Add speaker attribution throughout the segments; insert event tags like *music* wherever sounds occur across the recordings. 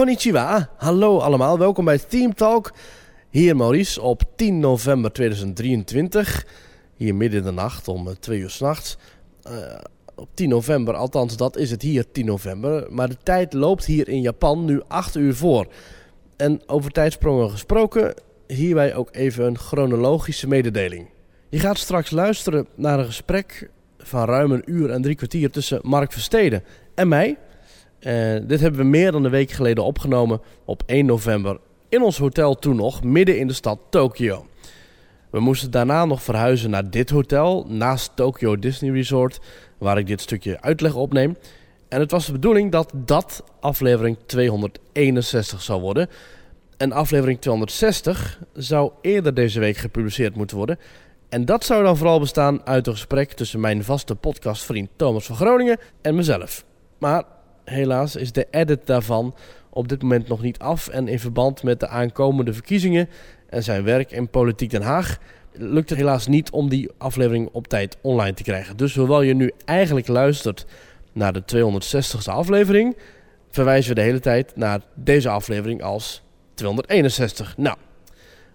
Speaker 1: Konnichiwa, hallo allemaal, welkom bij Team Talk. Hier Maurice op 10 november 2023, hier midden in de nacht om eh, twee uur s'nachts. Eh, op 10 november, althans dat is het hier 10 november, maar de tijd loopt hier in Japan nu 8 uur voor. En over tijdsprongen gesproken, hierbij ook even een chronologische mededeling. Je gaat straks luisteren naar een gesprek van ruim een uur en drie kwartier tussen Mark Versteden en mij. Eh, dit hebben we meer dan een week geleden opgenomen op 1 november in ons hotel toen nog midden in de stad Tokio. We moesten daarna nog verhuizen naar dit hotel naast Tokyo Disney Resort waar ik dit stukje uitleg opneem. En het was de bedoeling dat dat aflevering 261 zou worden. En aflevering 260 zou eerder deze week gepubliceerd moeten worden. En dat zou dan vooral bestaan uit een gesprek tussen mijn vaste podcastvriend Thomas van Groningen en mezelf. Maar helaas is de edit daarvan op dit moment nog niet af. En in verband met de aankomende verkiezingen en zijn werk in Politiek Den Haag lukt het helaas niet om die aflevering op tijd online te krijgen. Dus hoewel je nu eigenlijk luistert naar de 260ste aflevering, verwijzen we de hele tijd naar deze aflevering als 261. Nou,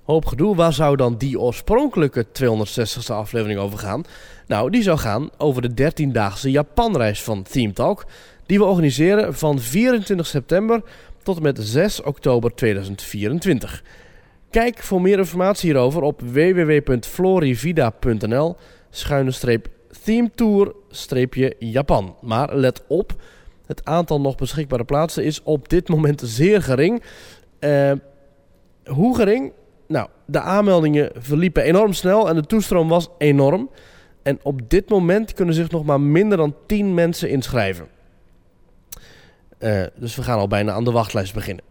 Speaker 1: hoop gedoe. Waar zou dan die oorspronkelijke 260ste aflevering over gaan? Nou, die zou gaan over de 13-daagse Japanreis van Theme Talk, die we organiseren van 24 september tot en met 6 oktober 2024. Kijk voor meer informatie hierover op www.florivida.nl schuine streep theme tour streepje Japan. Maar let op, het aantal nog beschikbare plaatsen is op dit moment zeer gering. Eh, hoe gering? Nou, de aanmeldingen verliepen enorm snel en de toestroom was enorm. En op dit moment kunnen zich nog maar minder dan 10 mensen inschrijven. Eh, dus we gaan al bijna aan de wachtlijst beginnen.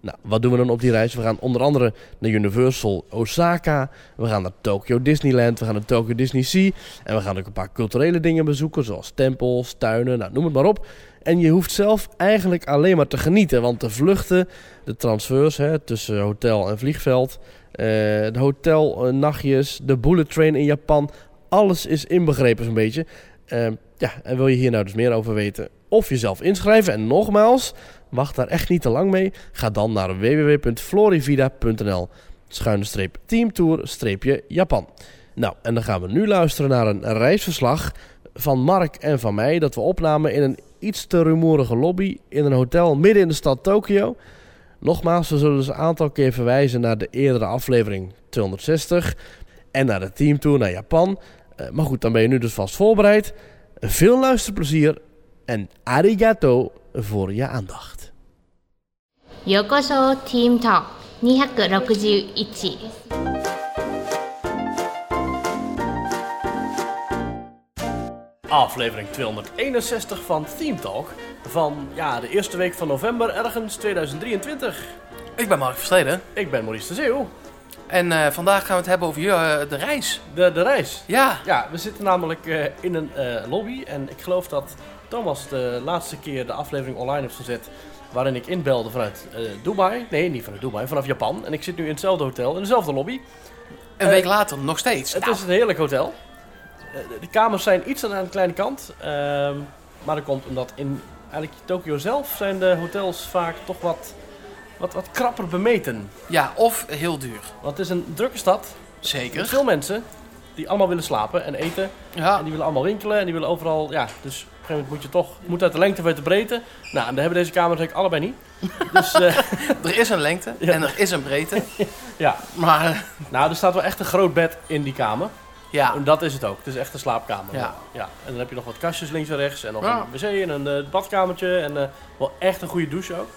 Speaker 1: Nou, wat doen we dan op die reis? We gaan onder andere naar Universal Osaka. We gaan naar Tokyo Disneyland. We gaan naar Tokyo Disney Sea. En we gaan ook een paar culturele dingen bezoeken, zoals tempels, tuinen, nou, noem het maar op. En je hoeft zelf eigenlijk alleen maar te genieten, want de vluchten, de transfers hè, tussen hotel en vliegveld, eh, de hotelnachtjes, de bullet train in Japan, alles is inbegrepen zo'n beetje. Eh, ja, en wil je hier nou dus meer over weten of jezelf inschrijven? En nogmaals, wacht daar echt niet te lang mee. Ga dan naar www.florivida.nl schuine streep teamtour streepje Japan. Nou, en dan gaan we nu luisteren naar een reisverslag van Mark en van mij dat we opnamen in een iets te rumoerige lobby in een hotel midden in de stad Tokio. Nogmaals, we zullen dus een aantal keer verwijzen naar de eerdere aflevering 260 en naar de teamtour naar Japan. Eh, maar goed, dan ben je nu dus vast voorbereid. Veel luisterplezier en arigato voor je aandacht.
Speaker 2: ようこそティームトーク261
Speaker 1: Aflevering 261 van Theme Talk van ja, de eerste week van november ergens 2023.
Speaker 3: Ik ben Mark Versteden
Speaker 1: Ik ben Maurice de Zeeuw.
Speaker 3: en eh, vandaag gaan we het hebben over eh, de reis.
Speaker 1: De, de reis.
Speaker 3: Ja,
Speaker 1: Ja, we zitten namelijk eh, in een eh, lobby en ik geloof dat Thomas de laatste keer de aflevering online heeft gezet waarin ik inbelde vanuit eh, Dubai. Nee, niet vanuit Dubai, vanaf Japan. En ik zit nu in hetzelfde hotel, in dezelfde lobby. Eh.
Speaker 3: een week later nog steeds.
Speaker 1: Het
Speaker 3: Nou,
Speaker 1: is een heerlijk hotel. Eh, de- De kamers zijn iets aan de kleine kant. ehm, maar dat komt omdat in eigenlijk Tokio zelf zijn de hotels vaak toch wat, wat, wat krapper bemeten.
Speaker 3: Ja, of heel duur.
Speaker 1: Want het is een drukke stad met
Speaker 3: Zeker.
Speaker 1: veel mensen die allemaal willen slapen en eten. En
Speaker 3: Ja,
Speaker 1: Ah, die willen allemaal winkelen en die willen overal, ja, dus op een gegeven moment moet je toch, het moet uit de lengte of uit de breedte. Nou, en daar hebben deze kamers eigenlijk allebei
Speaker 3: *laughs*
Speaker 1: niet. Dus eh,
Speaker 3: er is een lengte
Speaker 1: Ja.
Speaker 3: en er is een
Speaker 1: *laughs*
Speaker 3: breedte.
Speaker 1: ja,
Speaker 3: Maar eh,
Speaker 1: nou, er staat wel echt een groot bed in die kamer.
Speaker 3: ja,
Speaker 1: En dat is het ook. Het is echt een slaapkamer.
Speaker 3: Ah. Ja.
Speaker 1: En dan heb je nog wat kastjes links en rechts. En nog
Speaker 3: Ja.
Speaker 1: een wc en een eh, badkamertje. En eh, wel echt een goede douche ook.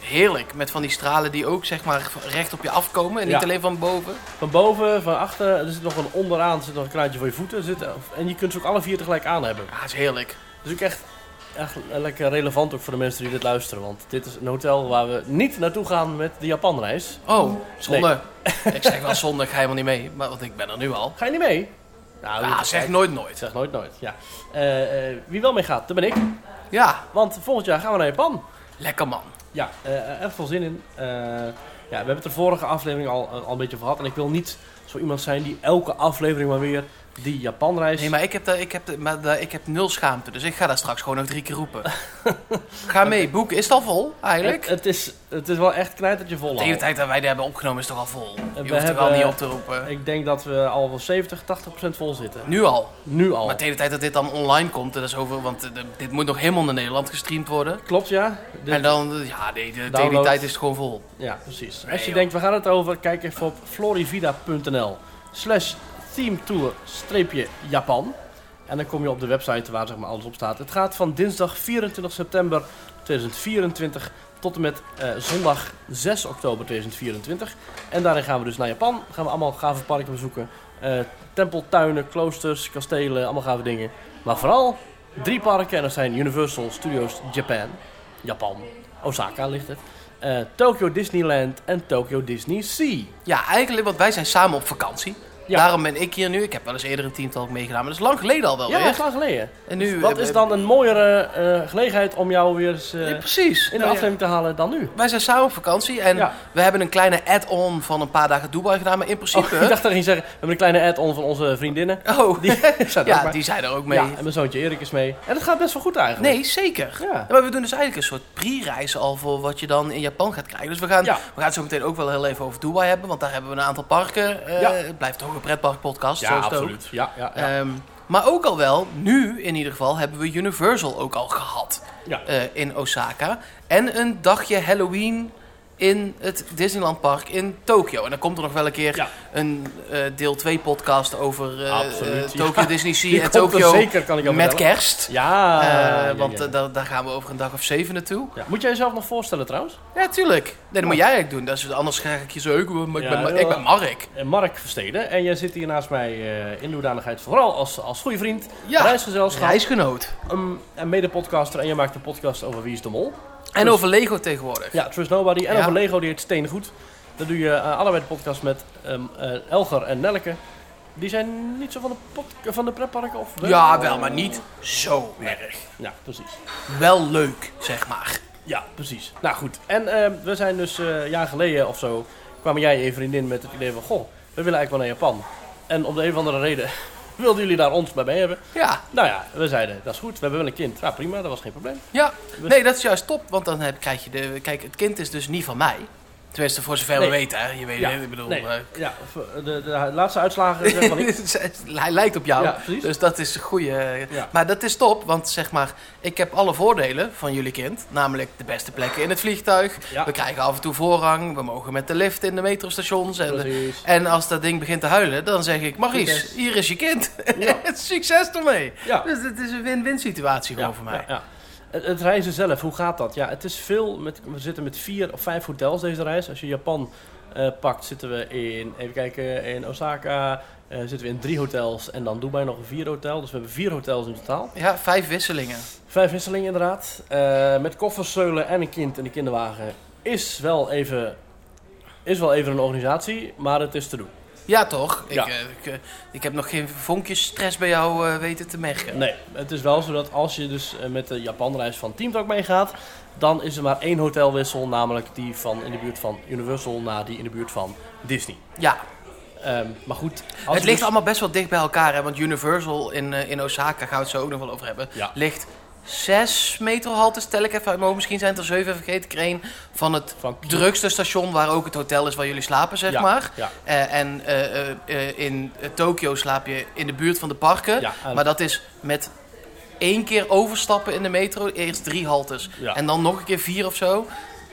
Speaker 3: heerlijk. Met van die stralen die ook zeg maar recht op je afkomen. En
Speaker 1: Ja.
Speaker 3: niet alleen van boven.
Speaker 1: Van boven, van achter. Er zit nog een onderaan. Er zit nog een kraantje voor je voeten. Er Zit, eh, en je kunt ze ook alle vier tegelijk aan hebben.
Speaker 3: Ja, is heerlijk.
Speaker 1: Dus ook echt, echt lekker relevant ook voor de mensen die dit luisteren. Want dit is een hotel waar we niet naartoe gaan met de Japanreis.
Speaker 3: Oh, zonde. Ik zeg wel zonde, ik ga helemaal niet mee. Maar, want ik ben er nu al.
Speaker 1: Ga je niet mee? Nou,
Speaker 3: Ja, zeg nooit nooit.
Speaker 1: Zeg nooit nooit, ja. Eh, eh, wie wel mee gaat, dat ben ik.
Speaker 3: Ja,
Speaker 1: Want volgend jaar gaan we naar Japan.
Speaker 3: lekker man.
Speaker 1: Ja, eh erg veel zin in. Eh, ja, we eh, hebben het de vorige aflevering al, al een beetje over gehad. En ik wil niet zo iemand zijn die elke aflevering maar weer die Japanreis.
Speaker 3: Nee, maar ik heb, daar, ik, heb, daar- maar daar- ik heb nul schaamte, dus ik ga daar straks gewoon nog drie keer
Speaker 1: *laughs*
Speaker 3: roepen. ga mee, boek is het al vol eigenlijk?
Speaker 1: het, het, is, het is wel echt knijtertje vol.
Speaker 3: de hele tijd dat wij die hebben opgenomen is toch al vol? Je hoeft er wel
Speaker 1: hebben-
Speaker 3: niet op te roepen.
Speaker 1: Ik denk dat we al wel 70, 80 vol zitten.
Speaker 3: Nu al.
Speaker 1: Nu al.
Speaker 3: Maar tegen de tijd dat dit dan online komt, dat is over, want eh, dit moet nog helemaal naar Nederland gestreamd worden.
Speaker 1: Klopt, ja. Dit-
Speaker 3: En dan, eh, ja nee, de, tegen die
Speaker 1: Dus- Download.
Speaker 3: tijd is het gewoon vol.
Speaker 1: Ja, precies.
Speaker 3: Nee,
Speaker 1: Als je
Speaker 3: joh.
Speaker 1: denkt, we gaan het over, kijk even op florivida.nl slash themetour-japan. En dan kom je op de website waar zeg maar, alles op staat. Het gaat van dinsdag 24 september 2024 tot en met eh, zondag 6 oktober 2024. En daarin gaan we dus naar Japan. Gaan we allemaal gave parken bezoeken. Eh, tempeltuinen, kloosters, kastelen, allemaal gave dingen. Maar vooral drie parken. En dat zijn Universal Studios Japan, Japan, Osaka ligt het. eh Tokyo Disneyland en Tokyo Disney Sea.
Speaker 3: Ja, eigenlijk, want wij zijn samen op vakantie.
Speaker 1: Ja.
Speaker 3: Daarom ben ik hier nu. Ik heb wel eens eerder een teamtalk meegedaan, maar dat is lang geleden al wel
Speaker 1: Ja, dat
Speaker 3: weer.
Speaker 1: is lang geleden. Dus
Speaker 3: En nu,
Speaker 1: Wat
Speaker 3: eh,
Speaker 1: is dan een mooiere eh, gelegenheid om jou weer eens eh,
Speaker 3: Ja, precies.
Speaker 1: in de
Speaker 3: Nou,
Speaker 1: aflevering te halen dan nu?
Speaker 3: Wij zijn samen op vakantie en
Speaker 1: Ja.
Speaker 3: we hebben een kleine add-on van een paar dagen Dubai gedaan. Maar in
Speaker 1: Oh,
Speaker 3: principe...
Speaker 1: ik dacht dat ging zeggen, we hebben een kleine add-on van onze *laughs* vriendinnen.
Speaker 3: Oh,
Speaker 1: Die zijn er ook
Speaker 3: ja,
Speaker 1: bij.
Speaker 3: die zijn er ook mee.
Speaker 1: ja, en mijn zoontje Erik is mee. En dat gaat best wel goed eigenlijk.
Speaker 3: Nee, zeker.
Speaker 1: Ja.
Speaker 3: Maar we doen dus eigenlijk een soort pre-reis al voor wat je dan in Japan gaat krijgen. Dus we gaan,
Speaker 1: Ja.
Speaker 3: we gaan het zo meteen ook wel heel even over Dubai hebben, want daar hebben we een aantal parken. Eh,
Speaker 1: Ja.
Speaker 3: Het blijft toch een pretparkpodcast, zo is het ook.
Speaker 1: Ja, ja, ja.
Speaker 3: Ehm, maar ook al wel, nu in ieder geval, hebben we Universal ook al gehad
Speaker 1: Ja.
Speaker 3: eh, in Osaka. En een dagje Halloween in het Disneylandpark in Tokio. En dan komt er nog wel een keer
Speaker 1: Ja.
Speaker 3: een eh, deel 2 podcast over eh,
Speaker 1: Absoluut,
Speaker 3: eh,
Speaker 1: ja.
Speaker 3: Tokyo Disney
Speaker 1: *laughs* Die
Speaker 3: Sea en
Speaker 1: komt er
Speaker 3: Tokio
Speaker 1: zeker, kan ik al
Speaker 3: met
Speaker 1: vertellen.
Speaker 3: kerst.
Speaker 1: Ja,
Speaker 3: Eh,
Speaker 1: ja,
Speaker 3: want
Speaker 1: ja.
Speaker 3: eh, daar, daar gaan we over een dag of zeven naartoe.
Speaker 1: Ja. Moet jij jezelf nog voorstellen trouwens?
Speaker 3: Ja, tuurlijk. Nee, dat moet jij eigenlijk doen. Dat is, anders ga ik je zo... Ik ben, ik
Speaker 1: Ja,
Speaker 3: ben,
Speaker 1: ja.
Speaker 3: ik ben Mark.
Speaker 1: Eh, Mark Versteden. En jij zit hier naast mij eh, in de hoedanigheid vooral als, als goede vriend,
Speaker 3: Ja.
Speaker 1: reisgezelschap
Speaker 3: Reisgenoot.
Speaker 1: een- en mede-podcaster. En jij maakt een podcast over Wie is de Mol.
Speaker 3: En over Lego tegenwoordig.
Speaker 1: Ja, Trust Nobody. En
Speaker 3: Ja.
Speaker 1: over Lego, die heet Steen Goed. Dat doe je eh, allebei de podcast met ehm, eh, Elger en Nelleke. Die zijn niet zo van de, pod- van de pretparken? Of
Speaker 3: Ja, wel, maar niet zo erg.
Speaker 1: Ja, precies.
Speaker 3: Wel leuk, zeg maar.
Speaker 1: Ja, precies. Nou goed, en ehm, we zijn dus eh, een jaar geleden of zo... kwamen jij en je vriendin met het idee van... goh, we willen eigenlijk wel naar Japan. En om de een of andere reden *laughs* wilden jullie daar ons bij mee hebben.
Speaker 3: Ja,
Speaker 1: Nou ja, we zeiden, dat is goed, we hebben wel een kind. Ja, prima, dat was geen probleem.
Speaker 3: ja. Nee, dat is juist top, want dan heb, krijg je de... Kijk, het kind is dus niet van mij. Tenminste, voor zover
Speaker 1: Nee.
Speaker 3: we weten, hè. Je weet,
Speaker 1: Ja,
Speaker 3: ik bedoel...
Speaker 1: nee,
Speaker 3: eh,
Speaker 1: ja, de, de, laatste uitslagen zeg
Speaker 3: *laughs*
Speaker 1: van ik.
Speaker 3: Hij lijkt op jou.
Speaker 1: Ja, precies.
Speaker 3: dus dat is een goede.
Speaker 1: Ja.
Speaker 3: Maar dat is top, want zeg maar, ik heb alle voordelen van jullie kind. Namelijk de beste plekken in het vliegtuig.
Speaker 1: Ja.
Speaker 3: We krijgen af en toe voorrang. We mogen met de lift in de metrostations. En,
Speaker 1: Precies.
Speaker 3: en als dat ding begint te huilen, dan zeg ik: Maries,
Speaker 1: Succes.
Speaker 3: hier is je kind. *laughs*
Speaker 1: Ja.
Speaker 3: Succes ermee.
Speaker 1: Ja.
Speaker 3: Dus het is een win-win situatie gewoon voor mij.
Speaker 1: Ja, ja. Het, het reizen zelf, hoe gaat dat? Ja, het is veel. Met, we zitten met vier of vijf hotels deze reis. Als je Japan eh, pakt, zitten we in, even kijken, in Osaka. eh, zitten we in drie hotels en dan Dubai nog een vier hotel. Dus we hebben vier hotels in totaal.
Speaker 3: Ja. vijf wisselingen.
Speaker 1: Vijf wisselingen inderdaad. Eh, met koffers, zeulen en een kind in de kinderwagen is wel even, is wel even een organisatie, maar het is te doen.
Speaker 3: Ja, toch?
Speaker 1: Ja.
Speaker 3: Ik, eh, ik, eh, ik heb nog geen vonkjes stress bij jou eh, weten te merken.
Speaker 1: Nee, het is wel zo dat als je dus eh, met de Japanreis van Teamtalk meegaat, dan is er maar één hotelwissel, namelijk die van in de buurt van Universal naar die in de buurt van Disney.
Speaker 3: Ja,
Speaker 1: Ehm, maar goed, als
Speaker 3: het
Speaker 1: je
Speaker 3: ligt
Speaker 1: dus-
Speaker 3: allemaal best wel dicht bij elkaar, hè? want Universal in, eh, in Osaka, gaan we het zo ook nog wel over hebben,
Speaker 1: Ja.
Speaker 3: ligt zes metrohaltes, tel ik even uit mijn hoofd. Misschien zijn het er zeven, vergeet ik er één, van het
Speaker 1: Van-
Speaker 3: drukste station waar ook het hotel is waar jullie slapen, zeg
Speaker 1: Ja,
Speaker 3: maar.
Speaker 1: Ja,
Speaker 3: Eh, en eh, eh, eh, in eh, Tokio slaap je in de buurt van de parken,
Speaker 1: Ja, en-
Speaker 3: maar dat is met één keer overstappen in de metro, eerst drie haltes
Speaker 1: Ja.
Speaker 3: en dan nog een keer vier of zo,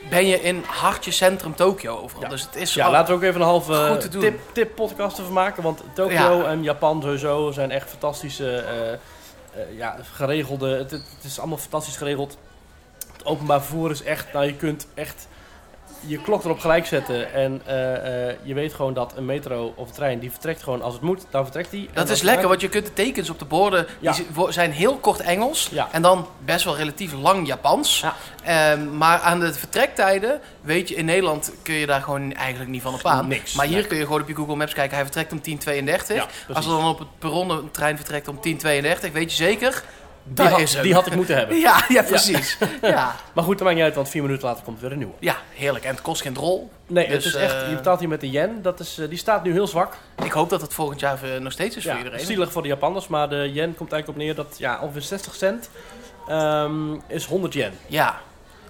Speaker 3: ben je in hartje centrum Tokio overal.
Speaker 1: Ja.
Speaker 3: Dus het is
Speaker 1: ja
Speaker 3: wel-
Speaker 1: laten we ook even een halve
Speaker 3: Goed te
Speaker 1: eh,
Speaker 3: doen.
Speaker 1: tip, tip podcast ervan maken, want Tokio en Japan sowieso zijn echt fantastische, eh, eh, ja, geregelde, het, het het is allemaal fantastisch geregeld. Het openbaar vervoer is echt, nou je kunt echt je klok erop gelijk zetten en eh, eh, je weet gewoon dat een metro of een trein, die vertrekt gewoon als het moet, dan vertrekt die. En
Speaker 3: Dat
Speaker 1: als
Speaker 3: is
Speaker 1: het
Speaker 3: lekker,
Speaker 1: raakt-
Speaker 3: want je kunt de tekens op de borden,
Speaker 1: Ja.
Speaker 3: die zi- wo- zijn heel kort Engels
Speaker 1: Ja.
Speaker 3: en dan best wel relatief lang Japans.
Speaker 1: Ja.
Speaker 3: Ehm, maar aan de vertrektijden, weet je, in Nederland kun je daar gewoon eigenlijk niet van op aan.
Speaker 1: Niks,
Speaker 3: Maar hier
Speaker 1: nee.
Speaker 3: kun je gewoon op je Google Maps kijken, hij vertrekt om 10.32.
Speaker 1: Ja,
Speaker 3: Als er dan op het perron een trein vertrekt om 10.32, weet je zeker,
Speaker 1: Die,
Speaker 3: Daar
Speaker 1: had,
Speaker 3: is hem.
Speaker 1: die had ik moeten
Speaker 3: *laughs*
Speaker 1: hebben.
Speaker 3: Ja, ja, precies. *laughs* Ja.
Speaker 1: Maar goed, dat maakt niet uit, want vier minuten later komt weer een nieuwe.
Speaker 3: ja, heerlijk. En het kost geen drol.
Speaker 1: Nee,
Speaker 3: Dus,
Speaker 1: het is echt,
Speaker 3: eh,
Speaker 1: je betaalt hier met de yen. Dat is, eh, die staat nu heel zwak.
Speaker 3: Ik hoop dat het volgend jaar eh, nog steeds is
Speaker 1: Ja,
Speaker 3: voor iedereen.
Speaker 1: Zielig voor de Japanners, maar de yen komt eigenlijk op neer dat ja, ongeveer 60 cent ehm, is 100 yen.
Speaker 3: Ja.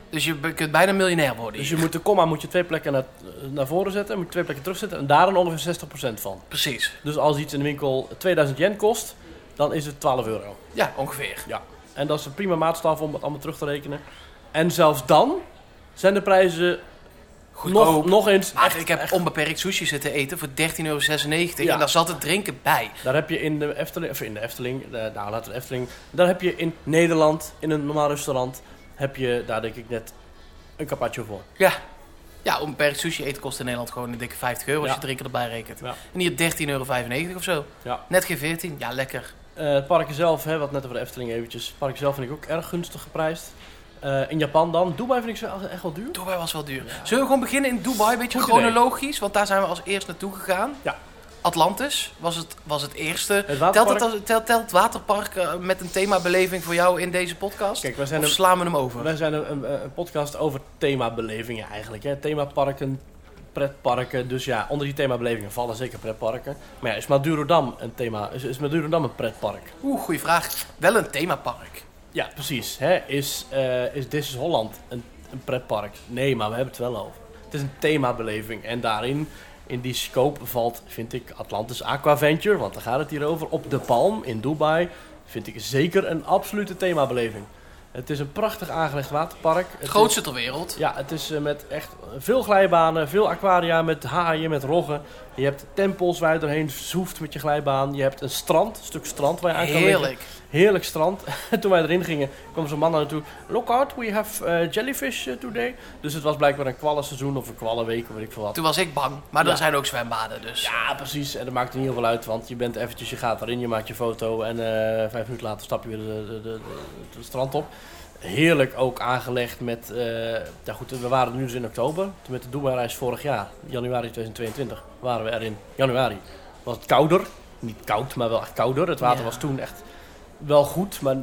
Speaker 3: Dus je be- kunt bijna miljonair worden.
Speaker 1: Dus
Speaker 3: hier.
Speaker 1: je moet de comma moet je twee plekken naar, naar voren zetten, moet je twee plekken terugzetten en daar dan ongeveer 60% van.
Speaker 3: Precies.
Speaker 1: Dus als iets in de winkel 2000 yen kost, dan is het 12 euro.
Speaker 3: Ja, ongeveer.
Speaker 1: Ja. En dat is een prima maatstaf om het allemaal terug te rekenen. En zelfs dan zijn de prijzen nog,
Speaker 3: Goedkoop. Ah,
Speaker 1: nog eens.
Speaker 3: Maar ik heb onbeperkt sushi zitten eten voor 13,96 euro.
Speaker 1: Ja.
Speaker 3: En daar zat het drinken bij.
Speaker 1: Daar heb je in de Efteling, of in de Efteling, eh, nou laten we de Efteling. Daar heb je in Nederland, in een normaal restaurant, heb je daar denk ik net een carpaccio voor.
Speaker 3: Ja. Ja, onbeperkt sushi eten kost in Nederland gewoon een dikke 50 euro als
Speaker 1: Ja.
Speaker 3: je drinken erbij rekent.
Speaker 1: Ja.
Speaker 3: En hier 13,95 euro of zo.
Speaker 1: Ja.
Speaker 3: Net geen 14. Ja, lekker.
Speaker 1: Eh, het park zelf, hè, wat net over de Efteling eventjes. Het park zelf vind ik ook erg gunstig geprijsd. Eh, in Japan dan. Dubai vind ik zo echt wel duur.
Speaker 3: Dubai was wel duur. Zullen we gewoon beginnen in Dubai, een beetje
Speaker 1: Goed
Speaker 3: chronologisch? Want daar zijn we als eerst naartoe gegaan.
Speaker 1: Ja.
Speaker 3: Atlantis was het, was het eerste.
Speaker 1: Het
Speaker 3: Telt
Speaker 1: waterpark.
Speaker 3: het, als- telt, telt waterpark eh, met een themabeleving voor jou in deze podcast?
Speaker 1: Kijk, wij zijn
Speaker 3: of
Speaker 1: een,
Speaker 3: slaan we hem over?
Speaker 1: wij zijn een, een, een podcast over themabelevingen eigenlijk. Hè. Themaparken, pretparken. Dus ja, onder die themabelevingen vallen zeker pretparken. Maar ja, is Madurodam een thema? Is, is Madurodam een pretpark?
Speaker 3: Oeh, goede vraag. Wel een themapark.
Speaker 1: Ja, precies. Hè? Is, eh is This is Holland een, een pretpark? Nee, maar we hebben het wel over. Het is een themabeleving. En daarin, in die scope, valt, vind ik, Atlantis Aquaventure, want daar gaat het hier over, op de Palm in Dubai. Vind ik zeker een absolute themabeleving. Het is een prachtig aangelegd waterpark.
Speaker 3: Het
Speaker 1: Het
Speaker 3: grootste ter wereld.
Speaker 1: is- ja, het is eh, met echt veel glijbanen, veel aquaria met haaien, met roggen. Je hebt tempels waar je doorheen zoeft met je glijbaan. Je hebt een strand, een stuk strand waar je aan kan liggen.
Speaker 3: Heerlijk.
Speaker 1: Heerlijk strand. *laughs* Toen wij erin gingen, kwam zo'n man naar naartoe. Look out, we have eh, jellyfish eh, today. Dus het was blijkbaar een kwallenseizoen of een kwallenweek, of weet ik veel wat.
Speaker 3: Toen was ik bang. Maar er
Speaker 1: Ja.
Speaker 3: zijn ook zwembaden, dus.
Speaker 1: Ja, precies. En dat maakt er niet heel veel uit, want je bent eventjes, je gaat erin, je maakt je foto en eh, vijf minuten later stap je weer de, de, de, de- de strand op. Heerlijk ook aangelegd met, eh, ja goed, we waren nu dus in oktober. Toen met de Dubai-reis vorig jaar, januari 2022, waren we er in januari. Was het kouder, niet koud, maar wel echt kouder. Het water
Speaker 3: Ja.
Speaker 1: was toen echt wel goed, maar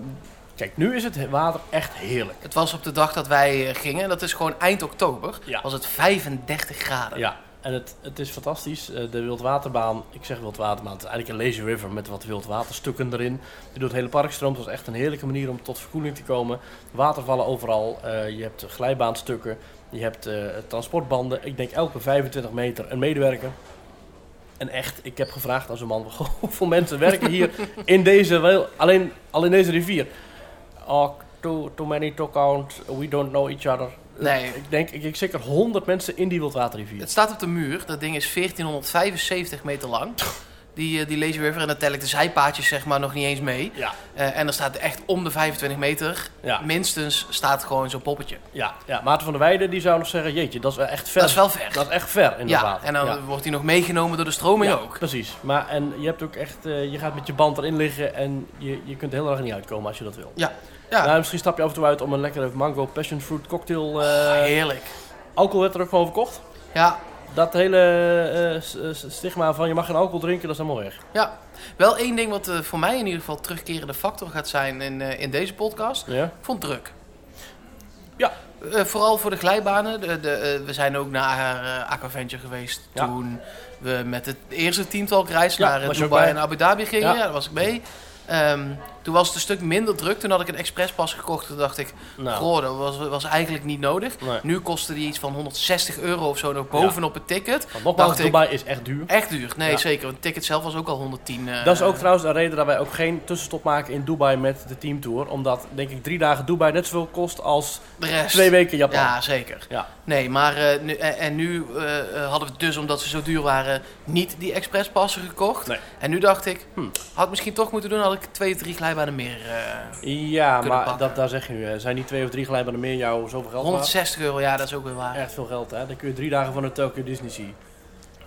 Speaker 1: kijk, nu is het water echt heerlijk.
Speaker 3: Het was op de dag dat wij eh, gingen, dat is gewoon eind oktober,
Speaker 1: Ja.
Speaker 3: was het 35 graden.
Speaker 1: Ja, en het, het is fantastisch. Eh, De Wildwaterbaan, ik zeg Wildwaterbaan, het is eigenlijk een lazy river met wat wildwaterstukken erin. Die door het hele park stroomt. Dat is echt een heerlijke manier om tot verkoeling te komen. Watervallen overal, eh, je hebt glijbaanstukken, je hebt eh, transportbanden. Ik denk elke 25 meter een medewerker. En echt, ik heb gevraagd aan zo'n man, *laughs* "Goh, hoeveel mensen werken hier in deze, wel- alleen, al in deze rivier? Oh, too, too many to count, we don't know each other.
Speaker 3: Nee.
Speaker 1: Ik denk, ik, ik zeker 100 mensen in die wildwaterrivier.
Speaker 3: Het staat op de muur. Dat ding is 1475 meter lang. Die, eh, die Lazy River. En dan tel ik de zijpaadjes zeg maar nog niet eens mee.
Speaker 1: Ja,
Speaker 3: Eh, en dan staat echt om de 25 meter.
Speaker 1: ja,
Speaker 3: Minstens staat gewoon zo'n poppetje.
Speaker 1: ja, ja. Maarten van der Weijden die zou nog zeggen, jeetje, dat is wel echt ver.
Speaker 3: Dat is wel ver.
Speaker 1: Dat is echt ver, inderdaad.
Speaker 3: ja, en dan
Speaker 1: Ja.
Speaker 3: wordt hij nog meegenomen door de stroming
Speaker 1: Ja,
Speaker 3: ook.
Speaker 1: Precies. Maar en je hebt ook echt, eh, je gaat met je band erin liggen en je, je kunt er heel erg niet uitkomen als je dat wil.
Speaker 3: Ja, ja.
Speaker 1: Nou, misschien stap je af en toe uit om een lekkere mango passion fruit cocktail. eh,
Speaker 3: Oh, heerlijk.
Speaker 1: alcohol werd er ook gewoon verkocht.
Speaker 3: Ja,
Speaker 1: Dat hele eh, s- s- stigma van je mag geen alcohol drinken, dat is allemaal weg.
Speaker 3: ja. Wel één ding wat eh, voor mij in ieder geval terugkerende factor gaat zijn in, eh, in deze podcast.
Speaker 1: Ja?
Speaker 3: Ik vond het druk.
Speaker 1: Ja.
Speaker 3: Eh, vooral voor de glijbanen. De, de, eh, we zijn ook naar eh, Aquaventure geweest
Speaker 1: Ja.
Speaker 3: toen we met het eerste teamtalk reis
Speaker 1: Ja,
Speaker 3: naar eh,
Speaker 1: was je ook
Speaker 3: Dubai
Speaker 1: bij?
Speaker 3: en Abu Dhabi gingen.
Speaker 1: Ja.
Speaker 3: Ja. daar was ik mee. Ehm, toen was het een stuk minder druk. Toen had ik een expresspas gekocht. Toen dacht ik,
Speaker 1: Nou,
Speaker 3: goh, dat was, was eigenlijk niet nodig.
Speaker 1: nee.
Speaker 3: Nu kostte die iets van 160 euro of zo nog bovenop het ticket.
Speaker 1: Want nogmaals,
Speaker 3: dacht ik-
Speaker 1: Dubai is echt duur.
Speaker 3: Echt duur. Nee,
Speaker 1: Ja.
Speaker 3: zeker. Want het ticket zelf was ook al 110. eh,
Speaker 1: Dat is ook trouwens een reden dat wij ook geen tussenstop maken in Dubai met de teamtour. Omdat, denk ik, drie dagen Dubai net zoveel kost als
Speaker 3: de rest.
Speaker 1: twee weken Japan.
Speaker 3: Ja, zeker.
Speaker 1: Ja.
Speaker 3: Nee, maar eh, nu, en, en nu eh, eh, hadden we dus, omdat ze zo duur waren, niet die expresspassen gekocht.
Speaker 1: Nee.
Speaker 3: En nu dacht ik,
Speaker 1: Hm.
Speaker 3: had misschien toch moeten doen, had ik twee, drie glijbanen meer. eh,
Speaker 1: Ja,
Speaker 3: kunnen
Speaker 1: maar
Speaker 3: pakken.
Speaker 1: dat, daar zeg je nu. hè. Zijn die twee of drie glijbanen meer jou zoveel geld waard?
Speaker 3: 160 euro, ja, dat is ook weer waar.
Speaker 1: Echt veel geld, hè? Dan kun je drie dagen van de Tokyo Disney zien.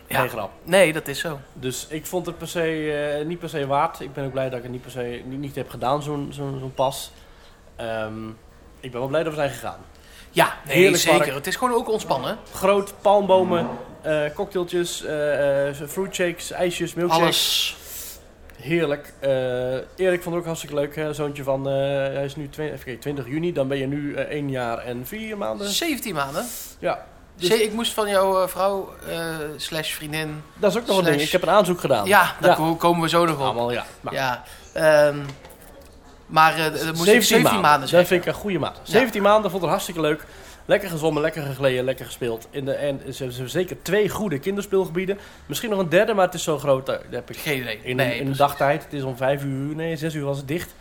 Speaker 3: Ja.
Speaker 1: Geen grap.
Speaker 3: Nee, dat is zo.
Speaker 1: Dus ik vond het per se, eh, niet per se waard. Ik ben ook blij dat ik het niet per se niet, niet heb gedaan, zo'n zo'n zo'n pas. Ehm, ik ben wel blij dat we zijn gegaan.
Speaker 3: Ja, nee,
Speaker 1: Heerlijk
Speaker 3: zeker.
Speaker 1: park.
Speaker 3: Het is gewoon ook ontspannen.
Speaker 1: Groot, palmbomen, eh cocktailtjes, eh eh, fruitshakes, ijsjes, milkshakes.
Speaker 3: Alles.
Speaker 1: Heerlijk. Eh, Erik vond het ook hartstikke leuk. Hè? Zoontje van, eh, hij is nu 20, even kijken, 20 juni. Dan ben je nu eh, 1 jaar en 4 maanden.
Speaker 3: 17 maanden.
Speaker 1: Ja. Dus-
Speaker 3: Ze- ik moest van jouw eh, vrouw eh, slash vriendin.
Speaker 1: Dat is ook nog een ding.
Speaker 3: Slash-
Speaker 1: Ik heb een aanzoek gedaan.
Speaker 3: Ja, daar
Speaker 1: Ja.
Speaker 3: ko- komen we zo nog op.
Speaker 1: Allemaal, ja. Maar,
Speaker 3: Ja. ehm, maar eh, dat moest 17 17 maanden,
Speaker 1: Dat
Speaker 3: zeggen.
Speaker 1: vind ik een goede maand. 17 maanden vond het hartstikke leuk. Lekker gezwommen, lekker gegleden, lekker gespeeld. In de, en ze hebben ze hebben zeker twee goede kinderspeelgebieden. Misschien nog een derde, maar het is zo groot. eh, Dat heb ik
Speaker 3: Geen idee.
Speaker 1: in,
Speaker 3: nee,
Speaker 1: in de
Speaker 3: precies.
Speaker 1: dagtijd. Het is om vijf uur, nee, zes uur was het dicht.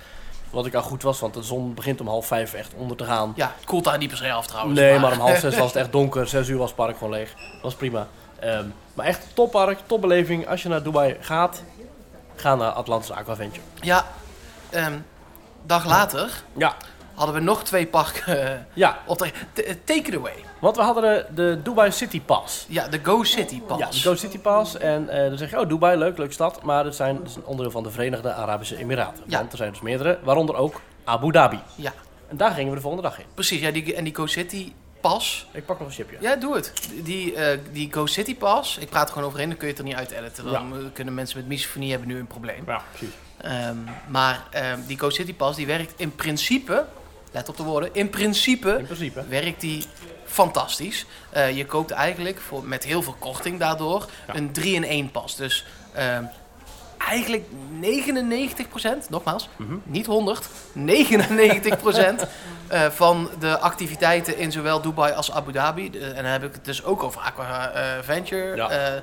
Speaker 1: Wat ik al goed was, want de zon begint om half vijf echt onder te gaan.
Speaker 3: Ja, het koelt daar niet per se af trouwens.
Speaker 1: Nee, maar om half zes *laughs* was Oh, het echt donker. Zes uur was het park gewoon leeg. Dat was prima. Ehm, maar echt toppark, topbeleving. Als je naar Dubai gaat, ga naar Atlantis Aquaventure.
Speaker 3: Ja, ehm, dag later
Speaker 1: Ja,
Speaker 3: hadden we nog twee parken
Speaker 1: ja.
Speaker 3: op de... T- eh, Take it away.
Speaker 1: Want we hadden de, de Dubai City Pass.
Speaker 3: Ja, de Go City Pass.
Speaker 1: Ja, de Go City Pass. En eh, dan zeg je, oh Dubai, leuk, leuke stad. Maar dat, zijn, dat is een onderdeel van de Verenigde Arabische Emiraten.
Speaker 3: Ja.
Speaker 1: Want er zijn dus meerdere, waaronder ook Abu Dhabi.
Speaker 3: Ja,
Speaker 1: En daar gingen we de volgende dag in.
Speaker 3: precies. Ja, die, en die Go City Pass...
Speaker 1: Ik pak nog een chipje.
Speaker 3: Ja, doe het. Die, eh, die Go City Pass, ik praat er gewoon overheen, dan kun je het er niet uit editen. Dan eh, kunnen mensen met misofonie hebben nu een probleem.
Speaker 1: Ja, precies.
Speaker 3: Ehm, maar ehm, die Go City Pass, die werkt in principe, let op de woorden, in principe
Speaker 1: In principe.
Speaker 3: werkt die fantastisch. Eh, je koopt eigenlijk voor, met heel veel korting daardoor
Speaker 1: Ja.
Speaker 3: een 3-in-1 pas. Dus ehm, eigenlijk 99%, nogmaals,
Speaker 1: Mhm.
Speaker 3: niet 100,
Speaker 1: *laughs*
Speaker 3: 99% eh, van de activiteiten in zowel Dubai als Abu Dhabi. De- en dan heb ik het dus ook over Aqua eh, Venture.
Speaker 1: Ja.
Speaker 3: eh, eh,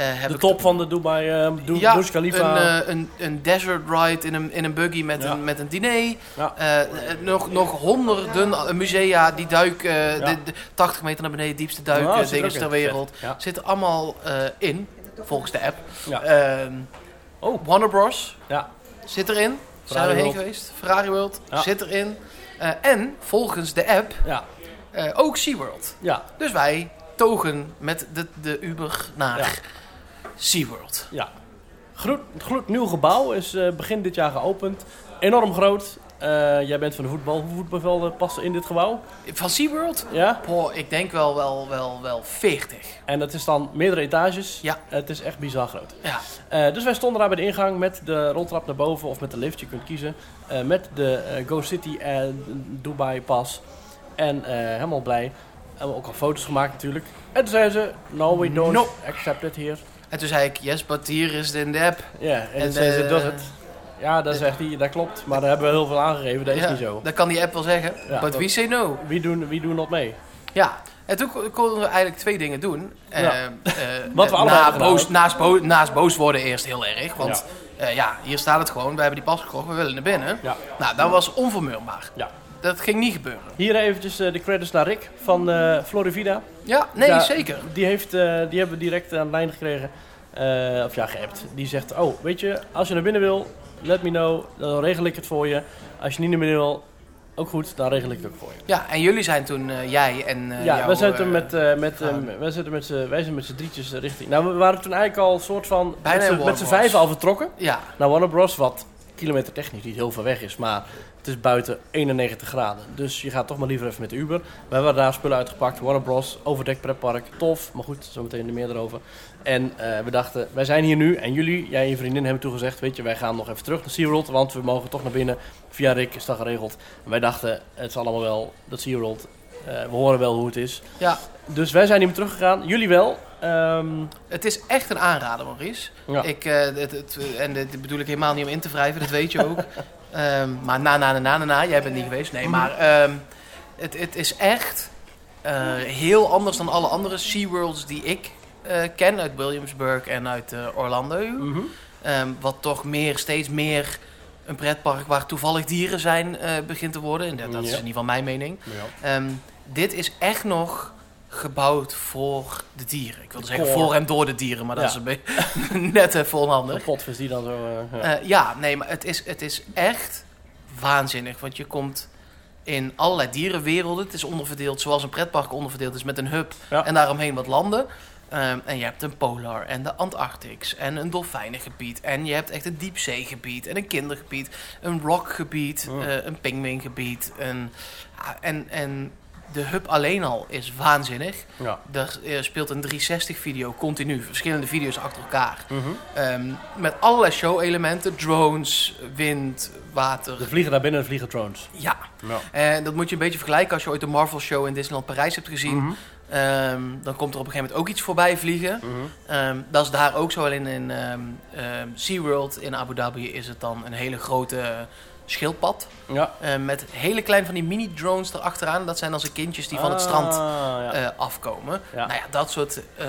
Speaker 3: heb
Speaker 1: De
Speaker 3: ik
Speaker 1: top van de Dubai, eh Dou- Burj Khalifa.
Speaker 3: een, eh, een, een desert ride in een, in een buggy met,
Speaker 1: Ja.
Speaker 3: een, met een diner.
Speaker 1: Ja.
Speaker 3: Eh, eh, nog, nog honderden musea die duiken, eh,
Speaker 1: Ja.
Speaker 3: de, de 80 meter naar beneden, diepste duik,
Speaker 1: Nou,
Speaker 3: eh,
Speaker 1: zit er
Speaker 3: dingen
Speaker 1: ook
Speaker 3: ter
Speaker 1: in.
Speaker 3: wereld.
Speaker 1: Ja.
Speaker 3: Zitten allemaal eh, in, volgens de app.
Speaker 1: Ja.
Speaker 3: Ehm,
Speaker 1: Oh.
Speaker 3: Warner Bros.
Speaker 1: Ja.
Speaker 3: zit erin. Zijn
Speaker 1: Ferrari
Speaker 3: we heen
Speaker 1: World.
Speaker 3: geweest. Ferrari World
Speaker 1: Ja.
Speaker 3: zit erin. Eh, en volgens de app
Speaker 1: Ja,
Speaker 3: eh, ook SeaWorld.
Speaker 1: ja,
Speaker 3: Dus wij togen met de, de Uber naar
Speaker 1: Ja.
Speaker 3: SeaWorld.
Speaker 1: ja. Gloed, gloednieuw gebouw is eh, begin dit jaar geopend. Enorm groot. Eh, jij bent van de voetbal. Hoeveel voetbalvelden passen in dit gebouw?
Speaker 3: Van SeaWorld
Speaker 1: Ja.
Speaker 3: Boah, ik denk wel, wel, wel, wel 40.
Speaker 1: En dat is dan meerdere etages.
Speaker 3: Ja.
Speaker 1: Het is echt bizar groot.
Speaker 3: Ja,
Speaker 1: Eh, dus wij stonden daar bij de ingang met de roltrap naar boven of met de lift, je kunt kiezen. Eh, met de eh, Go City en Dubai pas. En eh, helemaal blij. Hebben we ook al foto's gemaakt natuurlijk. En toen zeiden ze, no we don't
Speaker 3: No.
Speaker 1: accept it here.
Speaker 3: en toen zei ik, yes, but here is it in the app.
Speaker 1: Ja, en,
Speaker 3: En,
Speaker 1: toen zeiden ze,
Speaker 3: eh,
Speaker 1: dat het. Ja, dat zegt hij, dat klopt. Maar daar hebben we heel veel aangegeven, dat is
Speaker 3: Ja,
Speaker 1: niet zo.
Speaker 3: Dat kan die app wel zeggen,
Speaker 1: Ja,
Speaker 3: but
Speaker 1: dat-
Speaker 3: we say no.
Speaker 1: Wie doen, wie doen dat mee?
Speaker 3: Ja, en toen ko- konden we eigenlijk twee dingen doen.
Speaker 1: *laughs*
Speaker 3: Eh,
Speaker 1: Ja.
Speaker 3: eh,
Speaker 1: Wat we allemaal gedaan
Speaker 3: boos,
Speaker 1: hebben.
Speaker 3: naast, bo- naast boos worden eerst heel erg, want ja. ja, hier staat het gewoon, we hebben die pas gekocht, we willen naar binnen.
Speaker 1: Ja.
Speaker 3: Nou, dat was onvermurbaar.
Speaker 1: Ja.
Speaker 3: Dat ging niet gebeuren.
Speaker 1: Hier eventjes eh, de credits naar Rick van eh, Florivida.
Speaker 3: Ja, nee,
Speaker 1: Ja,
Speaker 3: zeker.
Speaker 1: Die, heeft, eh, die hebben we direct aan de lijn gekregen. Eh, of ja, geappt. Die zegt, oh, weet je, als je naar binnen wil, let me know. Dan regel ik het voor je. Als je niet naar binnen wil, ook goed, dan regel ik het ook voor je.
Speaker 3: Ja, en jullie zijn toen, eh, jij en eh
Speaker 1: ja,
Speaker 3: jouw,
Speaker 1: wij zijn
Speaker 3: eh,
Speaker 1: toen met, eh, met, eh,
Speaker 3: gaan.
Speaker 1: wij zitten met z'n- wij zijn met z'n drietjes richting... Nou, we waren toen eigenlijk al een soort van...
Speaker 3: Bijna
Speaker 1: met z'n-
Speaker 3: Warner
Speaker 1: met z'n
Speaker 3: Bros.
Speaker 1: vijven al vertrokken.
Speaker 3: Ja,
Speaker 1: Naar Nou, Warner Bros, wat kilometer technisch niet heel ver weg is, maar... Het is buiten 91 graden, dus je gaat toch maar liever even met de Uber. We hebben daar spullen uitgepakt, Warner Bros, overdekt pretpark, tof. Maar goed, zometeen er meer erover. En eh, we dachten, wij zijn hier nu en jullie, jij en je vriendin hebben toegezegd... weet je, wij gaan nog even terug naar SeaWorld, want we mogen toch naar binnen. Via Rick is dat geregeld. En wij dachten, het is allemaal wel dat SeaWorld, eh, we horen wel hoe het is.
Speaker 3: ja,
Speaker 1: Dus wij zijn niet meer teruggegaan, jullie wel. Ehm,
Speaker 3: het is echt een aanrader, Maurice.
Speaker 1: ja.
Speaker 3: Ik, eh, het, het- en dit bedoel ik helemaal niet om in te wrijven, dat
Speaker 1: *laughs*
Speaker 3: weet je ook. Ehm, maar na, na, na, na, na, na, jij bent niet geweest. Nee, maar ehm, het, het is echt eh, heel anders dan alle andere SeaWorlds die ik eh, ken. Uit Williamsburg en uit eh, Orlando.
Speaker 1: Mhm.
Speaker 3: Ehm, wat toch meer, steeds meer een pretpark waar toevallig dieren zijn eh, begint te worden. En dat, dat is
Speaker 1: Ja.
Speaker 3: in ieder geval mijn mening.
Speaker 1: Ja.
Speaker 3: Ehm, dit is echt nog gebouwd voor de dieren. Ik wilde zeggen
Speaker 1: Core.
Speaker 3: voor en door de dieren, maar dat
Speaker 1: Ja.
Speaker 3: is een beetje *laughs* net even onhandig.
Speaker 1: Een potvis die dan zo... eh, ja.
Speaker 3: Eh, ja, nee, maar het is, het is echt waanzinnig. Want je komt in allerlei dierenwerelden. Het is onderverdeeld zoals een pretpark onderverdeeld is met een hub
Speaker 1: Ja.
Speaker 3: en daaromheen wat landen. Ehm, en je hebt een polar en de Antarctics en een dolfijnengebied. En je hebt echt een diepzeegebied en een kindergebied. Een rockgebied,
Speaker 1: Mm.
Speaker 3: eh, een pinguïngebied. Een, ja, en, en de hub alleen al is waanzinnig.
Speaker 1: Ja.
Speaker 3: Daar eh, speelt een 360-video continu, verschillende video's achter elkaar.
Speaker 1: Mhm.
Speaker 3: Ehm, met allerlei show-elementen, drones, wind, water.
Speaker 1: Er vliegen daar binnen, er vliegen drones.
Speaker 3: Ja,
Speaker 1: Ja.
Speaker 3: en dat moet je een beetje vergelijken als je ooit de Marvel-show in Disneyland Parijs hebt gezien.
Speaker 1: Mhm.
Speaker 3: Ehm, dan komt er op een gegeven moment ook iets voorbij vliegen.
Speaker 1: Mhm.
Speaker 3: Ehm, dat is daar ook zo. Alleen in ehm ehm, SeaWorld in Abu Dhabi is het dan een hele grote eh, schildpad.
Speaker 1: Ja.
Speaker 3: Ehm, met hele klein van die mini-drones erachteraan. Dat zijn dan zijn kindjes die van het
Speaker 1: Ah,
Speaker 3: strand
Speaker 1: ja.
Speaker 3: eh, afkomen.
Speaker 1: Ja.
Speaker 3: Nou ja, dat soort eh,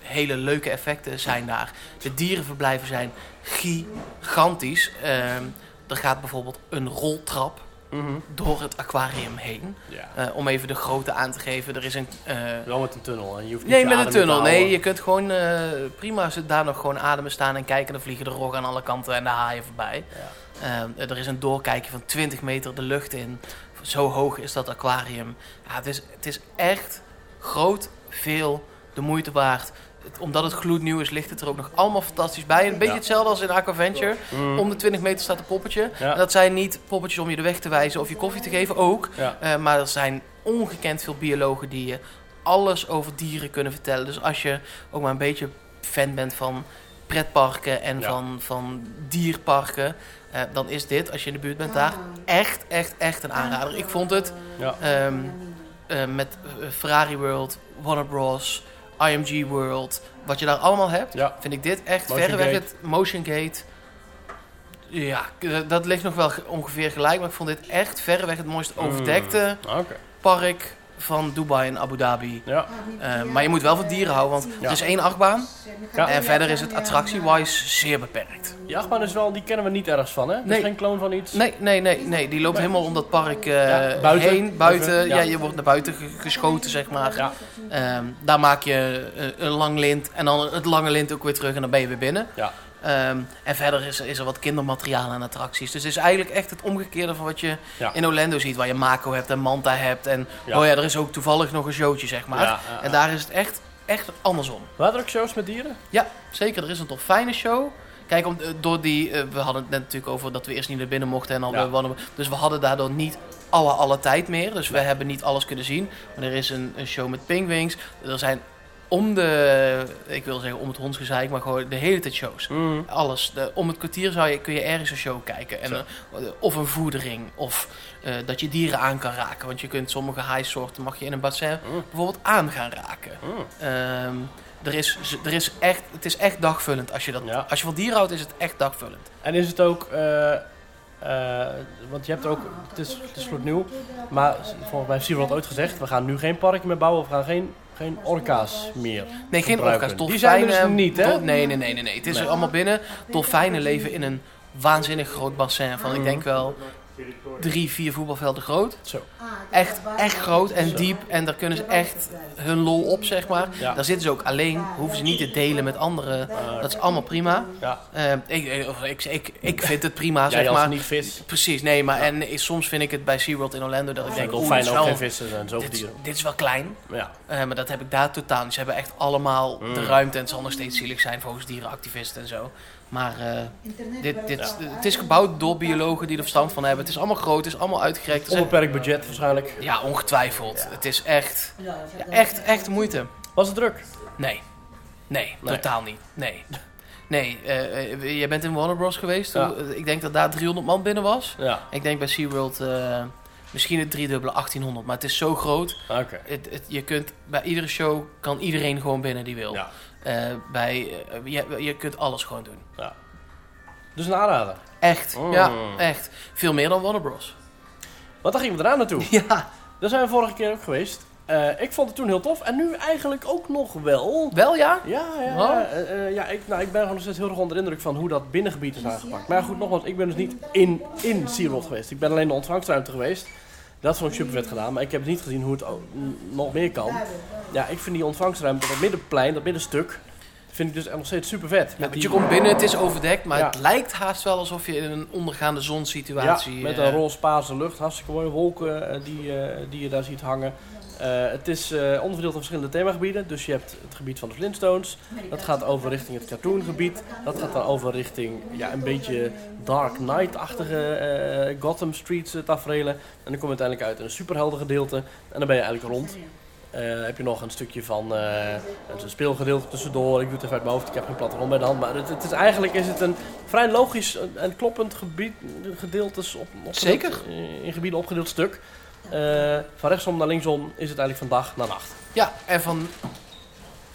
Speaker 3: hele leuke effecten zijn daar. De dierenverblijven zijn gigantisch. Ehm, er gaat bijvoorbeeld een roltrap
Speaker 1: Mhm.
Speaker 3: door het aquarium heen.
Speaker 1: ja.
Speaker 3: Eh, om even de grootte aan te geven. Er is een... eh,
Speaker 1: Wel met een tunnel. En je hoeft niet
Speaker 3: Nee,
Speaker 1: je
Speaker 3: met een
Speaker 1: adem in te
Speaker 3: tunnel. Nee,
Speaker 1: houden.
Speaker 3: je kunt gewoon eh, prima zit daar nog gewoon ademen staan en kijken. Dan vliegen de roggen aan alle kanten en de haaien voorbij.
Speaker 1: Ja.
Speaker 3: Ehm, er is een doorkijkje van 20 meter de lucht in. Zo hoog is dat aquarium. Ja, het, is, het is echt groot, veel, de moeite waard. Het- omdat het gloednieuw is, ligt het er ook nog allemaal fantastisch bij. Een beetje
Speaker 1: Ja.
Speaker 3: hetzelfde als in Aquaventure.
Speaker 1: Mm.
Speaker 3: Om de 20 meter staat een poppetje.
Speaker 1: Ja.
Speaker 3: En dat zijn niet poppetjes om je de weg te wijzen of je koffie te geven, ook.
Speaker 1: Ja.
Speaker 3: Eh, maar er zijn ongekend veel biologen die je alles over dieren kunnen vertellen. Dus als je ook maar een beetje fan bent van pretparken en
Speaker 1: Ja.
Speaker 3: van, van dierparken, eh, dan is dit, als je in de buurt bent daar, echt, echt, echt een aanrader. Ik vond het
Speaker 1: Ja.
Speaker 3: ehm, eh, met eh, Ferrari World, Warner Bros, IMG World, wat je daar allemaal hebt,
Speaker 1: Ja.
Speaker 3: vind ik dit echt
Speaker 1: Motion
Speaker 3: verreweg
Speaker 1: Gate.
Speaker 3: het Motion Gate. Ja, k- dat ligt nog wel ge- ongeveer gelijk, maar ik vond dit echt verreweg het mooist overdekte
Speaker 1: Mm. Oké.
Speaker 3: park van Dubai en Abu Dhabi.
Speaker 1: Ja.
Speaker 3: Eh, maar je moet wel van dieren houden, want
Speaker 1: Ja.
Speaker 3: het is één achtbaan.
Speaker 1: Ja.
Speaker 3: En verder is het attractie-wise zeer beperkt.
Speaker 1: Die achtbaan is wel, die kennen we niet ergens van, hè? Het
Speaker 3: Nee.
Speaker 1: is geen clone van iets.
Speaker 3: Nee, nee, nee, nee. Die loopt helemaal om dat park eh,
Speaker 1: Ja, buiten.
Speaker 3: heen. Buiten.
Speaker 1: Even,
Speaker 3: ja.
Speaker 1: ja.
Speaker 3: je wordt naar buiten ge- geschoten, zeg maar.
Speaker 1: Ja.
Speaker 3: Ehm, daar maak je eh, een lang lint en dan het lange lint ook weer terug en dan ben je weer binnen.
Speaker 1: Ja.
Speaker 3: Ehm, en verder is, is er wat kindermateriaal en attracties. Dus het is eigenlijk echt het omgekeerde van wat je
Speaker 1: Ja.
Speaker 3: in Orlando ziet. Waar je Mako hebt en Manta hebt. En
Speaker 1: Ja.
Speaker 3: oh ja, er is ook toevallig nog een showtje, zeg maar.
Speaker 1: Ja, ja,
Speaker 3: En
Speaker 1: ja.
Speaker 3: daar is het echt, echt andersom.
Speaker 1: Waren er ook shows met dieren?
Speaker 3: Ja, zeker. Er is een dolfijnen show. Kijk, om, eh, door die, eh, we hadden het net natuurlijk over dat we eerst niet naar binnen mochten. En al
Speaker 1: Ja.
Speaker 3: we wonnen- dus we hadden daardoor niet alle, alle tijd meer. Dus we hebben niet alles kunnen zien. Maar er is een, een show met pingwings. Er zijn om de, ik wil zeggen om het hondsgezeik, maar gewoon de hele tijd shows. Alles. De- om het kwartier zou je, kun je ergens een show kijken. En,
Speaker 1: Zo.
Speaker 3: eh, of een voedering. Of eh, dat je dieren aan kan raken. Want je kunt sommige haaisoorten mag je in een bassin
Speaker 1: Mm.
Speaker 3: bijvoorbeeld aan gaan raken.
Speaker 1: Mm.
Speaker 3: Ehm, er is, er is echt, het is echt dagvullend. Als je, dat,
Speaker 1: Ja.
Speaker 3: als je van dieren houdt, is het echt dagvullend.
Speaker 1: En is het ook, eh, eh, want je hebt ook, het is, het is gloednieuw, maar volgens mij heeft Siewert ooit gezegd, we gaan nu geen parkje meer bouwen, we gaan geen, geen orka's meer.
Speaker 3: Nee, geen
Speaker 1: Gebruiken.
Speaker 3: orka's.
Speaker 1: Die zijn er dus
Speaker 3: dolfijnen,
Speaker 1: niet, hè?
Speaker 3: dol- nee, nee, nee, nee, nee. Het is
Speaker 1: Nee.
Speaker 3: allemaal binnen. Dolfijnen leven in een waanzinnig groot bassin van, ik
Speaker 1: Mhm.
Speaker 3: denk wel, drie, vier voetbalvelden groot.
Speaker 1: Zo.
Speaker 3: Echt, echt groot en
Speaker 1: Zo.
Speaker 3: diep. En daar kunnen ze echt hun lol op, zeg maar.
Speaker 1: Ja.
Speaker 3: Daar zitten ze ook alleen. Hoeven ze niet te delen met anderen.
Speaker 1: Eh,
Speaker 3: Dat is allemaal prima.
Speaker 1: ja,
Speaker 3: Ehm, ik, ik, ik, ik, ik vind het prima,
Speaker 1: jij
Speaker 3: zeg
Speaker 1: als
Speaker 3: maar.
Speaker 1: niet vis.
Speaker 3: Precies, nee, maar en eh, soms vind ik het bij SeaWorld in Orlando dat ik
Speaker 1: Ik denk
Speaker 3: denk,
Speaker 1: ook
Speaker 3: oeh,
Speaker 1: fijn
Speaker 3: dit is
Speaker 1: ook
Speaker 3: wel-
Speaker 1: geen vissen en zoveel
Speaker 3: dit, is-
Speaker 1: dieren.
Speaker 3: dit is wel klein,
Speaker 1: Maar Ja,
Speaker 3: eh, maar dat heb ik daar totaal niet. Ze hebben echt allemaal
Speaker 1: Mm.
Speaker 3: de ruimte en het zal nog steeds zielig zijn volgens dierenactivisten en zo. Maar eh, dit, dit, het is gebouwd door biologen die er verstand van hebben. Het is allemaal groot, het is allemaal uitgerekt. Er zijn-
Speaker 1: onbeperkt budget waarschijnlijk.
Speaker 3: ja, ongetwijfeld. Het is echt, ja, echt, echt moeite.
Speaker 1: Was het druk?
Speaker 3: Nee. Nee,
Speaker 1: Nee.
Speaker 3: totaal niet. Nee. Nee, eh, eh, jij bent in Warner Bros. geweest.
Speaker 1: Ja.
Speaker 3: Hoe- eh, Ik denk dat daar 300 man binnen was.
Speaker 1: Ja,
Speaker 3: Ik denk bij SeaWorld eh, misschien het driedubbele 1800, maar het is zo groot.
Speaker 1: oké.
Speaker 3: Het, het- je kunt, bij iedere show kan iedereen gewoon binnen die wil.
Speaker 1: Ja.
Speaker 3: Eh, bij, eh, je, je kunt alles gewoon doen.
Speaker 1: Dus een aanrader.
Speaker 3: Echt,
Speaker 1: Mm.
Speaker 3: ja, echt. Veel meer dan Warner Bros.
Speaker 1: Want daar gingen we eraan *laughs* naartoe.
Speaker 3: Ja,
Speaker 1: Daar zijn we vorige keer ook geweest. Eh, ik vond het toen heel tof en nu eigenlijk ook nog wel.
Speaker 3: wel ja?
Speaker 1: Ja, ja,
Speaker 3: Wow.
Speaker 1: ja, eh, eh, ja ik, nou, ik ben gewoon nog steeds heel erg onder de indruk van hoe dat binnengebied is aangepakt. Maar goed, nogmaals, ik ben dus niet in, in SeaWorld geweest. Ik ben alleen de ontvangstruimte geweest. Dat vond ik super vet gedaan, maar ik heb dus niet gezien hoe het ook, n- nog meer kan. Ja, ik vind die ontvangstruimte, dat middenplein, dat middenstuk, vind Vind ik dus nog steeds super vet.
Speaker 3: Ja, want je komt binnen, het is overdekt, maar
Speaker 1: Ja.
Speaker 3: het lijkt haast wel alsof je in een ondergaande zonsituatie...
Speaker 1: Ja, met
Speaker 3: eh,
Speaker 1: een roze paarse lucht, hartstikke mooie wolken eh, die, eh, die je daar ziet hangen. Eh, het is eh, onderverdeeld in verschillende themagebieden. Dus je hebt het gebied van de Flintstones. Dat gaat over richting het cartoongebied. Dat gaat dan over richting ja, een beetje Dark Knight-achtige eh, Gotham Street eh, taferelen. En dan kom je uiteindelijk uit in een superheldengedeelte. En dan ben je eigenlijk rond. Eh, heb je nog een stukje van eh, een speelgedeelte tussendoor. Ik doe het even uit mijn hoofd, ik heb geen plattegrond bij de hand. Maar het, het is, eigenlijk is het een vrij logisch en kloppend gebied, gedeeltes op, opgedeeld-
Speaker 3: Zeker.
Speaker 1: in gebieden opgedeeld stuk. Eh, van rechtsom naar linksom is het eigenlijk van dag naar nacht.
Speaker 3: ja, en van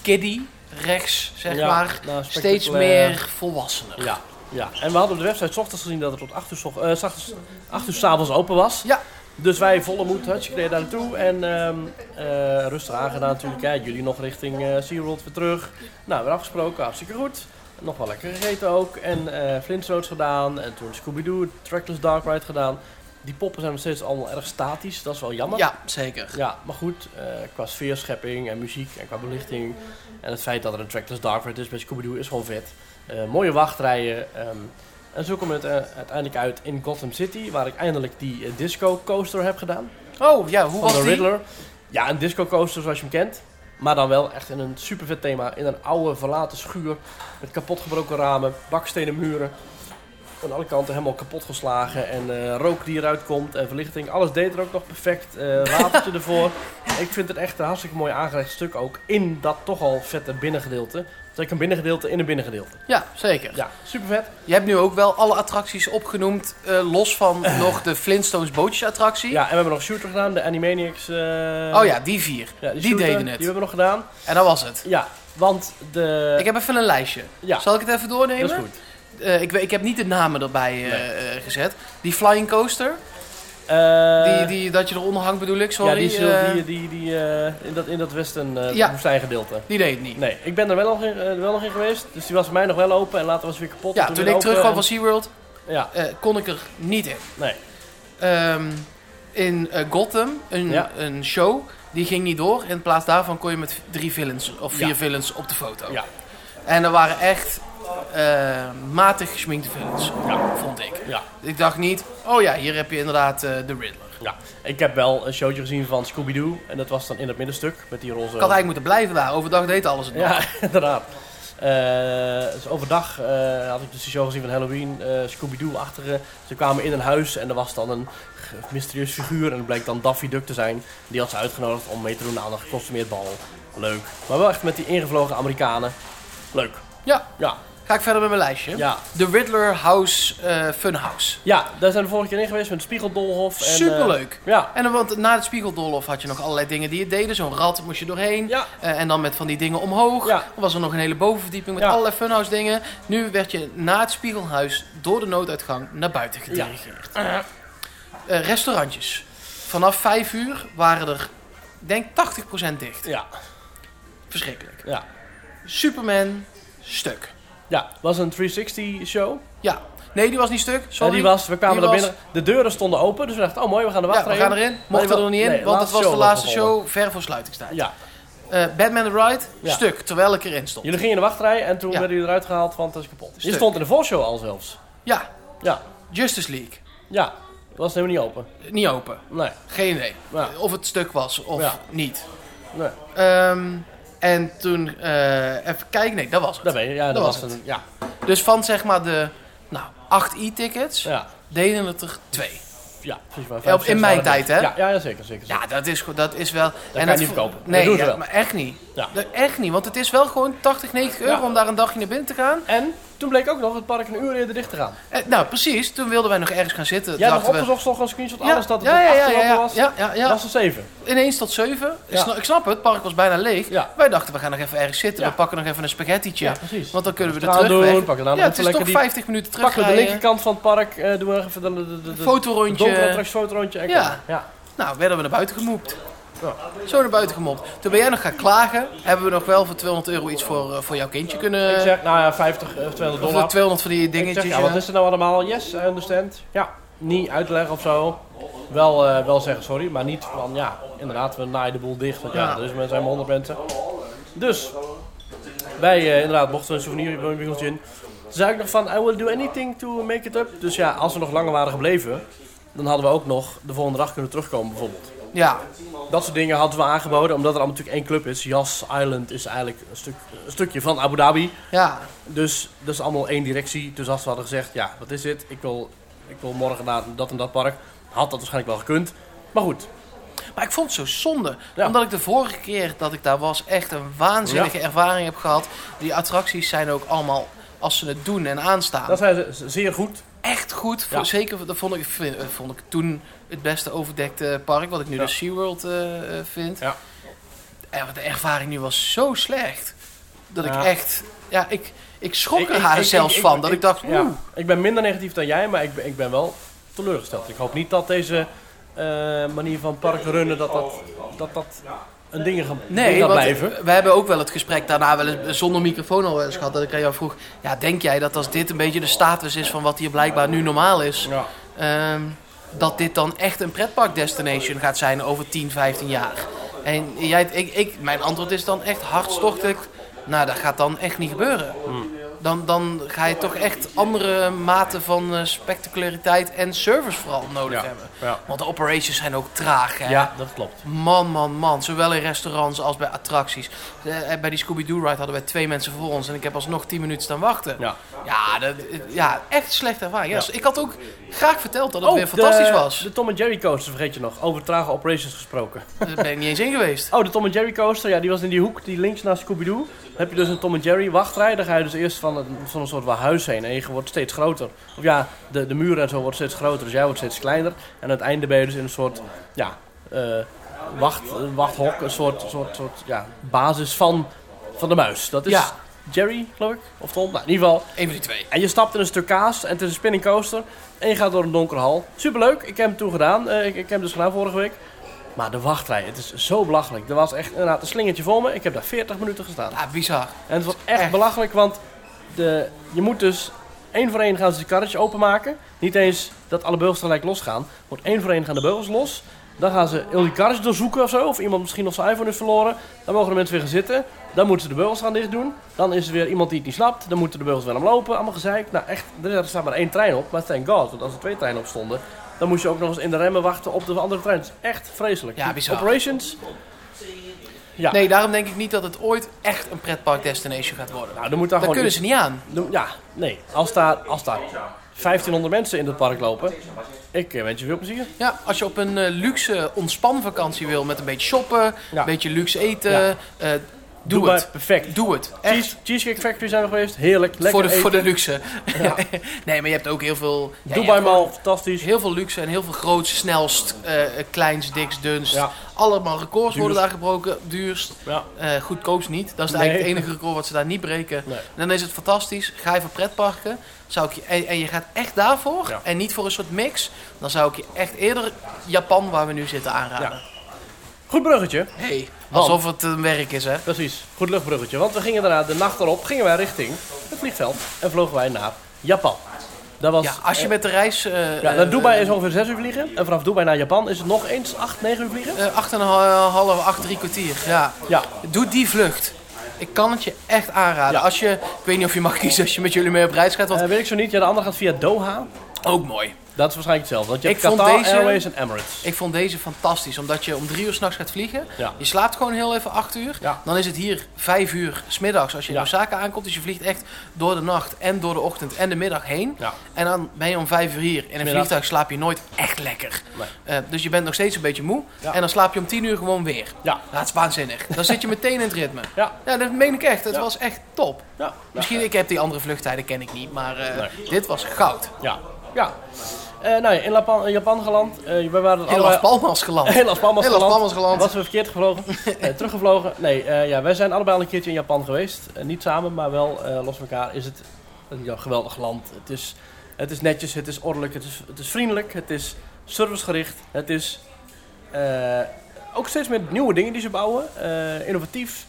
Speaker 3: kiddie rechts, zeg
Speaker 1: Ja,
Speaker 3: maar,
Speaker 1: nou,
Speaker 3: steeds
Speaker 1: spectaculair.
Speaker 3: meer volwassener.
Speaker 1: Ja, ja, en we hadden op de website 's ochtends gezien dat het tot 8 uur, 's och- eh, 's ochtends- 8 uur 's avonds open was.
Speaker 3: Ja.
Speaker 1: Dus wij volle moed, hartstikke daar naartoe. En ehm, eh, rustig aangedaan natuurlijk. Hè. Jullie nog richting eh SeaWorld weer terug. Nou, weer afgesproken, hartstikke goed. Nog wel lekker gegeten ook. En eh Flintstones gedaan. En toen Scooby-Doo, Trackless Dark Ride gedaan. Die poppen zijn nog steeds allemaal erg statisch. Dat is wel jammer.
Speaker 3: Ja, zeker.
Speaker 1: Ja, maar goed, eh, qua sfeerschepping en muziek en qua belichting. En het feit dat er een Trackless Dark Ride is bij Scooby-Doo is gewoon vet. Eh, mooie wachtrijen. ehm, en zo kom ik eh, uiteindelijk uit in Gotham City, waar ik eindelijk die eh, disco coaster heb gedaan.
Speaker 3: Oh ja, hoe
Speaker 1: Van
Speaker 3: was
Speaker 1: de
Speaker 3: die?
Speaker 1: Riddler. Ja, een disco coaster zoals je hem kent. Maar dan wel echt in een super vet thema. In een oude verlaten schuur. Met kapotgebroken ramen, bakstenen muren. Aan alle kanten helemaal kapot geslagen. En eh, rook die eruit komt en verlichting. Alles deed er ook nog perfect. eh
Speaker 3: *laughs*
Speaker 1: watertje ervoor. Ik vind het echt een hartstikke mooi aangelegd stuk ook. In dat toch al vette binnengedeelte. Dus ik een binnengedeelte in een binnengedeelte.
Speaker 3: Ja, zeker.
Speaker 1: Ja, super vet.
Speaker 3: Je hebt nu ook wel alle attracties opgenoemd, eh, los
Speaker 1: *clears throat*
Speaker 3: van nog de Flintstones bootjesattractie.
Speaker 1: Ja, en we hebben nog shooter gedaan. De Animaniacs. eh,
Speaker 3: Oh ja, die vier.
Speaker 1: ja,
Speaker 3: die
Speaker 1: shooter,
Speaker 3: deden
Speaker 1: Die
Speaker 3: het.
Speaker 1: hebben we nog gedaan.
Speaker 3: En dat was het.
Speaker 1: Ja, want de...
Speaker 3: Ik heb even een lijstje.
Speaker 1: Ja,
Speaker 3: Zal ik het even doornemen?
Speaker 1: dat is goed.
Speaker 3: Eh, ik, we- ik heb niet de namen erbij eh, eh, gezet. Die Flying Coaster,
Speaker 1: Eh,
Speaker 3: die, die, dat je eronder hangt bedoel ik, sorry.
Speaker 1: ja, die, is heel-
Speaker 3: eh,
Speaker 1: die, die, die eh, in dat, in dat westen eh
Speaker 3: Ja.
Speaker 1: woestijngedeelte.
Speaker 3: die deed het niet.
Speaker 1: Nee, ik ben er wel nog, in, eh, wel nog in geweest, dus die was voor mij nog wel open en later was hij eh, weer kapot.
Speaker 3: Ja,
Speaker 1: en
Speaker 3: toen,
Speaker 1: weer
Speaker 3: ik
Speaker 1: open
Speaker 3: terugkwam
Speaker 1: en-
Speaker 3: van SeaWorld
Speaker 1: Ja,
Speaker 3: eh, kon ik er niet in.
Speaker 1: nee.
Speaker 3: Ehm, in eh, Gotham, een,
Speaker 1: Ja.
Speaker 3: een show, die ging niet door. In plaats daarvan kon je met drie villains of vier
Speaker 1: Ja.
Speaker 3: villains op de foto.
Speaker 1: Ja.
Speaker 3: En er waren echt eh, matig geschminkte villains,
Speaker 1: Ja.
Speaker 3: vond ik.
Speaker 1: Ja.
Speaker 3: Ik dacht niet, oh ja, hier heb je inderdaad eh de Riddler.
Speaker 1: ja, ik heb wel een showtje gezien van Scooby-Doo en dat was dan in het middenstuk met die roze...
Speaker 3: Ik had eigenlijk moeten blijven daar. Overdag deed alles het nog.
Speaker 1: Ja, *laughs* inderdaad. Eh, dus overdag eh, had ik dus de show gezien van Halloween, eh, Scooby-Doo-achtige. Ze kwamen in een huis en er was dan een g- mysterieus figuur. En het bleek dan Daffy Duck te zijn. Die had ze uitgenodigd om mee te doen aan een geconsumeerd bal. Leuk. Maar wel echt met die ingevlogen Amerikanen. Leuk.
Speaker 3: Ja.
Speaker 1: Ja,
Speaker 3: Ga ik verder met mijn lijstje.
Speaker 1: ja.
Speaker 3: De Riddler House eh, Funhouse.
Speaker 1: Ja, daar zijn we vorige keer in geweest met het Spiegeldolhof. En, eh,
Speaker 3: Superleuk.
Speaker 1: ja.
Speaker 3: En dan, want na het spiegeldolhof had je nog allerlei dingen die je deden. Zo'n rat moest je doorheen.
Speaker 1: Ja.
Speaker 3: Eh, en dan met van die dingen omhoog.
Speaker 1: Ja.
Speaker 3: Dan was er nog een hele bovenverdieping met
Speaker 1: Ja.
Speaker 3: allerlei funhouse dingen. Nu werd je na het spiegelhuis door de nooduitgang naar buiten gedirigeerd.
Speaker 1: Uh-huh.
Speaker 3: Eh, restaurantjes. Vanaf 5 uur waren er, denk 80% dicht.
Speaker 1: Ja,
Speaker 3: Verschrikkelijk.
Speaker 1: ja.
Speaker 3: Superman, stuk.
Speaker 1: Ja, was een 360-show.
Speaker 3: Ja. Nee, die was niet stuk. Sorry.
Speaker 1: die was, we kwamen
Speaker 3: Die
Speaker 1: daar
Speaker 3: was-
Speaker 1: binnen. De deuren stonden open, dus we dachten, oh mooi, we gaan de
Speaker 3: ja,
Speaker 1: wachtrij
Speaker 3: we gaan
Speaker 1: in.
Speaker 3: erin. Mochten
Speaker 1: Nee,
Speaker 3: er nog niet in,
Speaker 1: nee,
Speaker 3: want het
Speaker 1: laatste
Speaker 3: was de
Speaker 1: show
Speaker 3: laatste
Speaker 1: opgevallen.
Speaker 3: show ver voor sluitingstijd.
Speaker 1: Ja,
Speaker 3: Eh, Batman the Ride,
Speaker 1: Ja.
Speaker 3: stuk, terwijl ik erin stond.
Speaker 1: Jullie gingen in de wachtrij en toen
Speaker 3: Ja.
Speaker 1: werden jullie eruit gehaald, want het is kapot. Je
Speaker 3: Stuk.
Speaker 1: stond in de voorshow al zelfs.
Speaker 3: Ja,
Speaker 1: Ja,
Speaker 3: Justice League.
Speaker 1: ja. Dat was helemaal niet open.
Speaker 3: Niet open.
Speaker 1: Nee,
Speaker 3: Geen idee.
Speaker 1: Ja.
Speaker 3: Of het stuk was of
Speaker 1: Ja.
Speaker 3: niet.
Speaker 1: nee.
Speaker 3: Ehm, en toen, eh, even kijken, nee, dat was het.
Speaker 1: Daar ben je. Ja, dat,
Speaker 3: Dat
Speaker 1: was,
Speaker 3: was
Speaker 1: een... Ja,
Speaker 3: Dus van zeg maar de nou, 8 e-tickets
Speaker 1: ja.
Speaker 3: deden het er twee.
Speaker 1: Ja, precies. Maar
Speaker 3: Ja, op- in
Speaker 1: zes
Speaker 3: mijn
Speaker 1: waren er-
Speaker 3: tijd, hè?
Speaker 1: Ja, ja, zeker, zeker. zeker.
Speaker 3: Ja, dat is, goed, dat is wel...
Speaker 1: kan je
Speaker 3: dat
Speaker 1: niet
Speaker 3: vo-
Speaker 1: verkopen. Dat
Speaker 3: Nee,
Speaker 1: doen ze
Speaker 3: ja,
Speaker 1: wel.
Speaker 3: maar echt niet.
Speaker 1: Ja.
Speaker 3: Dat- echt niet, want het is wel gewoon 80, 90 euro
Speaker 1: Ja.
Speaker 3: om daar een dagje naar binnen te gaan.
Speaker 1: En toen bleek ook nog het park een uur eerder dicht te gaan.
Speaker 3: Eh, nou, precies. Toen wilden wij nog ergens gaan zitten.
Speaker 1: Jij had nog
Speaker 3: Dachten we-
Speaker 1: opgezocht, toch een screenshot,
Speaker 3: Ja,
Speaker 1: alles dat het
Speaker 3: ja, ja,
Speaker 1: op
Speaker 3: ja, ja,
Speaker 1: achterlopen
Speaker 3: ja,
Speaker 1: was.
Speaker 3: ja, ja, ja.
Speaker 1: Was er zeven.
Speaker 3: Ineens tot 7.
Speaker 1: Ja.
Speaker 3: Ik snap het, het park was bijna leeg.
Speaker 1: Ja.
Speaker 3: Wij dachten, we gaan nog even ergens zitten.
Speaker 1: Ja.
Speaker 3: We pakken nog even een spaghettitje.
Speaker 1: Ja, precies.
Speaker 3: Want dan kunnen we de
Speaker 1: Gaan we
Speaker 3: terugweg...
Speaker 1: doen, pakken daarna
Speaker 3: ja,
Speaker 1: nog
Speaker 3: het
Speaker 1: even
Speaker 3: is toch
Speaker 1: lekker die-
Speaker 3: 50 minuten
Speaker 1: Pakken we de
Speaker 3: terugrijden.
Speaker 1: linkerkant van het park, eh, doen we nog even de, de, de, de, de donkere
Speaker 3: Fotorondje.
Speaker 1: attractie, fotorondje. en
Speaker 3: Ja.
Speaker 1: klaar. ja.
Speaker 3: Nou, werden we naar buiten gemoept.
Speaker 1: Ja.
Speaker 3: Zo naar buiten gemopt. Toen ben jij nog gaan klagen. Hebben we nog wel voor 200 euro iets voor, eh, voor jouw kindje kunnen...
Speaker 1: Ik zeg, nou ja, 50 of 200
Speaker 3: of
Speaker 1: dollar.
Speaker 3: voor 200 van die dingetjes.
Speaker 1: Ik zeg, ja, wat
Speaker 3: ja.
Speaker 1: is er nou allemaal? Yes, I understand. Ja, niet uitleggen of zo. Wel, eh, wel zeggen sorry, maar niet van ja, inderdaad, we naaien de boel dicht. Want ja,
Speaker 3: Ja.
Speaker 1: er is mensen, helemaal 100 mensen. Dus, Wij eh, inderdaad mochten een souvenirbiegeltje in. Toen zei ik nog van, I will do anything to make it up. Dus ja, als we nog langer waren gebleven, dan hadden we ook nog de volgende dag kunnen terugkomen bijvoorbeeld.
Speaker 3: Ja,
Speaker 1: Dat soort dingen hadden we aangeboden, omdat er allemaal natuurlijk één club is. Yas Island is eigenlijk een, stuk, een stukje van Abu Dhabi.
Speaker 3: ja.
Speaker 1: Dus dat is allemaal één directie. Dus als we hadden gezegd, ja, wat is dit? Ik wil, ik wil morgen naar dat en dat park. Had dat waarschijnlijk wel gekund. Maar goed,
Speaker 3: Maar ik vond het zo zonde.
Speaker 1: Ja.
Speaker 3: Omdat ik de vorige keer dat ik daar was echt een waanzinnige ervaring heb gehad. Die attracties zijn ook allemaal, als ze het doen en aanstaan,
Speaker 1: dat zijn ze zeer goed.
Speaker 3: echt goed. Voor-
Speaker 1: Ja.
Speaker 3: Zeker, dat vond ik, vind- eh, vond ik toen het beste overdekte park. Wat ik nu
Speaker 1: Ja.
Speaker 3: de SeaWorld eh, eh, vind.
Speaker 1: Ja.
Speaker 3: En de ervaring nu was zo slecht. Dat
Speaker 1: Ja.
Speaker 3: ik echt... Ja, ik, ik schrok
Speaker 1: Ik-
Speaker 3: er
Speaker 1: ik-
Speaker 3: haar
Speaker 1: ik-
Speaker 3: zelfs
Speaker 1: ik- ik-
Speaker 3: van. dat ik, dacht,
Speaker 1: Ja,
Speaker 3: oeh.
Speaker 1: ik ben minder negatief dan jij, maar ik ben, ik ben wel teleurgesteld. Ik hoop niet dat deze eh, manier van parkrunnen, dat dat, dat, dat een ding gaat, ding
Speaker 3: Nee,
Speaker 1: gaat
Speaker 3: want
Speaker 1: blijven.
Speaker 3: we hebben ook wel het gesprek daarna wel eens eh, zonder microfoon al wel eens gehad. Dat ik aan jou vroeg, ja, denk jij dat als dit een beetje de status is van wat hier blijkbaar nu normaal is,
Speaker 1: Ja.
Speaker 3: ehm, dat dit dan echt een pretpark destination gaat zijn over 10, 15 jaar? En jij, ik, ik, mijn antwoord is dan echt hartstochtelijk, nou, dat gaat dan echt niet gebeuren.
Speaker 1: Hmm.
Speaker 3: Dan, dan ga je toch echt andere maten van eh, spectaculariteit en service vooral nodig
Speaker 1: Ja.
Speaker 3: hebben.
Speaker 1: Ja.
Speaker 3: Want de operations zijn ook traag, hè?
Speaker 1: ja, dat klopt.
Speaker 3: Man, man, man. Zowel in restaurants als bij attracties. Eh, Bij die Scooby-Doo-ride hadden wij twee mensen voor ons. En ik heb alsnog 10 minuten staan wachten.
Speaker 1: Ja.
Speaker 3: Ja, dat, ja echt slechte ervaring. Ja,
Speaker 1: Ja. Oh,
Speaker 3: dus ik had ook graag verteld dat het weer fantastisch
Speaker 1: de,
Speaker 3: was.
Speaker 1: De Tom en Jerry coaster vergeet je nog. Over trage operations gesproken.
Speaker 3: Daar ben ik niet eens in geweest.
Speaker 1: Oh, de Tom en Jerry coaster, ja, die was in die hoek, die links naast Scooby-Doo. Dan heb je dus een Tom en Jerry wachtrij. Dan ga je dus eerst van een, van een soort waar huis heen en je wordt steeds groter. Of ja, de, de muren en zo wordt steeds groter, dus jij wordt steeds kleiner. En aan het einde ben je dus in een soort, ja, eh, wacht, eh, wachthok, een soort, soort, soort ja, basis van, van de muis. Dat is
Speaker 3: Ja.
Speaker 1: Jerry, geloof ik, of Tom, nou, in ieder geval.
Speaker 3: Eén van die twee.
Speaker 1: En je stapt in een stuk kaas en het is een spinning coaster. En je gaat door een donkere hal. Superleuk, ik heb hem toen gedaan. Eh, ik, ik heb hem dus gedaan vorige week. Maar de wachtrij, het is zo belachelijk. Er was echt inderdaad een slingertje voor me. Ik heb daar 40 minuten gestaan.
Speaker 3: Ja, bizar.
Speaker 1: En het was echt,
Speaker 3: Echt.
Speaker 1: belachelijk, want de, je moet dus één voor één gaan ze het karretje openmaken. Niet eens dat alle beugels tegelijk losgaan. Wordt één voor één gaan de beugels los. Dan gaan ze heel die karretje doorzoeken of zo. Of iemand misschien nog zijn iPhone is verloren. Dan mogen de mensen weer gaan zitten. Dan moeten ze de beugels gaan dicht doen. Dan is er weer iemand die het niet snapt. Dan moeten de beugels weer omlopen. Allemaal gezeik. Nou echt, er staat maar één trein op. Maar thank god, want als er twee treinen op stonden... dan moest je ook nog eens in de remmen wachten op de andere trein. Het is echt vreselijk.
Speaker 3: Ja,
Speaker 1: Die
Speaker 3: bizar.
Speaker 1: Operations... Ja.
Speaker 3: Nee, daarom denk ik niet dat het ooit echt een pretpark destination gaat worden.
Speaker 1: Nou, dan moet daar
Speaker 3: Daar
Speaker 1: gewoon
Speaker 3: kunnen
Speaker 1: iets-
Speaker 3: ze niet aan.
Speaker 1: Noem- Ja, nee. Als daar, als daar 1500 mensen in het park lopen, ik eh, wens je veel plezier.
Speaker 3: Ja, als je op een eh, luxe ontspanvakantie wil met een beetje shoppen,
Speaker 1: Ja.
Speaker 3: een beetje luxe eten,
Speaker 1: Ja.
Speaker 3: eh, doe, het.
Speaker 1: maar perfect.
Speaker 3: Doe het. Echt.
Speaker 1: Cheese, Cheesecake Factory zijn we geweest, heerlijk, lekker
Speaker 3: voor, de, voor de
Speaker 1: eten.
Speaker 3: luxe. *laughs* nee, maar je hebt ook heel veel. ja, je
Speaker 1: Dubai
Speaker 3: hebt
Speaker 1: Mall, fantastisch.
Speaker 3: Heel veel luxe en heel veel groots, snelst, eh, eh, kleins, diks, dunst.
Speaker 1: Ja.
Speaker 3: Allemaal records worden
Speaker 1: Duurst.
Speaker 3: daar gebroken. Duurst,
Speaker 1: Ja.
Speaker 3: eh goedkoopst niet. Dat is
Speaker 1: Nee.
Speaker 3: eigenlijk het enige record wat ze daar niet breken.
Speaker 1: Nee.
Speaker 3: En dan is het fantastisch. Ga je voor pretparken. Zou ik je, en, en je gaat echt daarvoor
Speaker 1: Ja.
Speaker 3: en niet voor een soort mix. Dan zou ik je echt eerder Japan, waar we nu zitten, aanraden.
Speaker 1: Goed bruggetje,
Speaker 3: Hey,
Speaker 1: Want-
Speaker 3: alsof het een werk is, hè?
Speaker 1: precies. Goed luchtbruggetje, want we gingen daarna de nacht erop, gingen wij richting het vliegveld en vlogen wij naar Japan. Dat was,
Speaker 3: Ja, als je met de reis. eh,
Speaker 1: eh, ja, naar
Speaker 3: eh,
Speaker 1: Dubai is ongeveer 6 uur vliegen en vanaf Dubai naar Japan is het nog eens 8, 9 uur vliegen.
Speaker 3: eh, Acht en een ha- half, acht, drie kwartier. Ja.
Speaker 1: Ja,
Speaker 3: Doe die vlucht. Ik kan het je echt aanraden.
Speaker 1: Ja.
Speaker 3: Als je, ik weet niet of je mag *laughs* kiezen als je met jullie mee op reis gaat, want
Speaker 1: Eh, weet ik zo niet. Ja, de andere gaat via Doha.
Speaker 3: ook mooi.
Speaker 1: Dat is waarschijnlijk hetzelfde, want je
Speaker 3: Ik
Speaker 1: hebt
Speaker 3: vond
Speaker 1: Qatar
Speaker 3: deze-
Speaker 1: Airways en Emirates.
Speaker 3: Ik vond deze fantastisch, omdat je om drie uur s'nachts gaat vliegen.
Speaker 1: Ja.
Speaker 3: Je slaapt gewoon heel even acht uur.
Speaker 1: Ja.
Speaker 3: Dan is het hier vijf uur smiddags als je in
Speaker 1: Ja.
Speaker 3: Osaka aankomt. Dus je vliegt echt door de nacht en door de ochtend en de middag heen.
Speaker 1: Ja.
Speaker 3: En dan ben je om vijf uur hier. In een
Speaker 1: Middag.
Speaker 3: vliegtuig slaap je nooit echt lekker.
Speaker 1: Nee.
Speaker 3: Eh, dus je bent nog steeds een beetje moe.
Speaker 1: Ja.
Speaker 3: En dan slaap je om tien uur gewoon weer.
Speaker 1: Ja,
Speaker 3: Dat is waanzinnig. Dan zit je meteen in het ritme.
Speaker 1: ja,
Speaker 3: Ja, dat meen ik echt. Het
Speaker 1: Ja.
Speaker 3: was echt top.
Speaker 1: ja.
Speaker 3: Misschien, ik heb die andere vluchttijden ken ik niet, maar eh,
Speaker 1: Nee.
Speaker 3: dit was goud.
Speaker 1: Ja, ja. Eh, nou ja, in Lapan- in Japan geland. Eh, we waren er
Speaker 3: In
Speaker 1: allebei-
Speaker 3: Las Palmas geland.
Speaker 1: *laughs* In Las Palmas
Speaker 3: In Las
Speaker 1: geland.
Speaker 3: Palmas geland.
Speaker 1: Was we verkeerd gevlogen.
Speaker 3: *laughs*
Speaker 1: Eh, teruggevlogen. Nee, eh, ja, wij zijn allebei al een keertje in Japan geweest. Eh, niet samen, maar wel eh, los van elkaar is het een ja, geweldig land. Het is, het is netjes, het is ordelijk, het is, het is vriendelijk, het is servicegericht. Het is eh, ook steeds meer nieuwe dingen die ze bouwen. eh, innovatief.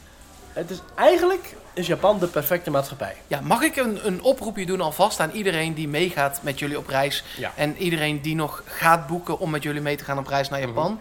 Speaker 1: Het is eigenlijk is Japan de perfecte maatschappij.
Speaker 3: Ja, mag ik een, een oproepje doen alvast aan iedereen die meegaat met jullie op reis.
Speaker 1: Ja. Mhm,
Speaker 3: En iedereen die nog gaat boeken om met jullie mee te gaan op reis naar Japan.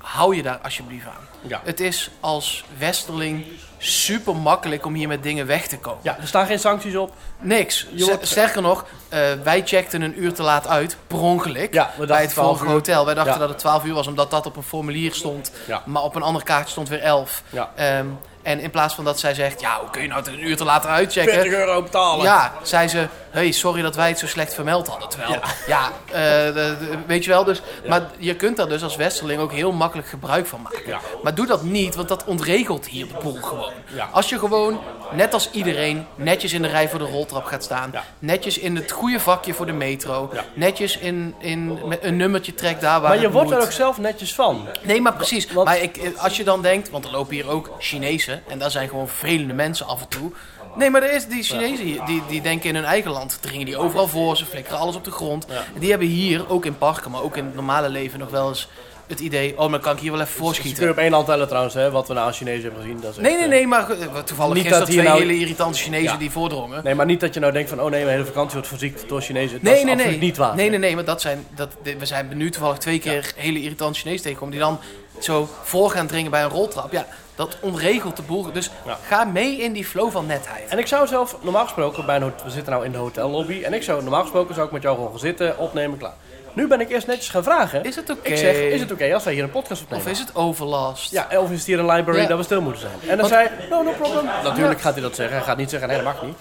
Speaker 3: hou je daar alsjeblieft aan.
Speaker 1: Ja.
Speaker 3: Het is als westerling super makkelijk om hier met dingen weg te komen.
Speaker 1: ja, er staan geen sancties op.
Speaker 3: Niks.
Speaker 1: Je wordt-
Speaker 3: Sterker nog, eh, wij checkten een uur te laat uit, per ongeluk,
Speaker 1: Ja, we dachten
Speaker 3: bij het
Speaker 1: 12
Speaker 3: vorige
Speaker 1: uur.
Speaker 3: hotel. Wij dachten
Speaker 1: Ja.
Speaker 3: dat het 12 uur was, omdat dat op een formulier stond.
Speaker 1: Ja.
Speaker 3: Maar op een ander kaartje stond weer 11.
Speaker 1: Ja.
Speaker 3: Ehm, en in plaats van dat zij zegt, ja, hoe kun je nou een uur te laat uitchecken?
Speaker 1: 40 euro betalen.
Speaker 3: Ja, zei ze, hey, sorry dat wij het zo slecht vermeld hadden. Terwijl, *laughs* ja, eh, de- de- weet je wel, dus, maar je kunt daar dus als westerling ook heel makkelijk gebruik van maken.
Speaker 1: Ja.
Speaker 3: Maar doe dat niet, want dat ontregelt hier de boel gewoon.
Speaker 1: Ja.
Speaker 3: Als je gewoon, net als iedereen, netjes in de rij voor de roltrap gaat staan,
Speaker 1: Ja.
Speaker 3: netjes in het goede vakje voor de metro,
Speaker 1: Ja.
Speaker 3: netjes in, in met een nummertje trekt daar waar
Speaker 1: Maar je
Speaker 3: het
Speaker 1: wordt er
Speaker 3: moet.
Speaker 1: ook zelf netjes van.
Speaker 3: Nee, maar precies.
Speaker 1: Want-
Speaker 3: Maar ik, eh, als je dan denkt, want er lopen hier ook Chinezen en daar zijn gewoon vervelende mensen af en toe. Nee, maar er is die Chinezen hier, die, die denken in hun eigen land, dringen die overal voor, ze flikkeren alles op de grond. En Die hebben hier, ook in parken, maar ook in het normale leven nog wel eens het idee, oh, maar dan kan ik hier wel even
Speaker 1: Je kunt
Speaker 3: voorschieten.
Speaker 1: op één hand tellen trouwens, hè, wat we nou als Chinezen hebben gezien. Dat is
Speaker 3: Nee,
Speaker 1: echt,
Speaker 3: nee,
Speaker 1: eh,
Speaker 3: nee, maar eh, toevallig
Speaker 1: Niet
Speaker 3: gisteren
Speaker 1: dat hier
Speaker 3: twee
Speaker 1: nou-
Speaker 3: hele irritante Chinezen
Speaker 1: Ja.
Speaker 3: die voordrongen.
Speaker 1: Nee, maar niet dat je nou denkt van, oh nee, mijn hele vakantie wordt verziekt door Chinezen. Dat
Speaker 3: Nee,
Speaker 1: is
Speaker 3: nee, nee.
Speaker 1: absoluut niet waar.
Speaker 3: Nee, nee, nee, maar dat zijn, dat, dit- we zijn nu toevallig twee keer hele irritante Chinezen tegenkomen die dan zo voor gaan dringen bij een roltrap. Ja, dat ontregelt de boel. Dus
Speaker 1: Ja.
Speaker 3: ga mee in die flow van netheid.
Speaker 1: En ik zou zelf normaal gesproken bij een hot- we zitten nou in de hotellobby en ik zou normaal gesproken zou ik met jou gewoon gaan zitten, opnemen, klaar. Nu ben ik eerst netjes gaan vragen.
Speaker 3: Is het oké?
Speaker 1: Ik zeg, is het oké als wij hier een podcast opnemen?
Speaker 3: Of is het overlast?
Speaker 1: Ja, of is het hier een library
Speaker 3: Ja.
Speaker 1: dat we stil moeten zijn? En dan
Speaker 3: Want-
Speaker 1: zei hij, no, no problem. Natuurlijk gaat hij dat zeggen. Hij gaat niet zeggen, nee, dat mag niet.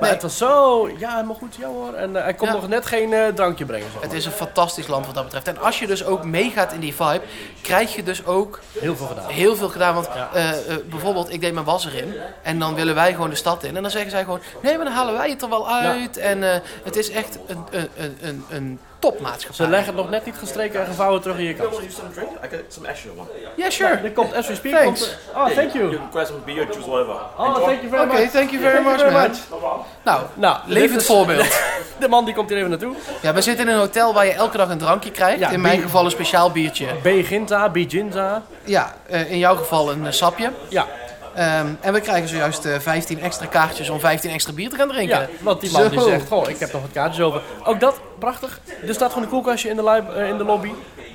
Speaker 1: Maar het was zo, ja, helemaal goed, ja hoor. En eh, hij kon
Speaker 3: Ja.
Speaker 1: nog net geen eh, drankje brengen. Zeg maar.
Speaker 3: Het is een fantastisch land wat dat betreft. En als je dus ook meegaat in die vibe, krijg je dus ook
Speaker 1: Heel veel gedaan.
Speaker 3: heel veel gedaan. Want
Speaker 1: Ja.
Speaker 3: eh, eh, bijvoorbeeld, ik deed mijn was erin. En dan willen wij gewoon de stad in. En dan zeggen zij gewoon, nee, maar dan halen wij het er wel uit. En eh, het is echt een, een, een, een, een topmaatschappij.
Speaker 1: Ze leggen het nog net niet gestreken en gevouwen terug in je
Speaker 4: You guys
Speaker 1: kast.
Speaker 4: want to some drink? I got some extra one.
Speaker 3: Yeah, sure.
Speaker 1: Er komt as we speak.
Speaker 3: Thanks.
Speaker 1: komt er- oh, thank you.
Speaker 4: You can grab some beer, juice, whatever.
Speaker 1: Oh, thank you very
Speaker 3: Oké,
Speaker 1: much.
Speaker 3: thank you very
Speaker 1: Thank
Speaker 3: much,
Speaker 1: you
Speaker 3: man.
Speaker 1: much.
Speaker 3: Nou,
Speaker 1: Nou,
Speaker 3: levend
Speaker 1: dit is-
Speaker 3: voorbeeld.
Speaker 1: De man die komt hier even naartoe.
Speaker 3: *laughs* Ja, we zitten in een hotel waar je elke dag een drankje krijgt.
Speaker 1: Ja,
Speaker 3: in mijn
Speaker 1: bier.
Speaker 3: geval een speciaal biertje.
Speaker 1: Beginza, Bijinza.
Speaker 3: Ja, eh, in jouw geval een eh, sapje.
Speaker 1: Ja,
Speaker 3: Ehm, en we krijgen zojuist eh 15 extra kaartjes om 15 extra bier te gaan drinken.
Speaker 1: ja, want die man die
Speaker 3: Zo.
Speaker 1: zegt, goh, ik heb nog wat kaartjes over. Ook dat, prachtig. Er staat gewoon een koelkastje in de, lib- eh, in de lobby.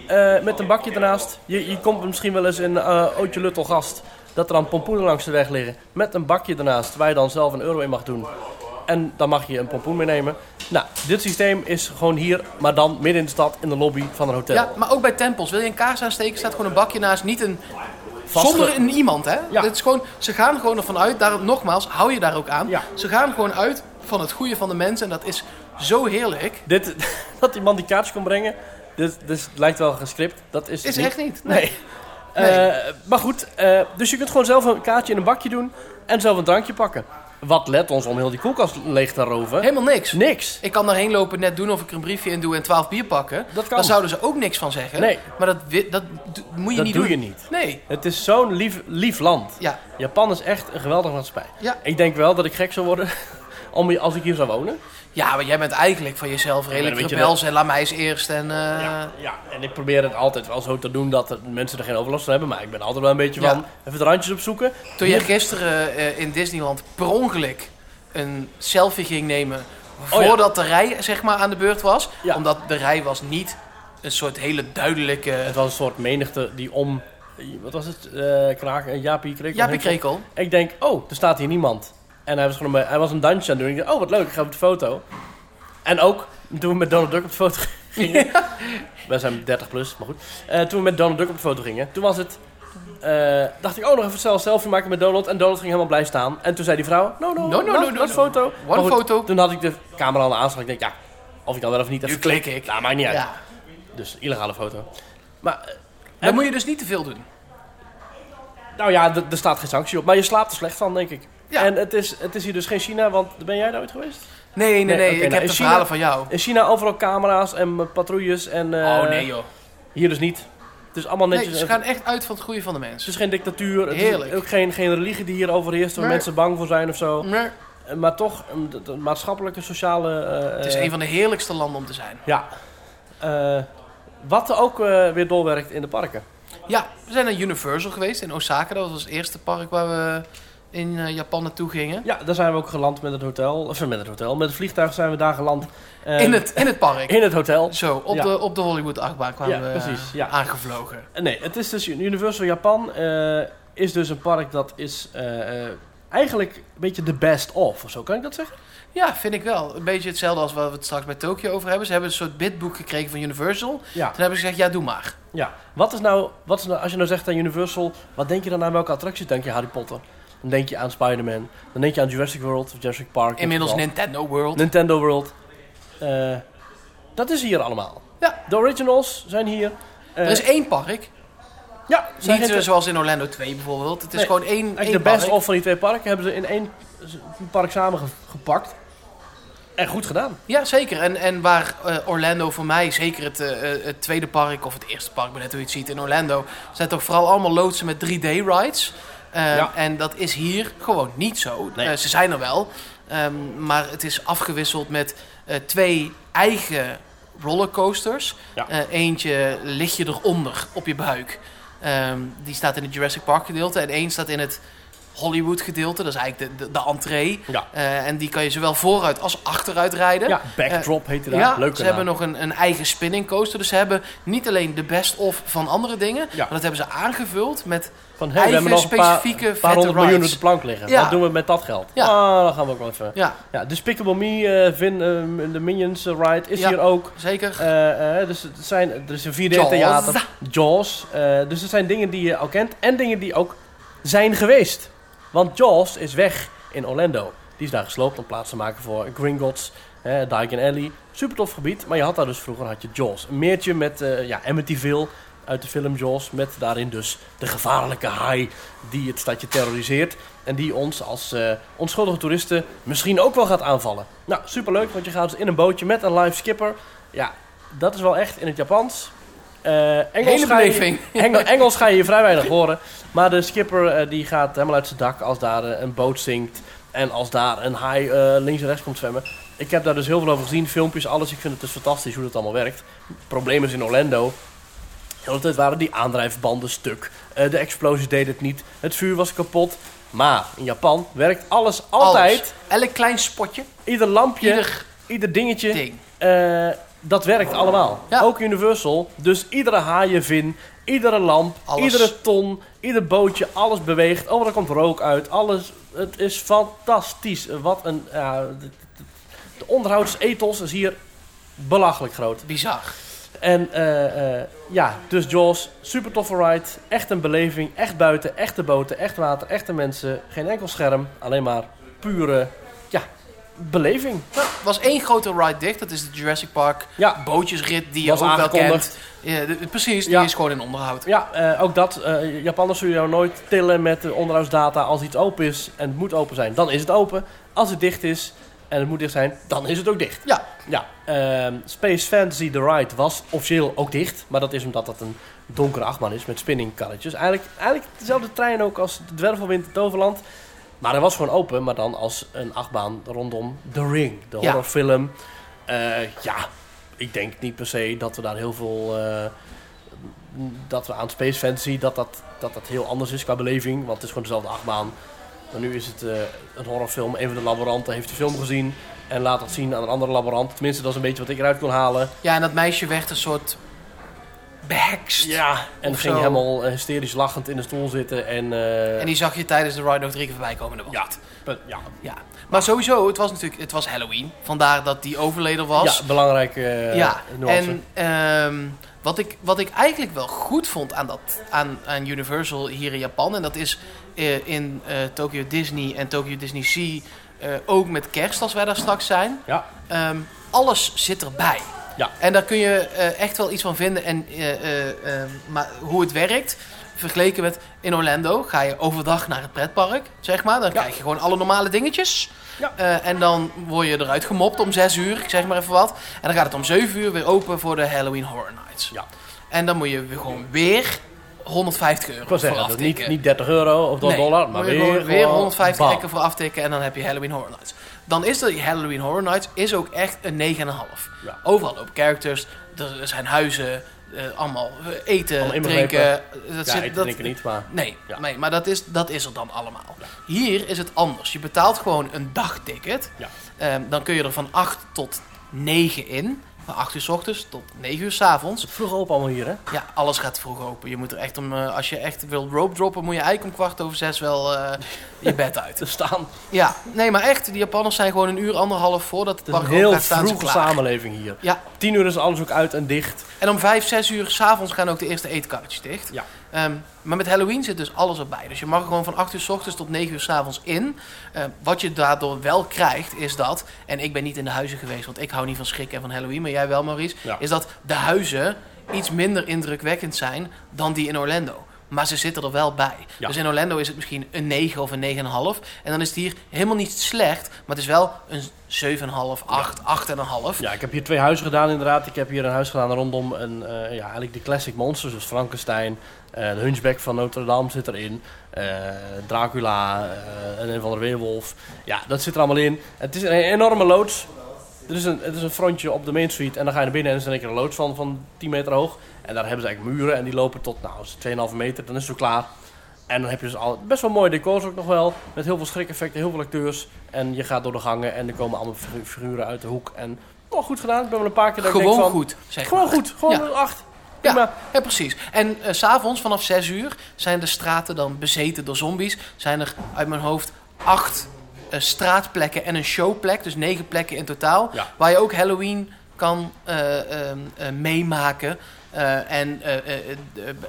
Speaker 1: eh, met een bakje ernaast. Je, je komt misschien wel eens een eh ootje luttel gast. Dat er dan pompoenen langs de weg liggen. Met een bakje ernaast, waar je dan zelf een euro in mag doen. En dan mag je een pompoen meenemen. Nou, dit systeem is gewoon hier, maar dan midden in de stad, in de lobby van een hotel.
Speaker 3: Ja, maar ook bij tempels. Wil je een kaars aansteken, staat gewoon een bakje naast. Niet een...
Speaker 1: Vastge-
Speaker 3: Zonder een iemand, hè?
Speaker 1: Ja.
Speaker 3: Dit is gewoon, ze gaan gewoon ervan uit, daarom nogmaals, hou je daar ook aan.
Speaker 1: Ja.
Speaker 3: Ze gaan gewoon uit van het goede van de mensen en dat is zo heerlijk.
Speaker 1: Dit, *laughs* dat die man die kaartjes kon brengen, dit, dus het lijkt wel gescript. Dat is,
Speaker 3: Is
Speaker 1: niet.
Speaker 3: echt niet.
Speaker 1: Nee.
Speaker 3: Nee.
Speaker 1: Eh, maar goed, eh, dus je kunt gewoon zelf een kaartje in een bakje doen en zelf een drankje pakken. Wat let ons om heel die koelkast leeg te roven?
Speaker 3: Helemaal niks.
Speaker 1: Niks.
Speaker 3: Ik kan daarheen lopen, net doen of ik er een briefje in doe en 12 bier pakken.
Speaker 1: Dat kan.
Speaker 3: Daar zouden ze ook niks van zeggen.
Speaker 1: Nee.
Speaker 3: Maar dat, wi- dat do- moet je
Speaker 1: Dat
Speaker 3: niet
Speaker 1: doe
Speaker 3: doen.
Speaker 1: je niet.
Speaker 3: Nee.
Speaker 1: Het is zo'n lief, lief land.
Speaker 3: Ja.
Speaker 1: Japan is echt een geweldig maatschappij.
Speaker 3: Ja.
Speaker 1: Ik denk wel dat ik gek zou worden *laughs* om, als ik hier zou wonen.
Speaker 3: ja, maar jij bent eigenlijk van jezelf redelijk
Speaker 1: weet je
Speaker 3: rebels en laat mij eens eerst. En, eh,
Speaker 1: Ja, ja, en ik probeer het altijd wel zo te doen dat de mensen er geen overlast van hebben. Maar ik ben altijd wel een beetje
Speaker 3: Ja.
Speaker 1: van even de randjes opzoeken.
Speaker 3: Toen jij gisteren eh, in Disneyland per ongeluk een selfie ging nemen
Speaker 1: Oh ja.
Speaker 3: voordat de rij zeg maar, aan de beurt was.
Speaker 1: Ja.
Speaker 3: Omdat de rij was niet een soort hele duidelijke...
Speaker 1: Het was een soort menigte die om, wat was het, eh kraken, Jaapie kreeg.
Speaker 3: Jaapie Krekel.
Speaker 1: Ik denk, oh, er staat hier niemand. En hij was gewoon een, hij was een dansje aan het doen. Ik dacht, oh, wat leuk, ik ga op de foto. En ook, toen we met Donald Duck op de foto *laughs* gingen. Wij zijn 30 plus, maar goed. Eh, toen we met Donald Duck op de foto gingen, toen was het. eh, dacht ik, oh, nog even snel een selfie maken met Donald. En Donald ging helemaal blij staan. En toen zei die vrouw, no, no,
Speaker 3: No, no,
Speaker 1: no,
Speaker 3: no, no, no.
Speaker 1: foto. Maar goed,
Speaker 3: foto.
Speaker 1: Toen had ik de camera al aanslag. Ik denk, ja, of ik dan wel of niet.
Speaker 3: Nu
Speaker 1: Even
Speaker 3: klik
Speaker 1: klikken.
Speaker 3: ik.
Speaker 1: Nou, maakt niet uit.
Speaker 3: Ja.
Speaker 1: Dus illegale foto. Maar, eh,
Speaker 3: Dan moet je dus niet te veel doen.
Speaker 1: nou ja, d- er staat geen sanctie op. Maar je slaapt er slecht van, denk ik.
Speaker 3: Ja.
Speaker 1: En het is, het is hier dus geen China, want ben jij daar ooit geweest?
Speaker 3: Nee, nee, nee.
Speaker 1: Nee, oké,
Speaker 3: ik
Speaker 1: nou,
Speaker 3: heb
Speaker 1: in
Speaker 3: de
Speaker 1: China-
Speaker 3: verhalen van jou.
Speaker 1: In China overal camera's en eh, patrouilles en... eh,
Speaker 3: oh nee joh.
Speaker 1: Hier dus niet. Het is allemaal netjes.
Speaker 3: Nee, ze gaan echt uit van het goede van de mens.
Speaker 1: Het is geen dictatuur. Het
Speaker 3: Heerlijk.
Speaker 1: is ook geen, geen religie die hier overheerst waar
Speaker 3: Nee.
Speaker 1: mensen bang voor zijn of zo.
Speaker 3: Maar
Speaker 1: Eh, Maar toch, een, de- de maatschappelijke, sociale... eh,
Speaker 3: het is
Speaker 1: eh,
Speaker 3: een van de heerlijkste landen om te zijn.
Speaker 1: Ja. Eh, wat er ook eh, weer doorwerkt in de parken.
Speaker 3: Ja, we zijn naar Universal geweest in Osaka. Dat was het eerste park waar we in eh, Japan naartoe gingen.
Speaker 1: Ja, daar zijn we ook geland met het hotel. Of met het hotel. Met het vliegtuig zijn we daar geland. eh,
Speaker 3: in, het, in het park.
Speaker 1: in het hotel.
Speaker 3: Zo, op,
Speaker 1: Ja.
Speaker 3: de, op de Hollywood-achtbaan kwamen
Speaker 1: Ja,
Speaker 3: we eh,
Speaker 1: precies, ja.
Speaker 3: aangevlogen.
Speaker 1: Eh, Nee, het is dus Universal Japan. eh, is dus een park dat is eh, eh, eigenlijk een beetje de best of. Of zo kan ik dat zeggen?
Speaker 3: Ja, vind ik wel. Een beetje hetzelfde als waar we het straks bij Tokio over hebben. Ze hebben een soort bidboek gekregen van Universal. Toen
Speaker 1: Ja.
Speaker 3: hebben ze gezegd, ja, doe maar.
Speaker 1: ja. Wat is nou, wat is nou, als je nou zegt aan Universal, wat denk je dan aan welke attracties? Denk je Harry Potter? Dan denk je aan Spider-Man. Dan denk je aan Jurassic World of Jurassic Park. in het
Speaker 3: Inmiddels
Speaker 1: geval.
Speaker 3: Nintendo World.
Speaker 1: Nintendo World. Eh, dat is hier allemaal.
Speaker 3: Ja.
Speaker 1: De originals zijn hier. Eh,
Speaker 3: er is één park.
Speaker 1: ja, zijn
Speaker 3: Niet
Speaker 1: geen-
Speaker 3: eh, zoals in Orlando 2 bijvoorbeeld. Het is
Speaker 1: Nee,
Speaker 3: gewoon één, één
Speaker 1: Eigenlijk de best
Speaker 3: park.
Speaker 1: of van die twee parken hebben ze in één park samengepakt. En goed gedaan.
Speaker 3: Ja, zeker. En, en waar eh, Orlando voor mij, zeker het, eh, eh, het tweede park of het eerste park, maar net hoe je het ziet in Orlando, zijn toch vooral allemaal loodsen met 3D-rides.
Speaker 1: Ja.
Speaker 3: Ehm, En dat is hier gewoon niet zo.
Speaker 1: Nee.
Speaker 3: Eh, ze zijn er wel, ehm, maar het is afgewisseld met eh, twee eigen rollercoasters.
Speaker 1: Ja.
Speaker 3: Eh, eentje lig je eronder op je buik. Ehm, die staat in het Jurassic Park gedeelte en één staat in het Hollywood gedeelte. Dat is eigenlijk de, de, de entree.
Speaker 1: Ja.
Speaker 3: Eh, en die kan je zowel vooruit als achteruit rijden. Eh,
Speaker 1: Ja, Backdrop heette dat.
Speaker 3: Ja,
Speaker 1: Leuke
Speaker 3: ze
Speaker 1: naam.
Speaker 3: hebben nog een, een eigen spinning coaster. Dus ze hebben niet alleen de best of van andere dingen,
Speaker 1: Ja.
Speaker 3: maar dat hebben ze aangevuld met
Speaker 1: Van, hey, we
Speaker 3: eigen
Speaker 1: hebben nog een paar,
Speaker 3: specifieke
Speaker 1: een paar
Speaker 3: vette
Speaker 1: honderd miljoen op
Speaker 3: rides.
Speaker 1: de plank liggen.
Speaker 3: Ja.
Speaker 1: Wat doen we met dat geld?
Speaker 3: Ja.
Speaker 1: Ah, dan gaan we ook wel even.
Speaker 3: Ja,
Speaker 1: Ja, Despicable Me, eh, Vin, eh, de Minions eh, ride is
Speaker 3: Ja.
Speaker 1: hier ook.
Speaker 3: zeker.
Speaker 1: Eh, eh, dus het zijn, er is een 4D
Speaker 3: Jaws.
Speaker 1: theater. Jaws. Eh, dus het zijn dingen die je al kent en dingen die ook zijn geweest. Want Jaws is weg in Orlando. Die is daar gesloopt om plaats te maken voor Gringotts, eh, Diagon Alley. Super tof gebied, maar je had daar dus vroeger had je Jaws. Een meertje met eh ja, Amityville uit de film Jaws. Met daarin dus de gevaarlijke haai die het stadje terroriseert. En die ons als eh, onschuldige toeristen misschien ook wel gaat aanvallen. Nou, superleuk, want je gaat dus in een bootje met een live skipper. Ja, dat is wel echt in het Japans. Eh Engels
Speaker 3: Hele
Speaker 1: ga je-
Speaker 3: beleving.
Speaker 1: *laughs* Engel- Engels ga je hier vrij weinig horen. Maar de skipper eh, die gaat helemaal uit zijn dak als daar eh, een boot zinkt. En als daar een haai eh, links en rechts komt zwemmen. Ik heb daar dus heel veel over gezien, filmpjes, alles. Ik vind het dus fantastisch hoe dat allemaal werkt. Het probleem is in Orlando. De hele tijd waren die aandrijfbanden stuk. Eh, de explosie deed het niet. Het vuur was kapot. Maar in Japan werkt alles altijd.
Speaker 3: Alles. Elk klein spotje,
Speaker 1: Ieder lampje, ieder,
Speaker 3: ieder
Speaker 1: dingetje.
Speaker 3: ding.
Speaker 1: Eh, dat werkt allemaal.
Speaker 3: Ja.
Speaker 1: Ook Universal. Dus iedere haaienvin, iedere lamp,
Speaker 3: Alles.
Speaker 1: iedere ton, ieder bootje, alles beweegt. Oh, er komt rook uit. Alles. Het is fantastisch. Wat een. ja, de- de- de onderhoudsethos is hier belachelijk groot.
Speaker 3: Bizar.
Speaker 1: En eh, eh, ja, dus Jaws, super toffe ride. Echt een beleving. Echt buiten, echte boten, echt water, echte mensen. Geen enkel scherm. Alleen maar pure. Ja, beleving.
Speaker 3: Nou, Er was één grote ride dicht, dat is de Jurassic Park
Speaker 1: Ja,
Speaker 3: bootjesrit die je
Speaker 1: Was
Speaker 3: ook wel
Speaker 1: aangekondigd.
Speaker 3: kent. Ja, de- precies, die
Speaker 1: Ja.
Speaker 3: is gewoon in onderhoud.
Speaker 1: Ja, eh, ook dat. eh Japanners zullen jou nooit tillen met de onderhoudsdata als iets open is en het moet open zijn. Dan is het open. Als het dicht is en het moet dicht zijn, dan is het ook dicht.
Speaker 3: Ja.
Speaker 1: Ja, ehm, Space Fantasy The Ride was officieel ook dicht. Maar dat is omdat dat een donkere achtbaan is met spinningkarretjes. Eigenlijk, eigenlijk dezelfde trein ook als de Dwervelwind in Toverland. Maar hij was gewoon open, maar dan als een achtbaan rondom The Ring. De
Speaker 3: Ja.
Speaker 1: horrorfilm. Eh, ja, ik denk niet per se dat we daar heel veel... eh, dat we aan Space Fantasy, dat dat, dat dat heel anders is qua beleving. Want het is gewoon dezelfde achtbaan. Maar nu is het eh, een horrorfilm. Een van de laboranten heeft de film gezien en laat dat zien aan een andere laborant. Tenminste, dat is een beetje wat ik eruit kon halen.
Speaker 3: Ja, en dat meisje werd een soort behekst.
Speaker 1: Ja. En
Speaker 3: Of
Speaker 1: ging
Speaker 3: zo.
Speaker 1: helemaal eh, hysterisch lachend in de stoel zitten. En, eh,
Speaker 3: En die zag je tijdens de ride nog drie keer voorbij komen. Dat was
Speaker 1: ja,
Speaker 3: het.
Speaker 1: pe- ja,
Speaker 3: Ja, maar sowieso, het was natuurlijk het was Halloween. Vandaar dat die overleden was.
Speaker 1: ja, belangrijke eh,
Speaker 3: ja.
Speaker 1: nuance.
Speaker 3: en ehm, wat, ik, wat ik eigenlijk wel goed vond aan, dat, aan, aan Universal hier in Japan... en dat is eh, in eh Tokyo Disney en Tokyo Disney Sea... eh, ook met kerst als wij daar straks zijn.
Speaker 1: Ja.
Speaker 3: Ehm, alles zit erbij.
Speaker 1: Ja.
Speaker 3: En daar kun je eh, echt wel iets van vinden. En eh, eh, eh, maar hoe het werkt, vergeleken met in Orlando, ga je overdag naar het pretpark, zeg maar. Dan
Speaker 1: Ja.
Speaker 3: krijg je gewoon alle normale dingetjes.
Speaker 1: Ja.
Speaker 3: Eh, en dan word je eruit gemopt om 6 uur, ik zeg maar even wat. En dan gaat het om 7 uur weer open voor de Halloween Horror Nights.
Speaker 1: Ja.
Speaker 3: En dan moet je weer gewoon weer 150 euro
Speaker 1: ik wil
Speaker 3: voor
Speaker 1: zeggen, dat is niet,
Speaker 3: aftikken.
Speaker 1: niet 30 euro of dan
Speaker 3: Nee,
Speaker 1: dollar, maar
Speaker 3: moet je gewoon
Speaker 1: weer,
Speaker 3: weer 150
Speaker 1: bam.
Speaker 3: euro voor aftikken en dan heb je Halloween Horror Nights. Dan is de Halloween Horror Nights is ook echt een 9,5.
Speaker 1: Ja.
Speaker 3: Overal lopen characters, er zijn huizen, eh, allemaal eh, eten,
Speaker 1: Allemaal
Speaker 3: drinken. eh, Dat
Speaker 1: ja,
Speaker 3: zit,
Speaker 1: ik
Speaker 3: dat,
Speaker 1: denk het niet, maar...
Speaker 3: Nee,
Speaker 1: Ja.
Speaker 3: nee maar dat is, dat is er dan allemaal. Hier is het anders. Je betaalt gewoon een dagticket.
Speaker 1: Ja.
Speaker 3: Ehm, dan kun je er van 8 tot 9 in. Van 8 uur s ochtends tot 9 uur s avonds.
Speaker 1: Vroeg open allemaal hier, hè?
Speaker 3: Ja, alles gaat vroeg open. Je moet er echt om, eh, als je echt wil rope droppen, moet je eigenlijk om kwart over zes wel eh, je bed
Speaker 1: *laughs*
Speaker 3: uit.
Speaker 1: Te staan.
Speaker 3: Ja, nee, maar echt, die Japanners zijn gewoon een uur, anderhalf voordat het
Speaker 1: Het is
Speaker 3: park
Speaker 1: een
Speaker 3: open
Speaker 1: heel
Speaker 3: gaat, staan ze
Speaker 1: vroege
Speaker 3: klaar.
Speaker 1: samenleving hier.
Speaker 3: Ja,
Speaker 1: Tien uur is alles ook uit en dicht.
Speaker 3: en om vijf, zes uur s'avonds gaan ook de eerste eetkarretjes dicht.
Speaker 1: Ja.
Speaker 3: Ehm, maar met Halloween zit dus alles erbij. Dus je mag er gewoon van 8 uur s ochtends tot 9 uur s'avonds in. Ehm, wat je daardoor wel krijgt, is dat. En ik ben niet in de huizen geweest, want ik hou niet van schrik en van Halloween. Maar jij wel, Maurice.
Speaker 1: Ja.
Speaker 3: Is dat de huizen iets minder indrukwekkend zijn dan die in Orlando. Maar ze zitten er wel bij.
Speaker 1: Ja.
Speaker 3: Dus in Orlando is het misschien een 9 of een 9,5. En dan is het hier helemaal niet slecht. Maar het is wel een 7,5, 8, 8,5.
Speaker 1: Ja, ik heb hier twee huizen gedaan inderdaad. Ik heb hier een huis gedaan rondom een, eh, ja, eigenlijk de classic monsters. Dus Frankenstein, eh, de Hunchback van Notre Dame zit erin. eh, Dracula, eh, en een van de weerwolf. Ja, dat zit er allemaal in. Het is een enorme loods. Er is een, het is een frontje op de Main Street. En dan ga je naar binnen en er is in één keer een loods van, van 10 meter hoog. En daar hebben ze eigenlijk muren en die lopen tot nou, als het 2,5 meter. Dan is het zo klaar. En dan heb je dus al best wel mooie decors ook nog wel. Met heel veel schrikeffecten, heel veel acteurs. En je gaat door de gangen en er komen allemaal figu- figuren uit de hoek. En oh, goed gedaan. Ik ben wel een paar keer dat ik
Speaker 3: Gewoon
Speaker 1: denk van...
Speaker 3: goed. Zeg
Speaker 1: Gewoon
Speaker 3: maar.
Speaker 1: goed. Gewoon
Speaker 3: Ja.
Speaker 1: een acht.
Speaker 3: Ja.
Speaker 1: Prima.
Speaker 3: Ja, precies. En eh, s s'avonds vanaf 6 uur zijn de straten dan bezeten door zombies. Zijn er uit mijn hoofd acht eh, straatplekken en een showplek. Dus negen plekken in totaal.
Speaker 1: Ja.
Speaker 3: Waar je ook Halloween kan eh, ehm, eh, meemaken. Eh, en eh, eh,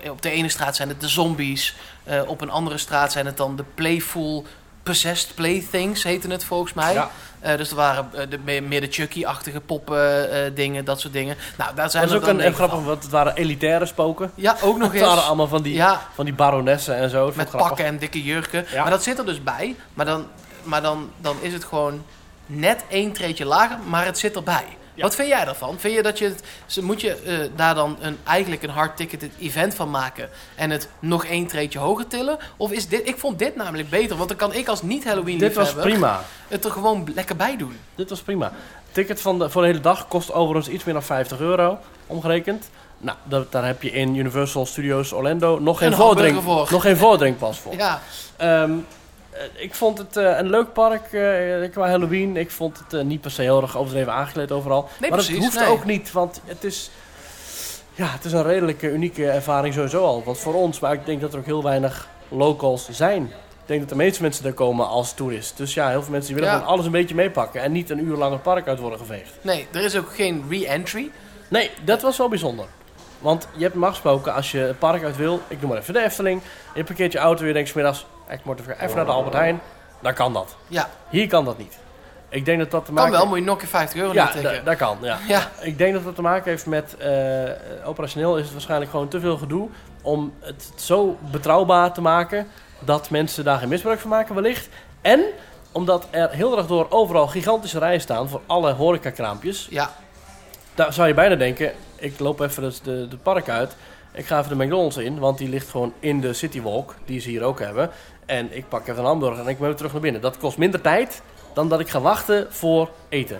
Speaker 3: eh, op de ene straat zijn het de zombies. Eh, op een andere straat zijn het dan de playful possessed playthings, heette het volgens mij.
Speaker 1: Ja.
Speaker 3: Eh, dus er waren eh, de, meer- meer de Chucky-achtige poppen eh, dingen, dat soort dingen. Nou, daar zijn
Speaker 1: Dat is
Speaker 3: er
Speaker 1: ook
Speaker 3: dan
Speaker 1: een,
Speaker 3: negen
Speaker 1: en grappig, want het waren elitaire spoken.
Speaker 3: ja,
Speaker 1: *laughs*
Speaker 3: ook nog
Speaker 1: Het waren
Speaker 3: eens.
Speaker 1: allemaal van die,
Speaker 3: Ja,
Speaker 1: van die baronessen en zo. Dat vond
Speaker 3: met
Speaker 1: ik grappig.
Speaker 3: pakken en dikke jurken.
Speaker 1: Ja.
Speaker 3: Maar dat zit er dus bij. Maar, dan, maar dan, dan is het gewoon net één treetje lager, maar het zit erbij.
Speaker 1: Ja.
Speaker 3: Wat vind jij daarvan? Vind je dat je het, ze- moet je eh, daar dan een, eigenlijk een hard ticketed event van maken en het nog één treetje hoger tillen? Of is dit, ik vond dit namelijk beter, want dan kan ik als niet Halloween
Speaker 1: Dit was prima.
Speaker 3: het er gewoon lekker bij doen.
Speaker 1: Dit was prima. Ticket van de, voor de hele dag kost overigens iets meer dan 50 euro, omgerekend. Nou, dat, daar heb je in Universal Studios Orlando nog geen,
Speaker 3: Een
Speaker 1: voordrink,
Speaker 3: hamburger voor.
Speaker 1: nog geen voordrinkpas voor.
Speaker 3: Ja,
Speaker 1: Ehm, eh, ik vond het eh, een leuk park eh, qua Halloween. Ik vond het eh, niet per se heel erg overdreven aangekleed overal. maar
Speaker 3: precies,
Speaker 1: dat hoeft
Speaker 3: nee.
Speaker 1: ook niet, want het is, ja, het is een redelijk eh, unieke ervaring sowieso al. Wat voor ons, maar ik denk dat er ook heel weinig locals zijn. Ik denk dat de meeste mensen daar komen als toerist. Dus ja, heel veel mensen die willen
Speaker 3: Ja.
Speaker 1: gewoon alles een beetje meepakken. En niet een uur lang het park uit worden geveegd.
Speaker 3: nee, er is ook geen re-entry.
Speaker 1: Nee, dat was wel bijzonder. Want je hebt normaal gesproken, als je het park uit wil, ik noem maar even de Efteling. Je parkeert je auto en je denkt 's middags, ik moet even even naar de Albert Heijn. Dan kan dat.
Speaker 3: Ja,
Speaker 1: Hier kan dat niet. Ik denk dat dat te
Speaker 3: kan
Speaker 1: maken
Speaker 3: wel, moet je nog een 50 euro
Speaker 1: Ja,
Speaker 3: intikken.
Speaker 1: da- dat kan. Ja.
Speaker 3: Ja,
Speaker 1: Ik denk dat dat te maken heeft met, eh, operationeel is het waarschijnlijk gewoon te veel gedoe om het zo betrouwbaar te maken dat mensen daar geen misbruik van maken wellicht. En omdat er heel erg door overal gigantische rijen staan voor alle horecakraampjes.
Speaker 3: ja,
Speaker 1: Daar zou je bijna denken, ik loop even het de, de park uit. Ik ga even de McDonald's in, want die ligt gewoon in de City Walk, die ze hier ook hebben. En ik pak even een hamburger en ik ben weer terug naar binnen. Dat kost minder tijd dan dat ik ga wachten voor eten.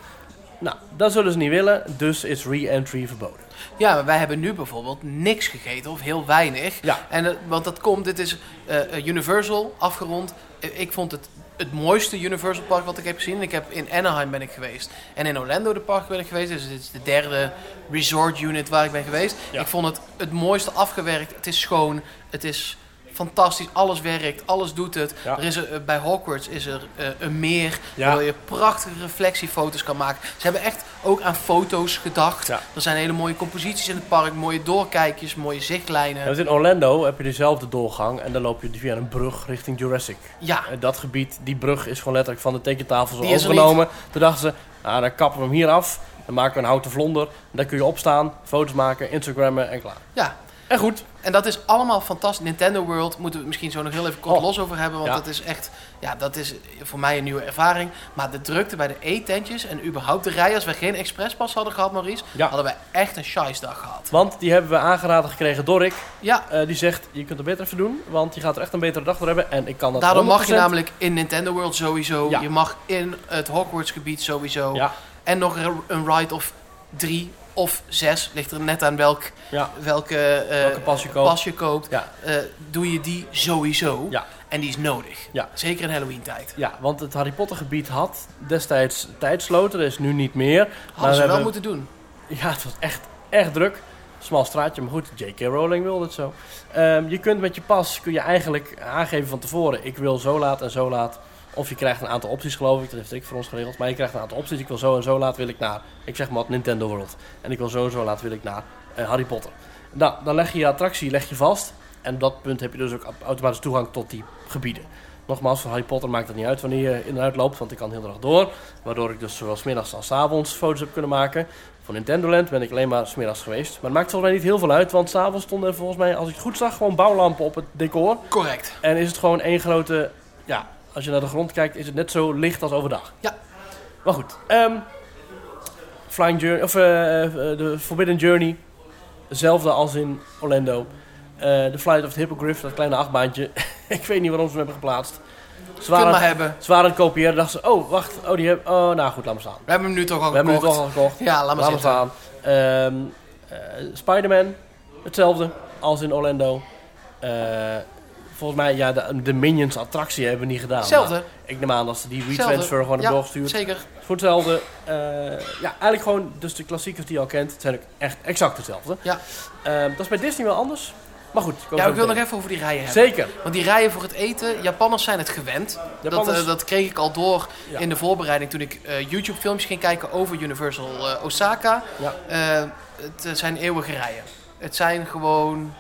Speaker 1: Nou, dat zullen ze niet willen, dus is re-entry verboden.
Speaker 3: Ja, maar wij hebben nu bijvoorbeeld niks gegeten of heel weinig.
Speaker 1: Ja.
Speaker 3: En, dat- want dat komt, dit is eh, eh, Universal afgerond. Eh, ik vond het het mooiste Universal Park wat ik heb gezien. Ik heb, in Anaheim ben ik geweest en in Orlando de park ben ik geweest. Dus dit is de derde resort unit waar ik ben geweest.
Speaker 1: Ja.
Speaker 3: Ik vond het het mooiste afgewerkt. Het is schoon, het is fantastisch. Alles werkt, alles doet het.
Speaker 1: Ja.
Speaker 3: Er is er, eh, bij Hogwarts is er eh, een meer
Speaker 1: Ja.
Speaker 3: waar je prachtige reflectiefoto's kan maken. Ze hebben echt ook aan foto's gedacht.
Speaker 1: Ja.
Speaker 3: Er zijn hele mooie composities in het park, mooie doorkijkjes, mooie zichtlijnen.
Speaker 1: En dus in Orlando heb je dezelfde doorgang en dan loop je via een brug richting Jurassic.
Speaker 3: Ja,
Speaker 1: Eh, Dat gebied, die brug is gewoon letterlijk van de tekentafel zo
Speaker 3: Die is er
Speaker 1: overgenomen. Toen dachten ze, nou, dan kappen we hem hier af. Dan maken we een houten vlonder. Dan kun je opstaan, foto's maken, Instagrammen en klaar.
Speaker 3: ja.
Speaker 1: En goed,
Speaker 3: En dat is allemaal fantastisch. Nintendo World moeten we het misschien zo nog heel even kort
Speaker 1: Oh.
Speaker 3: los over hebben. Want
Speaker 1: Ja.
Speaker 3: dat is echt, ja, dat is voor mij een nieuwe ervaring. Maar de drukte bij de eetentjes en überhaupt de rij, als we geen expresspas hadden gehad, Maurice,
Speaker 1: Ja.
Speaker 3: hadden we echt een scheissdag gehad.
Speaker 1: want die hebben we aangeraden gekregen door Rick.
Speaker 3: Ja,
Speaker 1: Eh, die zegt, je kunt het beter even doen, want je gaat er echt een betere dag door hebben. En ik kan dat
Speaker 3: daarom mag je
Speaker 1: 100%.
Speaker 3: namelijk in Nintendo World sowieso.
Speaker 1: Ja.
Speaker 3: Je mag in het Hogwarts gebied sowieso.
Speaker 1: Ja,
Speaker 3: En nog een ride of drie of 6. Ligt er net aan welk,
Speaker 1: Ja.
Speaker 3: welke, eh,
Speaker 1: Welke pas je koopt.
Speaker 3: pas je koopt.
Speaker 1: Ja.
Speaker 3: Eh, doe je die sowieso.
Speaker 1: Ja.
Speaker 3: En die is nodig.
Speaker 1: Ja. Nou,
Speaker 3: Zeker in Halloween tijd.
Speaker 1: Ja, want het Harry Potter gebied had destijds tijdsloten, dat is nu niet meer. Maar
Speaker 3: Hadden
Speaker 1: we
Speaker 3: ze wel
Speaker 1: hebben-
Speaker 3: moeten doen.
Speaker 1: Ja, het was echt, echt druk. Smal straatje, maar goed, J.K. Rowling wilde het zo. Ehm, je kunt met je pas kun je eigenlijk aangeven van tevoren, ik wil zo laat en zo laat. Of je krijgt een aantal opties, geloof ik. Dat heeft ik voor ons geregeld. Maar je krijgt een aantal opties. Ik wil zo en zo laat wil ik naar, ik zeg maar wat, Nintendo World. En ik wil zo en zo laat wil ik naar eh, Harry Potter. Nou, dan leg je je attractie leg je vast. En op dat punt heb je dus ook automatisch toegang tot die gebieden. Nogmaals, voor Harry Potter maakt het niet uit wanneer je in en uit loopt, want ik kan heel erg door. Waardoor ik dus zowel 's middags als 's avonds foto's heb kunnen maken. Voor Nintendo Land ben ik alleen maar smiddags geweest. Maar het maakt volgens mij niet heel veel uit, want s'avonds stonden er volgens mij, als ik het goed zag, gewoon bouwlampen op het decor.
Speaker 3: Correct.
Speaker 1: En is het gewoon één grote. Ja, als je naar de grond kijkt, is het net zo licht als overdag.
Speaker 3: Ja.
Speaker 1: Maar goed, ehm, Flying Journey, of eh, eh, de Forbidden Journey, hetzelfde als in Orlando. Eh, De Flight of the Hippogriff, dat kleine achtbaantje. *laughs* ik weet niet waarom ze hem hebben geplaatst. Ze
Speaker 3: Kun
Speaker 1: waren,
Speaker 3: maar hebben.
Speaker 1: ze waren aan het kopiëren, dachten ze, oh wacht, oh die hebben, oh nou goed, laat maar staan.
Speaker 3: We hebben hem nu toch al
Speaker 1: We hebben nu
Speaker 3: gekocht.
Speaker 1: toch al gekocht.
Speaker 3: Ja, laat maar
Speaker 1: Laat maar
Speaker 3: zitten.
Speaker 1: staan. Ehm, eh, Spider-Man, hetzelfde als in Orlando. Eh, volgens mij, ja, de, de Minions attractie hebben we niet gedaan.
Speaker 3: Hetzelfde.
Speaker 1: maar Ik neem aan dat ze die
Speaker 3: Hetzelfde.
Speaker 1: WeTransfer gewoon
Speaker 3: Ja,
Speaker 1: hebben doorgestuurd.
Speaker 3: Zeker.
Speaker 1: Voor hetzelfde. eh, ja, eigenlijk gewoon, dus de klassiekers die je al kent, het zijn ook echt exact hetzelfde.
Speaker 3: Ja.
Speaker 1: Ehm, dat is bij Disney wel anders. Maar goed. komen
Speaker 3: Ja,
Speaker 1: we
Speaker 3: ik wil
Speaker 1: zo
Speaker 3: nog
Speaker 1: meteen.
Speaker 3: even over die rijen hebben.
Speaker 1: Zeker.
Speaker 3: Want die rijen voor het eten, Japanners zijn het gewend. Dat,
Speaker 1: Japanners-
Speaker 3: eh, dat kreeg ik al door
Speaker 1: Ja.
Speaker 3: in de voorbereiding toen ik eh, YouTube-filmpjes ging kijken over Universal eh, Osaka.
Speaker 1: Ja.
Speaker 3: Eh, het eh, zijn eeuwige rijen. Het zijn gewoon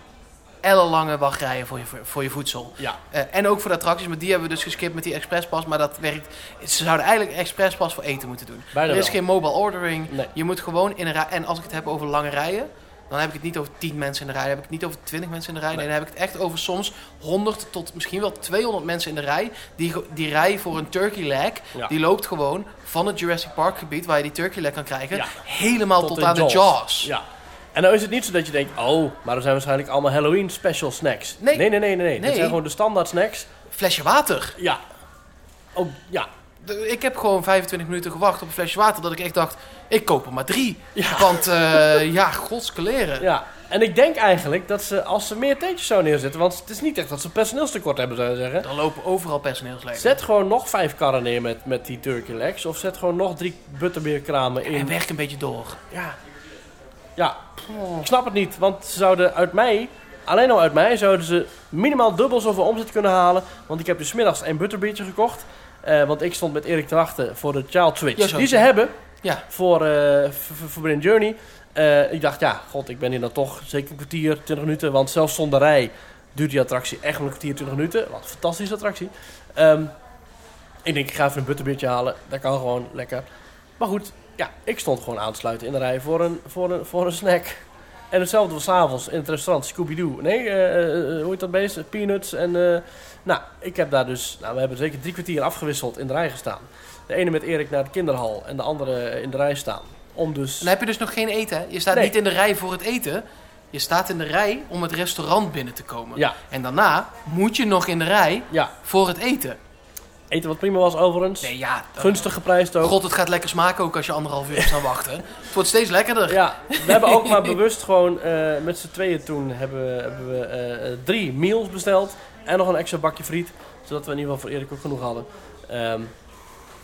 Speaker 3: ellenlange wachtrijen voor je, voor je voedsel.
Speaker 1: Ja.
Speaker 3: Eh, en ook voor de attracties, maar die hebben we dus geskipt met die expresspas. Maar dat werkt. Ze zouden eigenlijk expresspas voor eten moeten doen.
Speaker 1: Bijna
Speaker 3: er is
Speaker 1: wel.
Speaker 3: geen mobile ordering.
Speaker 1: Nee.
Speaker 3: Je moet gewoon in een rij. En als ik het heb over lange rijen, dan heb ik het niet over 10 mensen in de rij. Dan heb ik het niet over 20 mensen in de rij. Nee, dan heb ik het echt over soms 100 tot misschien wel 200 mensen in de rij. Die, ge- die rij voor een turkey leg,
Speaker 1: Ja.
Speaker 3: die loopt gewoon van het Jurassic Park gebied, waar je die turkey leg kan krijgen,
Speaker 1: Ja.
Speaker 3: helemaal tot, aan de Jaws.
Speaker 1: Ja. En dan is het niet zo dat je denkt, oh, maar er zijn waarschijnlijk allemaal Halloween special snacks.
Speaker 3: Nee.
Speaker 1: Nee, nee, nee, nee. nee.
Speaker 3: Nee.
Speaker 1: Dit zijn gewoon de standaard snacks.
Speaker 3: Flesje water.
Speaker 1: Ja. Oh, ja.
Speaker 3: De- Ik heb gewoon 25 minuten gewacht op een flesje water. Dat ik echt dacht, ik koop er maar drie.
Speaker 1: Ja.
Speaker 3: Want eh, ja, godskeleren.
Speaker 1: ja. En ik denk eigenlijk dat ze, als ze meer tentjes zo neerzetten, want het is niet echt dat ze personeelstekort hebben, zou je zeggen.
Speaker 3: Dan lopen overal personeelsleden.
Speaker 1: Zet gewoon nog vijf karren neer met, met die turkey legs. Of zet gewoon nog drie butterbeerkramen
Speaker 3: En
Speaker 1: in.
Speaker 3: werk een beetje door.
Speaker 1: Ja. Ja. Ik snap het niet, want ze zouden uit mij, alleen al uit mij, zouden ze minimaal dubbel zoveel omzet kunnen halen. Want ik heb dus 's middags een butterbeertje gekocht. Eh, want ik stond met Erik te wachten voor de Child Switch
Speaker 3: Ja, zo.
Speaker 1: die ze hebben
Speaker 3: Ja.
Speaker 1: voor, eh voor, voor Forbidden Journey. Eh, ik dacht, ja, god, ik ben hier dan toch zeker een kwartier, 20 minuten. Want zelfs zonder rij duurt die attractie echt wel een kwartier, 20 minuten. Wat een fantastische attractie. Ehm, ik denk, ik ga even een butterbeertje halen. Dat kan gewoon lekker. Maar goed, ja, ik stond gewoon aan te sluiten in de rij voor een, voor een, voor een snack. En hetzelfde was avonds in het restaurant Scooby-Doo. Nee, eh, eh, eh, hoe heet dat beest? Peanuts. En, eh, nou, ik heb daar dus... Nou, we hebben zeker drie kwartier afgewisseld in de rij gestaan. De ene met Erik naar de kinderhal en de andere in de rij staan. Om dus...
Speaker 3: Dan heb je dus nog geen eten. hè? Je staat
Speaker 1: Nee.
Speaker 3: niet in de rij voor het eten. Je staat in de rij om het restaurant binnen te komen.
Speaker 1: Ja,
Speaker 3: En daarna moet je nog in de rij
Speaker 1: ja.
Speaker 3: voor het eten.
Speaker 1: Eten wat prima was overigens.
Speaker 3: Nee, ja. dan-
Speaker 1: Gunstig geprijsd ook.
Speaker 3: God, het gaat lekker smaken ook als je anderhalf uur staan
Speaker 1: *laughs*
Speaker 3: wachten. Het wordt steeds lekkerder.
Speaker 1: Ja, we hebben ook
Speaker 3: *laughs*
Speaker 1: maar bewust gewoon eh, met z'n tweeën toen hebben we, hebben we eh, eh, drie meals besteld. En nog een extra bakje friet. Zodat we in ieder geval voor Erik ook genoeg hadden. Ehm, en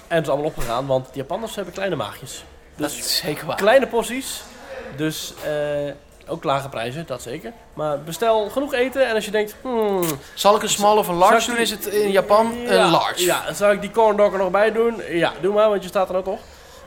Speaker 1: het is allemaal opgegaan, want de Japanners hebben kleine maagjes.
Speaker 3: dat
Speaker 1: Dus
Speaker 3: is zeker waar.
Speaker 1: kleine porties. Dus eh, ook lage prijzen, dat zeker. Maar bestel genoeg eten en als je denkt, hmm,
Speaker 3: Zal ik een small of een large
Speaker 1: Zou
Speaker 3: doen?
Speaker 1: ik
Speaker 3: Is het in Japan
Speaker 1: ja,
Speaker 3: een large?
Speaker 1: Ja, zou ik die corn dog er nog bij doen? Ja, doe maar, want je staat er ook op.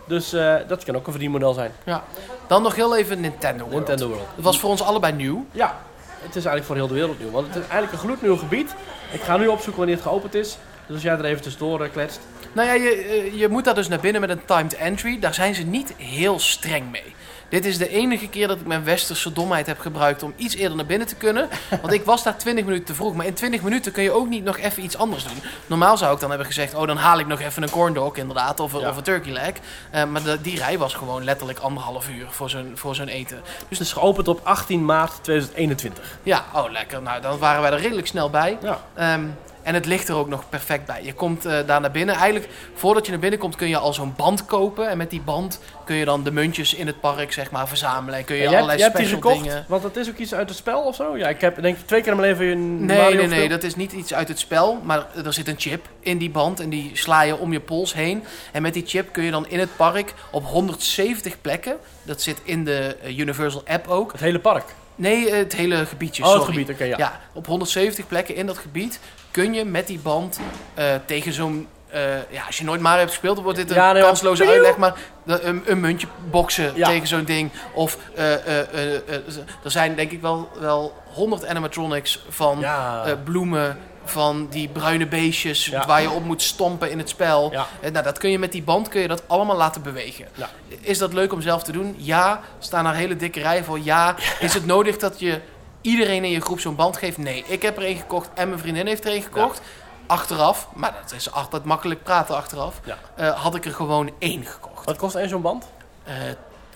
Speaker 1: Dus eh, dat kan ook een verdienmodel zijn.
Speaker 3: Ja. Dan nog heel even Nintendo World.
Speaker 1: Nintendo World.
Speaker 3: Het was voor ons allebei nieuw.
Speaker 1: Ja, het is eigenlijk voor heel de wereld nieuw. Want het is eigenlijk een gloednieuw gebied. Ik ga nu opzoeken wanneer het geopend is. Dus als jij er even tussendoor eh, kletst.
Speaker 3: Nou ja, je, eh, je moet daar dus naar binnen met een timed entry. Daar zijn ze niet heel streng mee. Dit is de enige keer dat ik mijn westerse domheid heb gebruikt om iets eerder naar binnen te
Speaker 1: *laughs*
Speaker 3: kunnen. Want ik was daar 20 minuten te vroeg. Maar in 20 minuten kun je ook niet nog even iets anders doen. Normaal zou ik dan hebben gezegd: Oh, dan haal ik nog even een corn dog inderdaad. Of, een-
Speaker 1: Ja.
Speaker 3: of een turkey leg. Eh, maar de- die rij was gewoon letterlijk anderhalf uur voor zo'n, voor zo'n eten.
Speaker 1: Dus het is geopend op 18 maart 2021.
Speaker 3: Ja, oh lekker. Nou, dan waren wij er redelijk snel bij.
Speaker 1: Ja.
Speaker 3: Ehm, En het ligt er ook nog perfect bij. Je komt eh, daar naar binnen. Eigenlijk, voordat je naar binnen komt, kun je al zo'n band kopen. En met die band kun je dan de muntjes in het park, zeg maar, verzamelen. En kun je
Speaker 1: jij,
Speaker 3: allerlei
Speaker 1: hebt- jij hebt die
Speaker 3: special
Speaker 1: gekocht,
Speaker 3: dingen...
Speaker 1: want dat is ook iets uit het spel of zo? Ja, ik heb denk ik twee keer in mijn leven een
Speaker 3: Nee,
Speaker 1: Mario
Speaker 3: nee, nee,
Speaker 1: gespeeld.
Speaker 3: dat is niet iets uit het spel. Maar er zit een chip in die band en die sla je om je pols heen. En met die chip kun je dan in het park op 170 plekken. Dat zit in de eh, Universal app ook.
Speaker 1: Het hele park.
Speaker 3: Nee, eh, het hele gebiedje,
Speaker 1: Oh,
Speaker 3: sorry.
Speaker 1: het gebied, oké, ja.
Speaker 3: ja. op 170 plekken in dat gebied kun je met die band eh, tegen zo'n... eh, ja, als je nooit Mario hebt gespeeld, dan wordt dit een
Speaker 1: Ja, nee,
Speaker 3: kansloze
Speaker 1: maar-
Speaker 3: uitleg. Maar de- een, een muntje boksen
Speaker 1: Ja.
Speaker 3: tegen zo'n ding. Of eh, eh, eh, eh, er zijn denk ik wel, wel 100 animatronics van
Speaker 1: Ja.
Speaker 3: eh, bloemen van die bruine beestjes
Speaker 1: Ja.
Speaker 3: waar je op moet stompen in het spel.
Speaker 1: Ja.
Speaker 3: Eh, Nou, dat kun je met die band kun je dat allemaal laten bewegen.
Speaker 1: Ja.
Speaker 3: Is dat leuk om zelf te doen? Ja. Staan er hele dikke rijen voor? Ja. Is het nodig dat je iedereen in je groep zo'n band geeft? Nee. Ik heb er een gekocht en mijn vriendin heeft er een gekocht. Achteraf, maar dat is altijd makkelijk praten achteraf,
Speaker 1: Ja.
Speaker 3: eh, had ik er gewoon één gekocht.
Speaker 1: Wat kost één zo'n band?
Speaker 3: Eh,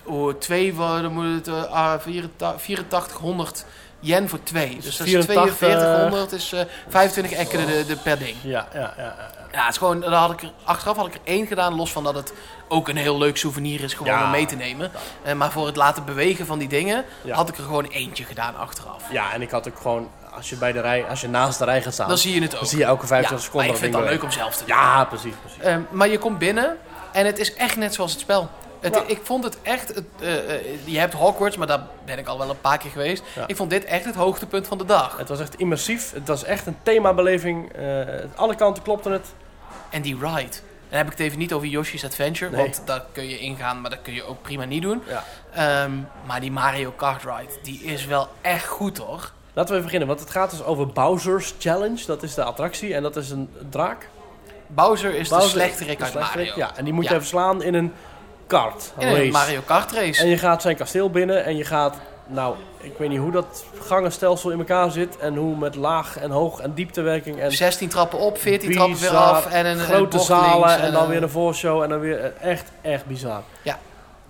Speaker 3: oh, twee, wa- dan moet het eh, ah, 84 8400 yen voor twee. Dus dat is
Speaker 1: 84,
Speaker 3: 4200, is eh, 25 ekken de, de per ding.
Speaker 1: Ja, ja, ja. ja.
Speaker 3: Ja, het is gewoon, dan had ik er, achteraf had ik er één gedaan, los van dat het ook een heel leuk souvenir is gewoon
Speaker 1: Ja.
Speaker 3: om mee te nemen. Eh, maar voor het laten bewegen van die dingen,
Speaker 1: Ja.
Speaker 3: had ik er gewoon eentje gedaan achteraf.
Speaker 1: Ja, en ik had ook gewoon, als je, bij de rij, als je naast de rij gaat staan,
Speaker 3: Dan zie je het ook.
Speaker 1: zie je elke 25
Speaker 3: ja, maar
Speaker 1: seconden
Speaker 3: ik vind
Speaker 1: dat
Speaker 3: het dan
Speaker 1: ding
Speaker 3: leuk om zelf te doen.
Speaker 1: bewegen. Ja, precies, precies.
Speaker 3: Ehm, maar je komt binnen en het is echt net zoals het spel. Het, Ik vond het echt... het, eh, eh, je hebt Hogwarts, maar daar ben ik al wel een paar keer geweest.
Speaker 1: Ja.
Speaker 3: Ik vond dit echt het hoogtepunt van de dag.
Speaker 1: Het was echt immersief. Het was echt een themabeleving. Eh alle kanten klopte het.
Speaker 3: En die ride. Dan heb ik het even niet over Yoshi's Adventure,
Speaker 1: Nee.
Speaker 3: want daar kun je ingaan, maar dat kun je ook prima niet doen.
Speaker 1: Ja.
Speaker 3: Ehm, maar die Mario Kart ride, die is wel echt goed hoor.
Speaker 1: Laten we even beginnen, want het gaat dus over Bowser's Challenge. Dat is de attractie en dat is een draak.
Speaker 3: Bowser is
Speaker 1: Bowser-
Speaker 3: de slechterik uit
Speaker 1: de slechterik,
Speaker 3: Mario.
Speaker 1: Ja, en die moet je
Speaker 3: Ja.
Speaker 1: even slaan in een kart.
Speaker 3: In een
Speaker 1: race.
Speaker 3: Mario Kart race.
Speaker 1: En je gaat zijn kasteel binnen en je gaat... Nou, ik weet niet hoe dat gangenstelsel in elkaar zit en hoe met laag en hoog en dieptewerking en...
Speaker 3: 16 trappen op, 14 trappen weer
Speaker 1: bizar,
Speaker 3: af en een een
Speaker 1: grote
Speaker 3: bocht
Speaker 1: zalen
Speaker 3: links
Speaker 1: en, dan
Speaker 3: een-
Speaker 1: weer een voorshow en dan weer eh, echt, echt bizar.
Speaker 3: Ja.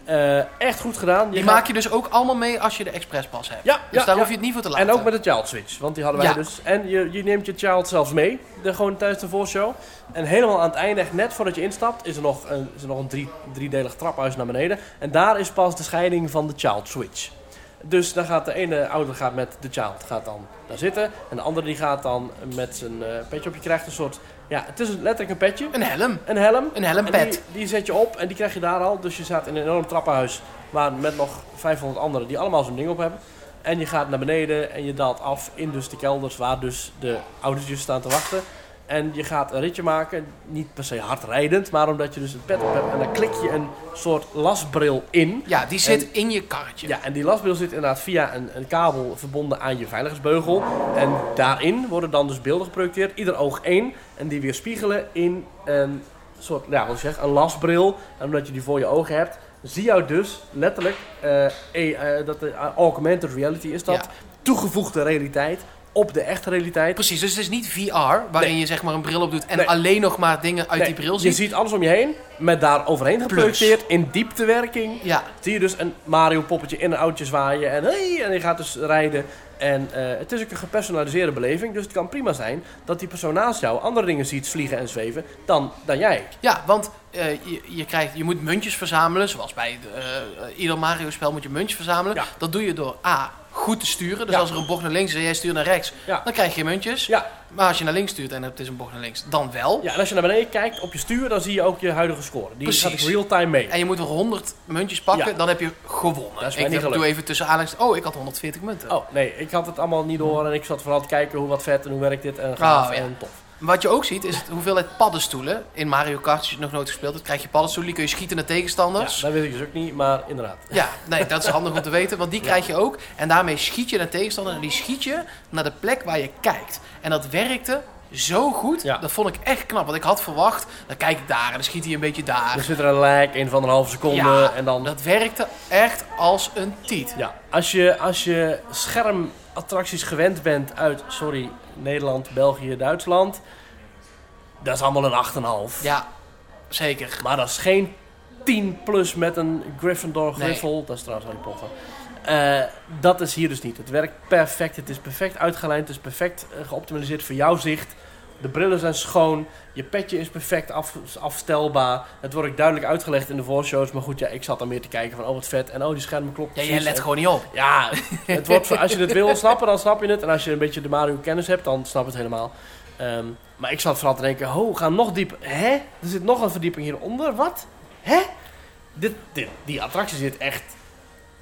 Speaker 1: Eh, echt goed gedaan. Je
Speaker 3: Die
Speaker 1: gaat-
Speaker 3: maak je dus ook allemaal mee als je de expresspas hebt.
Speaker 1: Ja,
Speaker 3: dus
Speaker 1: ja,
Speaker 3: daar
Speaker 1: ja.
Speaker 3: hoef je het niet voor te laten.
Speaker 1: En ook met de child switch, want die hadden wij
Speaker 3: Ja.
Speaker 1: dus. En je, je neemt je child zelfs mee, de, gewoon tijdens de voorshow. En helemaal aan het einde, echt net voordat je instapt, is er nog een, is er nog een drie, driedelig traphuis naar beneden. En daar is pas de scheiding van de child switch. Dus dan gaat de ene ouder gaat met de child gaat dan daar zitten. En de andere die gaat dan met zijn eh, petje op. Je krijgt een soort, ja, het is een- letterlijk een petje,
Speaker 3: Een helm.
Speaker 1: een helm.
Speaker 3: Een
Speaker 1: En
Speaker 3: helmpet.
Speaker 1: die, die zet je op en die krijg je daar al. Dus je staat in een enorm trappenhuis. Maar met nog 500 anderen die allemaal zo'n ding op hebben. En je gaat naar beneden en je daalt af in dus de kelders waar dus de oudertjes staan te wachten. En je gaat een ritje maken, niet per se hard rijdend, maar omdat je dus een pet op hebt. En dan klik je een soort lasbril in.
Speaker 3: Ja, die zit in je karretje.
Speaker 1: Ja, en die lastbril zit inderdaad via een, een kabel verbonden aan je veiligheidsbeugel. En daarin worden dan dus beelden geprojecteerd, ieder oog één. En die weer spiegelen in een soort, ja, wat ik zeg, een lasbril. En omdat je die voor je ogen hebt, zie jou dus letterlijk, eh, eh, eh, dat de eh, augmented reality is dat,
Speaker 3: Ja.
Speaker 1: toegevoegde realiteit op de echte realiteit.
Speaker 3: Precies, dus het is niet VR, waarin
Speaker 1: Nee.
Speaker 3: je zeg maar een bril op doet en
Speaker 1: Nee.
Speaker 3: alleen nog maar dingen uit
Speaker 1: Nee,
Speaker 3: die bril
Speaker 1: je
Speaker 3: ziet.
Speaker 1: ziet alles om je heen, met daar overheen geprojecteerd, in dieptewerking.
Speaker 3: Ja,
Speaker 1: Zie je dus een Mario-poppetje in een oudje zwaaien en hey, en je gaat dus rijden. En eh, het is ook een gepersonaliseerde beleving, dus het kan prima zijn dat die persoon naast jou andere dingen ziet vliegen en zweven dan, dan jij.
Speaker 3: ja want eh, je, je, krijgt, je moet muntjes verzamelen, zoals bij de, eh, eh, ieder Mario-spel moet je muntjes verzamelen.
Speaker 1: Ja.
Speaker 3: Dat doe je door A, goed te sturen. Dus
Speaker 1: Ja.
Speaker 3: als er een bocht naar links is en jij stuurt naar rechts,
Speaker 1: Ja.
Speaker 3: dan krijg je muntjes.
Speaker 1: Ja,
Speaker 3: Maar als je naar links stuurt en het is een bocht naar links, dan wel.
Speaker 1: ja, en als je naar beneden kijkt op je stuur, dan zie je ook je huidige score. Die
Speaker 3: Precies.
Speaker 1: gaat ook real-time mee.
Speaker 3: En je moet er 100 muntjes pakken,
Speaker 1: Ja.
Speaker 3: dan heb je gewonnen.
Speaker 1: Dat is mij
Speaker 3: ik
Speaker 1: niet
Speaker 3: doe
Speaker 1: gelukt.
Speaker 3: even tussen Alex. Oh, ik had 140 munten.
Speaker 1: Oh, nee, ik had het allemaal niet door en ik zat vooral te kijken hoe wat vet en hoe werkt dit en gaaf
Speaker 3: Oh, ja.
Speaker 1: en tof.
Speaker 3: Wat je ook ziet, is de hoeveelheid paddenstoelen. In Mario Kart, als je het nog nooit gespeeld hebt, krijg je paddenstoelen. Die kun je schieten naar
Speaker 1: Ja,
Speaker 3: tegenstanders. Ja,
Speaker 1: dat weet ik dus ook niet, maar inderdaad.
Speaker 3: nee, dat is handig om te weten, want die krijg je ook. En daarmee schiet je naar tegenstanders en die schiet je naar de plek waar je kijkt. En dat werkte zo goed.
Speaker 1: Ja.
Speaker 3: Dat vond ik echt knap, want ik had verwacht, dan kijk ik daar en dan schiet hij een beetje daar.
Speaker 1: Er zit er een lag in van Dus een halve seconde
Speaker 3: ja,
Speaker 1: en dan...
Speaker 3: dat werkte echt als een tiet.
Speaker 1: Ja, als je, als je schermattracties gewend bent uit, sorry, Nederland, België, Duitsland. Dat is allemaal een 8,5.
Speaker 3: Ja, zeker.
Speaker 1: Maar dat is geen 10 plus met een Gryffindor
Speaker 3: Nee.
Speaker 1: griffel. Dat is trouwens Harry Potter. Eh, dat is hier dus niet. Het werkt perfect. Het is perfect uitgelijnd. Het is perfect eh, geoptimaliseerd voor jouw zicht. De brillen zijn schoon. Je petje is perfect af, afstelbaar. Het wordt ook duidelijk uitgelegd in de voorshows. Maar goed, ja, ik zat dan meer te kijken van, oh wat vet. En oh, die schermen klopt.
Speaker 3: Ja, jij
Speaker 1: precies.
Speaker 3: let
Speaker 1: En-
Speaker 3: gewoon niet op.
Speaker 1: Ja, *laughs* het wordt, voor- als je het wil snappen, dan snap je het. En als je een beetje de Mario kennis hebt, dan snap je het helemaal. Ehm, maar ik zat vooral te denken, ho, we gaan nog dieper. Hè? Er zit nog een verdieping hieronder. Wat? Hè? Dit, dit, die attractie zit echt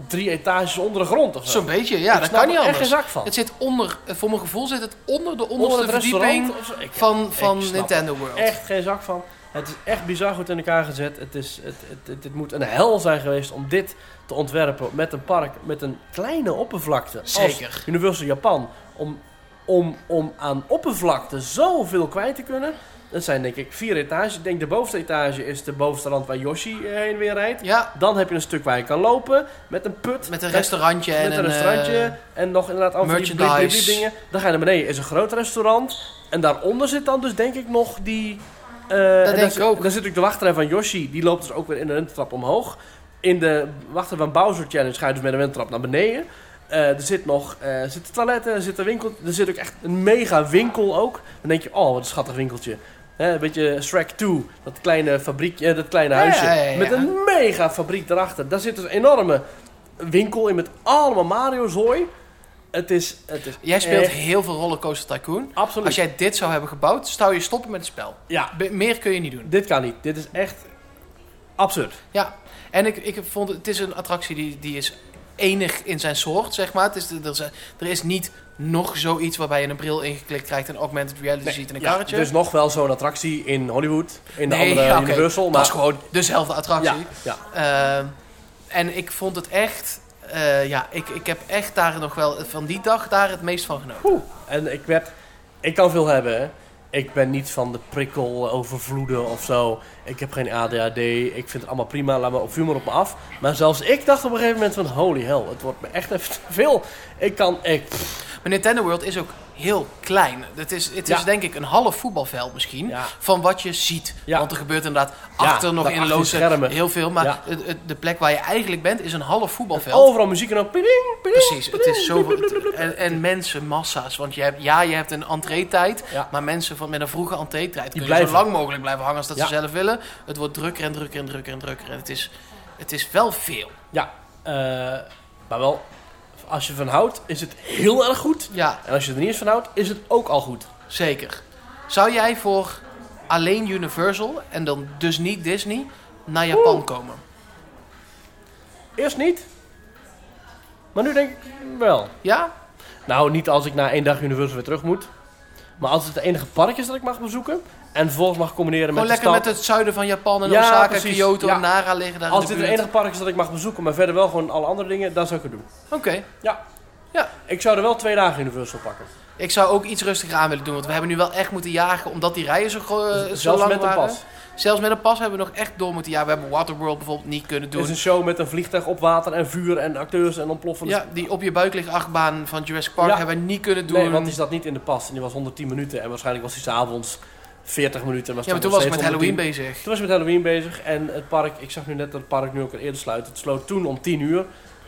Speaker 1: drie etages onder de grond of zo.
Speaker 3: Zo'n beetje, ja,
Speaker 1: Ik
Speaker 3: dat
Speaker 1: snap
Speaker 3: kan niet
Speaker 1: er echt
Speaker 3: anders.
Speaker 1: geen zak van.
Speaker 3: Het zit onder, eh, voor mijn gevoel zit het onder de onderste
Speaker 1: onder het
Speaker 3: verdieping
Speaker 1: restaurant. Of zo. Ik heb
Speaker 3: van, van
Speaker 1: snap
Speaker 3: Nintendo World.
Speaker 1: echt geen zak van. Het is echt bizar goed in elkaar gezet. Het, is, het, het, het, het moet een hel zijn geweest om dit te ontwerpen met een park met een kleine oppervlakte. als
Speaker 3: Zeker.
Speaker 1: Universal Japan. Om, om, om aan oppervlakte zoveel kwijt te kunnen. Dat zijn denk ik vier etages. Ik denk de bovenste etage is de bovenste rand waar Yoshi eh, heen en weer rijdt.
Speaker 3: Ja,
Speaker 1: Dan heb je een stuk waar je kan lopen met een put.
Speaker 3: met een restaurantje en
Speaker 1: Met een
Speaker 3: eh,
Speaker 1: restaurantje en nog inderdaad allemaal van die blip, blip, blip
Speaker 3: merchandise.
Speaker 1: dingen. Dan ga je naar beneden, is een groot restaurant. En daaronder zit dan dus denk ik nog die... eh, en
Speaker 3: denk
Speaker 1: daar
Speaker 3: ik
Speaker 1: zit-
Speaker 3: ook.
Speaker 1: Daar zit ook de wachtrij van Yoshi. Die loopt dus ook weer in de wenteltrap omhoog. In de wachtrij van Bowser Challenge ga je dus met de wenteltrap naar beneden. Eh, er zit nog, eh zitten toiletten, er zit een winkel. Er zit ook echt een mega winkel ook. Dan denk je, oh wat een schattig winkeltje. Hè, een beetje Shrek 2, dat kleine fabriekje, eh, dat kleine
Speaker 3: Ja,
Speaker 1: huisje.
Speaker 3: ja, ja, ja.
Speaker 1: Met een mega fabriek erachter. Daar zit dus een enorme winkel in met allemaal Mario-zooi. Het is, het is
Speaker 3: Jij speelt
Speaker 1: echt
Speaker 3: heel veel Rollercoaster Tycoon.
Speaker 1: absoluut.
Speaker 3: Als jij dit zou hebben gebouwd, zou je stoppen met het spel.
Speaker 1: Ja,
Speaker 3: Be- meer kun je niet doen.
Speaker 1: dit kan niet. Dit is echt absurd.
Speaker 3: Ja, en ik, ik vond het is een attractie die, die is enig in zijn soort, zeg maar. Het is, de- er, zijn- er is niet nog zoiets waarbij je een bril ingeklikt krijgt en augmented reality ziet in een
Speaker 1: Ja, dus-
Speaker 3: karretje.
Speaker 1: er is nog wel zo'n attractie in Hollywood, in de
Speaker 3: Nee,
Speaker 1: andere
Speaker 3: ja, oké.
Speaker 1: Universal.
Speaker 3: Dat
Speaker 1: Maar
Speaker 3: is gewoon dezelfde attractie.
Speaker 1: ja, ja.
Speaker 3: Ehm, en ik vond het echt... eh, ja, ik, ik heb echt daar nog wel van die dag daar het meest van genoten.
Speaker 1: Oeh, en ik werd, ik kan veel hebben. hè. Ik ben niet van de prikkel overvloeden of zo. Ik heb geen ADHD. Ik vind het allemaal prima. Laat me op vuur maar op me af. Maar zelfs ik dacht op een gegeven moment van holy hell, het wordt me echt even te veel. Ik kan, ik,
Speaker 3: Maar Nintendo World is ook heel klein. Het is, het is
Speaker 1: Ja.
Speaker 3: denk ik een half voetbalveld misschien.
Speaker 1: Ja.
Speaker 3: Van wat je ziet.
Speaker 1: Ja.
Speaker 3: Want er gebeurt inderdaad achter nog
Speaker 1: daar
Speaker 3: in
Speaker 1: achter die
Speaker 3: loze
Speaker 1: schermen.
Speaker 3: heel veel. Maar
Speaker 1: Ja.
Speaker 3: het- het- de plek waar je eigenlijk bent is een half voetbalveld.
Speaker 1: overal muziek en dan ping, ping.
Speaker 3: Precies, het is zoveel. het- En, en mensen, massa's. Want je hebt, ja, je hebt een entreetijd.
Speaker 1: Ja.
Speaker 3: Maar mensen van, met een vroege entreetijd kunnen
Speaker 1: blijven.
Speaker 3: zo lang mogelijk blijven hangen als dat
Speaker 1: Ja.
Speaker 3: ze zelf willen. Het wordt drukker en drukker en drukker en drukker. En het is, het is wel veel.
Speaker 1: Ja, eh, maar wel, als je van houdt, is het heel erg goed.
Speaker 3: Ja,
Speaker 1: En als je er niet eens van houdt, is het ook al goed.
Speaker 3: zeker. Zou jij voor alleen Universal en dan dus niet Disney naar Japan komen?
Speaker 1: Eerst niet, maar nu denk ik wel.
Speaker 3: Ja?
Speaker 1: Nou, niet als ik na één dag Universal weer terug moet. Maar als het het enige park is dat ik mag bezoeken. En vervolgens mag combineren met
Speaker 3: Gewoon
Speaker 1: de
Speaker 3: lekker
Speaker 1: stad.
Speaker 3: met het zuiden van Japan en
Speaker 1: Ja,
Speaker 3: Osaka,
Speaker 1: precies.
Speaker 3: Kyoto
Speaker 1: Ja.
Speaker 3: en Nara liggen daar
Speaker 1: Als dit
Speaker 3: in
Speaker 1: het
Speaker 3: de buurt.
Speaker 1: enige park is dat ik mag bezoeken, maar verder wel gewoon alle andere dingen, dan zou ik het doen.
Speaker 3: Oké.
Speaker 1: Ja.
Speaker 3: Ja. Eh,
Speaker 1: Ik zou er wel twee dagen Universal pakken.
Speaker 3: Ik zou ook iets rustiger aan willen doen, want we hebben nu wel echt moeten jagen omdat die rijen zo, gro- eh, zo
Speaker 1: Zelfs
Speaker 3: lang
Speaker 1: met een
Speaker 3: waren.
Speaker 1: pas.
Speaker 3: Zelfs met een pas hebben we nog echt door moeten jagen. We hebben Waterworld bijvoorbeeld niet kunnen
Speaker 1: Het is
Speaker 3: doen.
Speaker 1: een show met een vliegtuig op water en vuur en acteurs en ontploffende
Speaker 3: Ja, die op je buik ligt achtbaan van Jurassic Park
Speaker 1: Ja.
Speaker 3: hebben we niet kunnen doen.
Speaker 1: Nee, want die zat niet in de pas. En die was 110 minuten. En waarschijnlijk was die s'avonds 40 minuten. En was
Speaker 3: ja, maar
Speaker 1: nog
Speaker 3: toen was ik
Speaker 1: steeds
Speaker 3: met Halloween
Speaker 1: 110.
Speaker 3: bezig.
Speaker 1: Toen was ik met Halloween bezig. En het park, ik zag nu net dat het park nu ook al eerder sluit. Het sloot toen om 10 uur.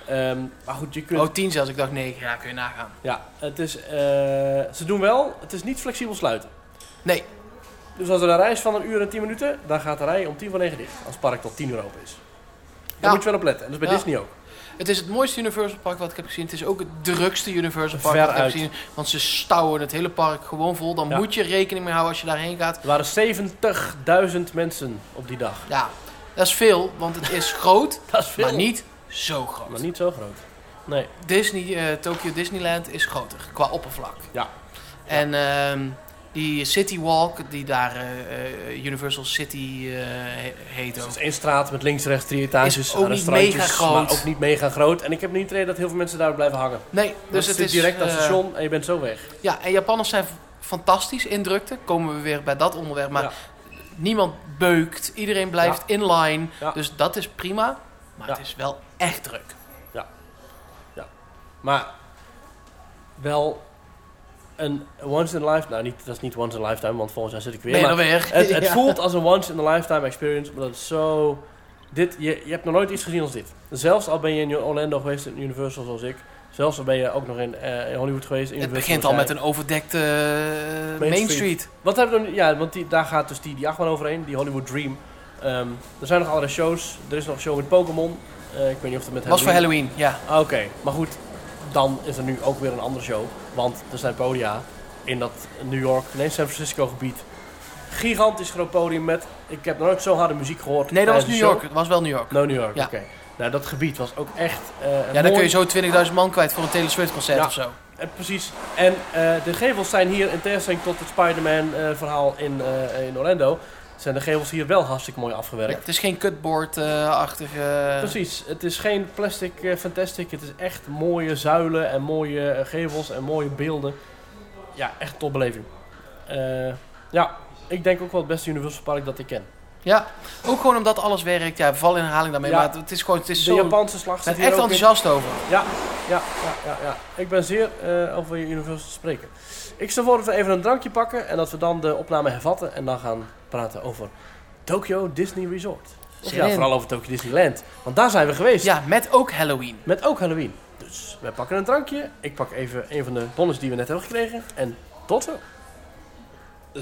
Speaker 1: Ehm, maar goed, je kunt...
Speaker 3: Oh, tien zelfs. Ik dacht, nee, ja, kun je nagaan.
Speaker 1: Ja, het is... eh, ze doen wel, het is niet flexibel sluiten.
Speaker 3: Nee.
Speaker 1: Dus als er een rij is van een uur en 10 minuten, dan gaat de rij om 10 voor 9 dicht. Als het park tot 10 uur open is. Daar
Speaker 3: Ja.
Speaker 1: moet je wel op letten. En dat is bij
Speaker 3: Ja.
Speaker 1: Disney ook.
Speaker 3: Het is het mooiste Universal Park wat ik heb gezien. Het is ook het drukste Universal Park wat
Speaker 1: Veruit.
Speaker 3: ik heb gezien. Want ze stouwen het hele park gewoon vol. Dan
Speaker 1: Ja.
Speaker 3: moet je rekening mee houden als je daarheen gaat.
Speaker 1: Er waren 70.000 mensen op die dag. *laughs*
Speaker 3: Ja, dat is veel, want het is groot,
Speaker 1: Dat is veel.
Speaker 3: maar niet zo groot.
Speaker 1: Maar niet zo groot. Nee.
Speaker 3: Disney, eh, Tokyo Disneyland is groter qua oppervlak.
Speaker 1: Ja.
Speaker 3: En ehm, die City Walk, die daar eh, eh, Universal City eh, he- heet
Speaker 1: Dus
Speaker 3: ook.
Speaker 1: het is één straat met links, rechts, drie etages,
Speaker 3: Is ook niet
Speaker 1: restaurantjes,
Speaker 3: mega groot.
Speaker 1: maar ook niet mega groot. En ik heb niet het idee dat heel veel mensen daar blijven hangen.
Speaker 3: Nee,
Speaker 1: Dus het
Speaker 3: dus het
Speaker 1: zit
Speaker 3: is
Speaker 1: direct aan het
Speaker 3: eh,
Speaker 1: station en je bent zo weg.
Speaker 3: Ja, en Japanners zijn f- fantastisch in drukte. Komen we weer bij dat onderwerp, maar
Speaker 1: Ja.
Speaker 3: niemand beukt, iedereen blijft in line.
Speaker 1: Ja.
Speaker 3: Dus dat is prima, maar
Speaker 1: Ja.
Speaker 3: het is wel echt druk.
Speaker 1: Maar wel een once in a lifetime. Nou, niet, dat is niet once in a lifetime, want volgens jaar zit ik weer.
Speaker 3: Ben je
Speaker 1: maar
Speaker 3: er weer? *laughs*
Speaker 1: het het
Speaker 3: Ja.
Speaker 1: voelt als een once in a lifetime experience, maar dat is zo... Dit, je, je hebt nog nooit iets gezien als dit. Zelfs al ben je in Orlando geweest in Universal zoals ik. Zelfs al ben je ook nog in, eh, in Hollywood geweest. in
Speaker 3: Het
Speaker 1: Universal
Speaker 3: begint al
Speaker 1: Studios.
Speaker 3: met een overdekte eh, Main,
Speaker 1: Street.
Speaker 3: Street.
Speaker 1: Wat hebben we dan? Ja, want die, daar gaat dus die, die achtbaan overheen, die Hollywood Dream. Ehm, er zijn nog andere shows. Er is nog een show met Pokémon. Eh, ik weet niet of het met
Speaker 3: Was voor Halloween, ja.
Speaker 1: Ah, Oké, maar goed, dan is er nu ook weer een andere show. Want er zijn podia in dat New York, nee, San Francisco gebied. Gigantisch groot podium met, ik heb nog nooit zo harde muziek gehoord.
Speaker 3: Nee, dat was
Speaker 1: tijdens
Speaker 3: New
Speaker 1: de show.
Speaker 3: York. Het was wel New York.
Speaker 1: Nou, New York,
Speaker 3: Ja.
Speaker 1: oké. Nou, dat gebied was ook echt eh,
Speaker 3: Ja,
Speaker 1: mooi.
Speaker 3: dan kun je zo 20.000 man kwijt voor een Taylor Swift concert
Speaker 1: Ja.
Speaker 3: of zo.
Speaker 1: Eh, precies. En eh, de gevels zijn hier, in tegenstelling tot het Spider-Man eh, verhaal in, eh, in Orlando, zijn de gevels hier wel hartstikke mooi
Speaker 3: Ja,
Speaker 1: afgewerkt.
Speaker 3: het is geen eh, cutboard-achtige...
Speaker 1: Precies, het is geen plastic eh, fantastic, het is echt mooie zuilen en mooie eh, gevels en mooie beelden. Ja, echt een topbeleving. Eh, ja, ik denk ook wel het beste Universal Park dat ik ken.
Speaker 3: ja, ook gewoon omdat alles werkt. Ja, val in herhaling daarmee.
Speaker 1: Ja.
Speaker 3: Maar het- het is gewoon... Het is
Speaker 1: De
Speaker 3: zo...
Speaker 1: Japanse slag
Speaker 3: Ik
Speaker 1: zit
Speaker 3: ben er
Speaker 1: hier
Speaker 3: echt
Speaker 1: ook in.
Speaker 3: enthousiast over.
Speaker 1: Ja, ja, ja, ja, ja. Ik ben zeer eh, over je Universal te spreken. Ik stel voor dat we even een drankje pakken en dat we dan de opname hervatten en dan gaan praten over Tokyo Disney Resort. Of
Speaker 3: Zin
Speaker 1: ja,
Speaker 3: in.
Speaker 1: vooral over Tokyo Disneyland, want daar zijn we geweest.
Speaker 3: Ja, met ook Halloween.
Speaker 1: Met ook Halloween. Dus wij pakken een drankje. Ik pak even een van de bonnets die we net hebben gekregen. En tot zo.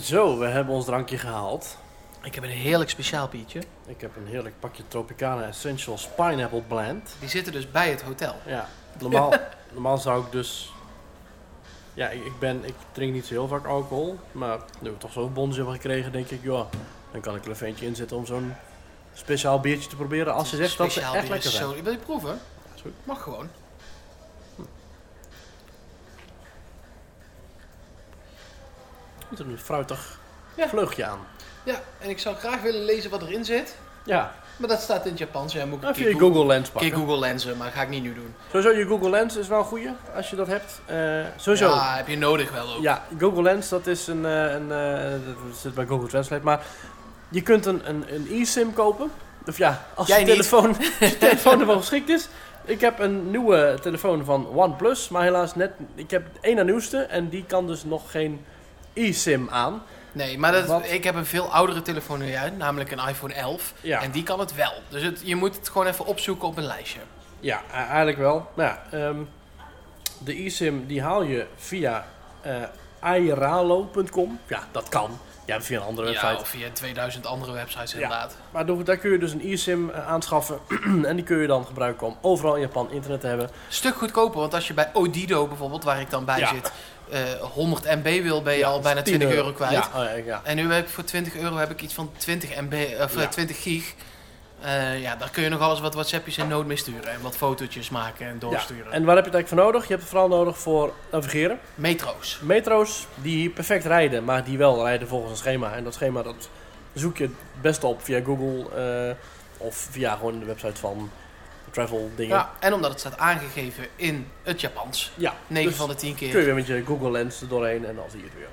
Speaker 1: Zo, we hebben ons drankje gehaald.
Speaker 3: Ik heb een heerlijk speciaal biertje.
Speaker 1: Ik heb een heerlijk pakje Tropicana Essentials Pineapple Blend.
Speaker 3: Die zitten dus bij het hotel.
Speaker 1: Ja, normaal, *laughs* normaal zou ik dus... Ja, ik, ik ben, ik drink niet zo heel vaak alcohol. Maar nu we toch zo'n bonnetje hebben gekregen, denk ik... Ja, dan kan ik er even eentje inzetten om zo'n speciaal biertje te proberen. Als ze zegt dat ze
Speaker 3: Speciaal
Speaker 1: echt
Speaker 3: bier
Speaker 1: lekker
Speaker 3: is
Speaker 1: zijn.
Speaker 3: Zo, wil je proeven?
Speaker 1: is goed.
Speaker 3: Mag gewoon.
Speaker 1: Er zit een fruitig
Speaker 3: Ja.
Speaker 1: vleugje aan.
Speaker 3: Ja, en ik zou graag willen lezen wat erin zit.
Speaker 1: Ja,
Speaker 3: Maar dat staat in het Japans. Ja, moet ik een
Speaker 1: Nou, even
Speaker 3: keer
Speaker 1: je
Speaker 3: Google-
Speaker 1: Google Lens
Speaker 3: een
Speaker 1: pakken.
Speaker 3: keer Google lenzen, maar ga ik niet nu doen.
Speaker 1: Sowieso, je Google Lens is wel een goeie als je dat hebt. Eh, sowieso. Ja.
Speaker 3: Ja, heb je nodig wel ook.
Speaker 1: Google Lens, dat is een. eh, een eh, dat zit bij Google Translate. Maar je kunt een, een, een e-SIM kopen. Of ja, als
Speaker 3: Jij
Speaker 1: je
Speaker 3: niet.
Speaker 1: telefoon,
Speaker 3: *laughs*
Speaker 1: als je telefoon ervan geschikt is. Ik heb een nieuwe telefoon van OnePlus. Maar helaas net. Ik heb één na nieuwste. En die kan dus nog geen e-SIM aan.
Speaker 3: Nee, maar dat,
Speaker 1: Wat?
Speaker 3: ik heb een veel oudere telefoon nu uit, namelijk een iPhone 11.
Speaker 1: Ja.
Speaker 3: En die kan het wel. Dus het, je moet het gewoon even opzoeken op een lijstje.
Speaker 1: Ja, e- eigenlijk wel. Nou ja, ehm, de eSIM die haal je via eh airalo.com. Ja, dat kan. Ja, via een andere
Speaker 3: Ja,
Speaker 1: website.
Speaker 3: of via 2000 andere websites inderdaad.
Speaker 1: Maar door- daar kun je dus een eSIM aanschaffen. *clears throat* en die kun je dan gebruiken om overal in Japan internet te hebben.
Speaker 3: Stuk goedkoper, want als je bij Odido bijvoorbeeld, waar ik dan bij
Speaker 1: Ja.
Speaker 3: zit, eh, 100 MB wil, ben je
Speaker 1: Ja,
Speaker 3: al bijna
Speaker 1: 10
Speaker 3: 20 euro kwijt.
Speaker 1: Ja, oh ja, ja.
Speaker 3: En nu heb ik voor 20 euro heb ik iets van 20 MB, of eh,
Speaker 1: Ja.
Speaker 3: 20 gig. Eh, ja, daar kun je nog alles wat WhatsAppjes en nood mee sturen. En wat fotootjes maken en
Speaker 1: Ja.
Speaker 3: doorsturen.
Speaker 1: En waar heb je het eigenlijk voor nodig? Je hebt het vooral nodig voor navigeren.
Speaker 3: Metro's.
Speaker 1: Metro's die hier perfect rijden, maar die wel rijden volgens een schema. En dat schema dat zoek je het beste op via Google eh, of via gewoon de website van de travel dingen.
Speaker 3: Ja, en omdat het staat aangegeven in het Japans.
Speaker 1: Ja,
Speaker 3: 9
Speaker 1: dus
Speaker 3: van de 10
Speaker 1: kun je
Speaker 3: keer.
Speaker 1: weer met je Google Lens er doorheen en dan zie je het weer.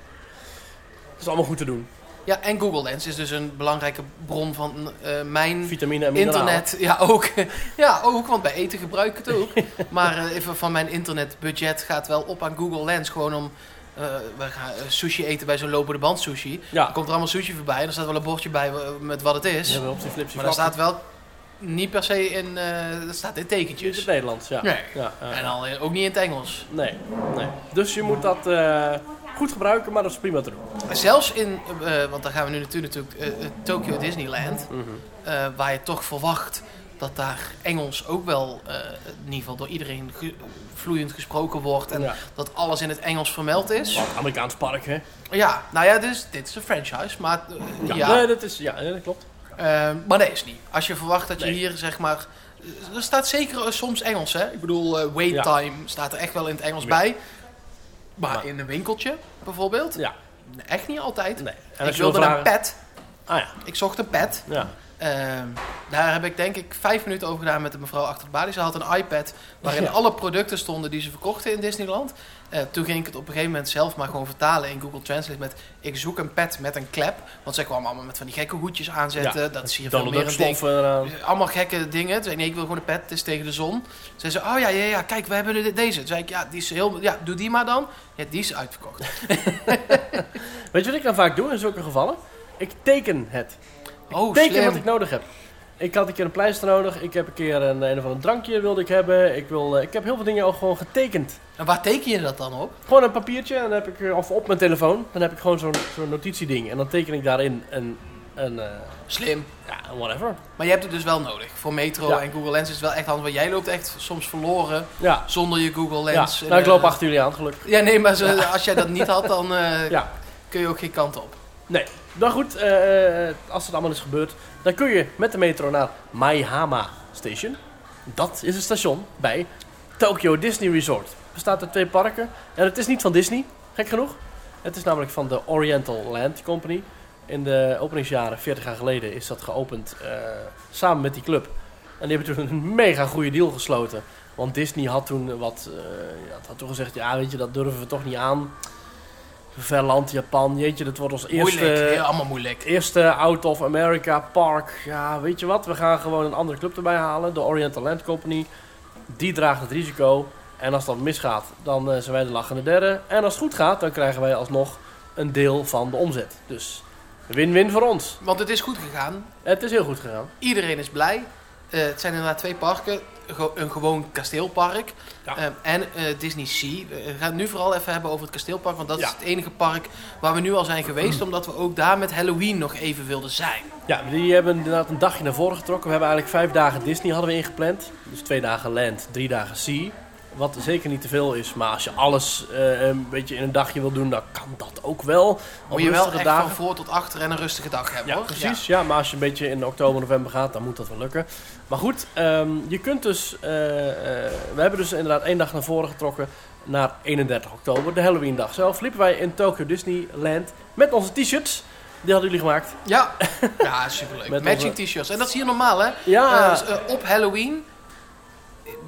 Speaker 1: Dat is allemaal goed te doen.
Speaker 3: Ja, en Google Lens is dus een belangrijke bron van eh, mijn
Speaker 1: Vitamine en mineralen.
Speaker 3: internet. Ja ook. *laughs* ja, ook, want bij eten gebruik ik het
Speaker 1: *laughs*
Speaker 3: ook. maar eh, even van mijn internetbudget gaat wel op aan Google Lens. Gewoon om, eh, we gaan eh, sushi eten bij zo'n lopende band sushi.
Speaker 1: Ja,
Speaker 3: Er Ah, komt er allemaal sushi voorbij en er staat wel een bordje bij eh, met wat het is.
Speaker 1: hebben we op die flipsy
Speaker 3: Maar daar
Speaker 1: flap.
Speaker 3: staat wel niet per se in, eh dat staat in
Speaker 1: in het
Speaker 3: tekentjes.
Speaker 1: Nederlands, ja.
Speaker 3: Nee.
Speaker 1: ja ja.
Speaker 3: En al, eh, ook niet in het Engels.
Speaker 1: nee, nee. Dus je moet dat eh, goed gebruiken, maar dat is prima te doen.
Speaker 3: Zelfs in, eh, want dan gaan we nu natuurlijk, natuurlijk eh, eh, Tokyo Disneyland, eh, waar je toch verwacht dat daar Engels ook wel eh, in ieder geval door iedereen ge- vloeiend gesproken wordt en
Speaker 1: Ja.
Speaker 3: dat alles in het Engels vermeld is.
Speaker 1: Want Amerikaans park, hè?
Speaker 3: Ja, nou ja, dus dit is een franchise, maar eh, ja.
Speaker 1: Nee, dat is, ja, nee, dat klopt.
Speaker 3: Eh, maar nee, is niet. Als je verwacht dat je
Speaker 1: Nee.
Speaker 3: hier zeg maar. Er staat zeker eh, soms Engels, hè? Ik bedoel, eh, wait
Speaker 1: Ja.
Speaker 3: time staat er echt wel in het Engels
Speaker 1: Ja.
Speaker 3: bij. Maar,
Speaker 1: Maar-
Speaker 3: in een winkeltje bijvoorbeeld,
Speaker 1: Ja,
Speaker 3: echt niet altijd.
Speaker 1: nee. En
Speaker 3: ik
Speaker 1: als je wil
Speaker 3: wilde
Speaker 1: vragen...
Speaker 3: een pet.
Speaker 1: Ah ja,
Speaker 3: Ik zocht een pet.
Speaker 1: ja.
Speaker 3: Ehm, daar heb ik denk ik vijf minuten over gedaan met de mevrouw achter de balie. Ze had een iPad waarin
Speaker 1: Ja.
Speaker 3: alle producten stonden die ze verkochten in Disneyland. Eh, toen ging ik het op een gegeven moment zelf maar gewoon vertalen in Google Translate met ik zoek een pet met een klep. Want zij kwam allemaal met van die gekke hoedjes aanzetten.
Speaker 1: Ja.
Speaker 3: Dat zie je veel
Speaker 1: Donald
Speaker 3: meer
Speaker 1: Duck
Speaker 3: een ding.
Speaker 1: stoffen eraan.
Speaker 3: Dus Allemaal gekke dingen. Toen zei ik, nee, ik wil gewoon een pet, het is tegen de zon. Toen zei ze, oh ja, ja, ja, kijk, we hebben de- deze. Toen zei ik, ja, die is heel, ja, doe die maar dan. Ja, die is uitverkocht.
Speaker 1: *laughs* Weet je wat ik dan vaak doe in zulke gevallen? Ik teken het.
Speaker 3: Oh,
Speaker 1: teken wat
Speaker 3: slim.
Speaker 1: ik nodig heb. Ik had een keer een pleister nodig. Ik heb een keer een, een of ander drankje wilde ik hebben. Ik, wil, eh, ik heb heel veel dingen al gewoon getekend.
Speaker 3: En waar teken je dat dan op?
Speaker 1: Gewoon een papiertje, en dan heb ik, eh, of op mijn telefoon, dan heb ik gewoon zo'n zo'n notitieding. En dan teken ik daarin een, een eh,
Speaker 3: Slim.
Speaker 1: ja, whatever.
Speaker 3: Maar je hebt het dus wel nodig. Voor Metro
Speaker 1: Ja.
Speaker 3: en Google Lens is het wel echt handig. Want jij loopt echt soms verloren
Speaker 1: Ja,
Speaker 3: zonder je Google
Speaker 1: ja.
Speaker 3: Lens.
Speaker 1: Nou, ik loop
Speaker 3: Eh,
Speaker 1: achter jullie aan, gelukkig.
Speaker 3: Ja, nee, maar zo, als jij dat niet had, dan
Speaker 1: *laughs*
Speaker 3: eh,
Speaker 1: Ja.
Speaker 3: kun je ook geen kant op.
Speaker 1: Nou goed, eh, eh, als het allemaal is gebeurd, dan kun je met de metro naar Maihama Station. Dat is een station bij Tokyo Disney Resort. Het bestaat uit twee parken en het is niet van Disney, gek genoeg. Het is namelijk van de Oriental Land Company. In de openingsjaren, 40 jaar geleden, is dat geopend eh, samen met die club. En die hebben toen een mega goede deal gesloten. Want Disney had toen wat, eh, ja, het had toen gezegd, ja weet je, dat durven we toch niet aan. Ver land, Japan, jeetje, dat wordt ons eerste,
Speaker 3: Moeilijk, heel allemaal moeilijk.
Speaker 1: het eerste Out of America Park. Ja, weet je wat? We gaan gewoon een andere club erbij halen. De Oriental Land Company. Die draagt het risico. En als dat misgaat, dan eh, zijn wij de lachende derde. En als het goed gaat, dan krijgen wij alsnog een deel van de omzet. Dus win-win voor ons.
Speaker 3: Want het is goed gegaan.
Speaker 1: Het is heel goed gegaan.
Speaker 3: Iedereen is blij. Eh, het zijn inderdaad twee parken. Ge- een gewoon kasteelpark
Speaker 1: Ja.
Speaker 3: Eh, en eh, Disney Sea. We gaan het nu vooral even hebben over het kasteelpark. Want dat
Speaker 1: Ja. Mm.
Speaker 3: is het enige park waar we nu al zijn geweest. Omdat we ook daar met Halloween nog even wilden zijn.
Speaker 1: Ja, die hebben inderdaad een dagje naar voren getrokken. We hebben eigenlijk vijf dagen Disney hadden we ingepland. Dus twee dagen land, drie dagen sea. Wat zeker niet te veel is, maar als je alles eh, een beetje in een dagje wil doen, dan kan dat ook wel. Op
Speaker 3: Moet je wel
Speaker 1: rustige
Speaker 3: echt
Speaker 1: dagen.
Speaker 3: van voor tot achter en een rustige dag hebben
Speaker 1: Ja,
Speaker 3: hoor.
Speaker 1: precies. Ja. maar als je een beetje in oktober, november gaat, dan moet dat wel lukken. Maar goed, ehm, je kunt dus... eh, eh, we hebben dus inderdaad één dag naar voren getrokken naar 31 oktober, de Halloween dag zelf. Liepen wij in Tokyo Disneyland met onze t-shirts. Die hadden jullie gemaakt. *laughs*
Speaker 3: Ja, ja. ja superleuk.
Speaker 1: Met
Speaker 3: Matching t-shirts. En dat is hier normaal hè.
Speaker 1: Ja,
Speaker 3: Eh, dus, eh, op Halloween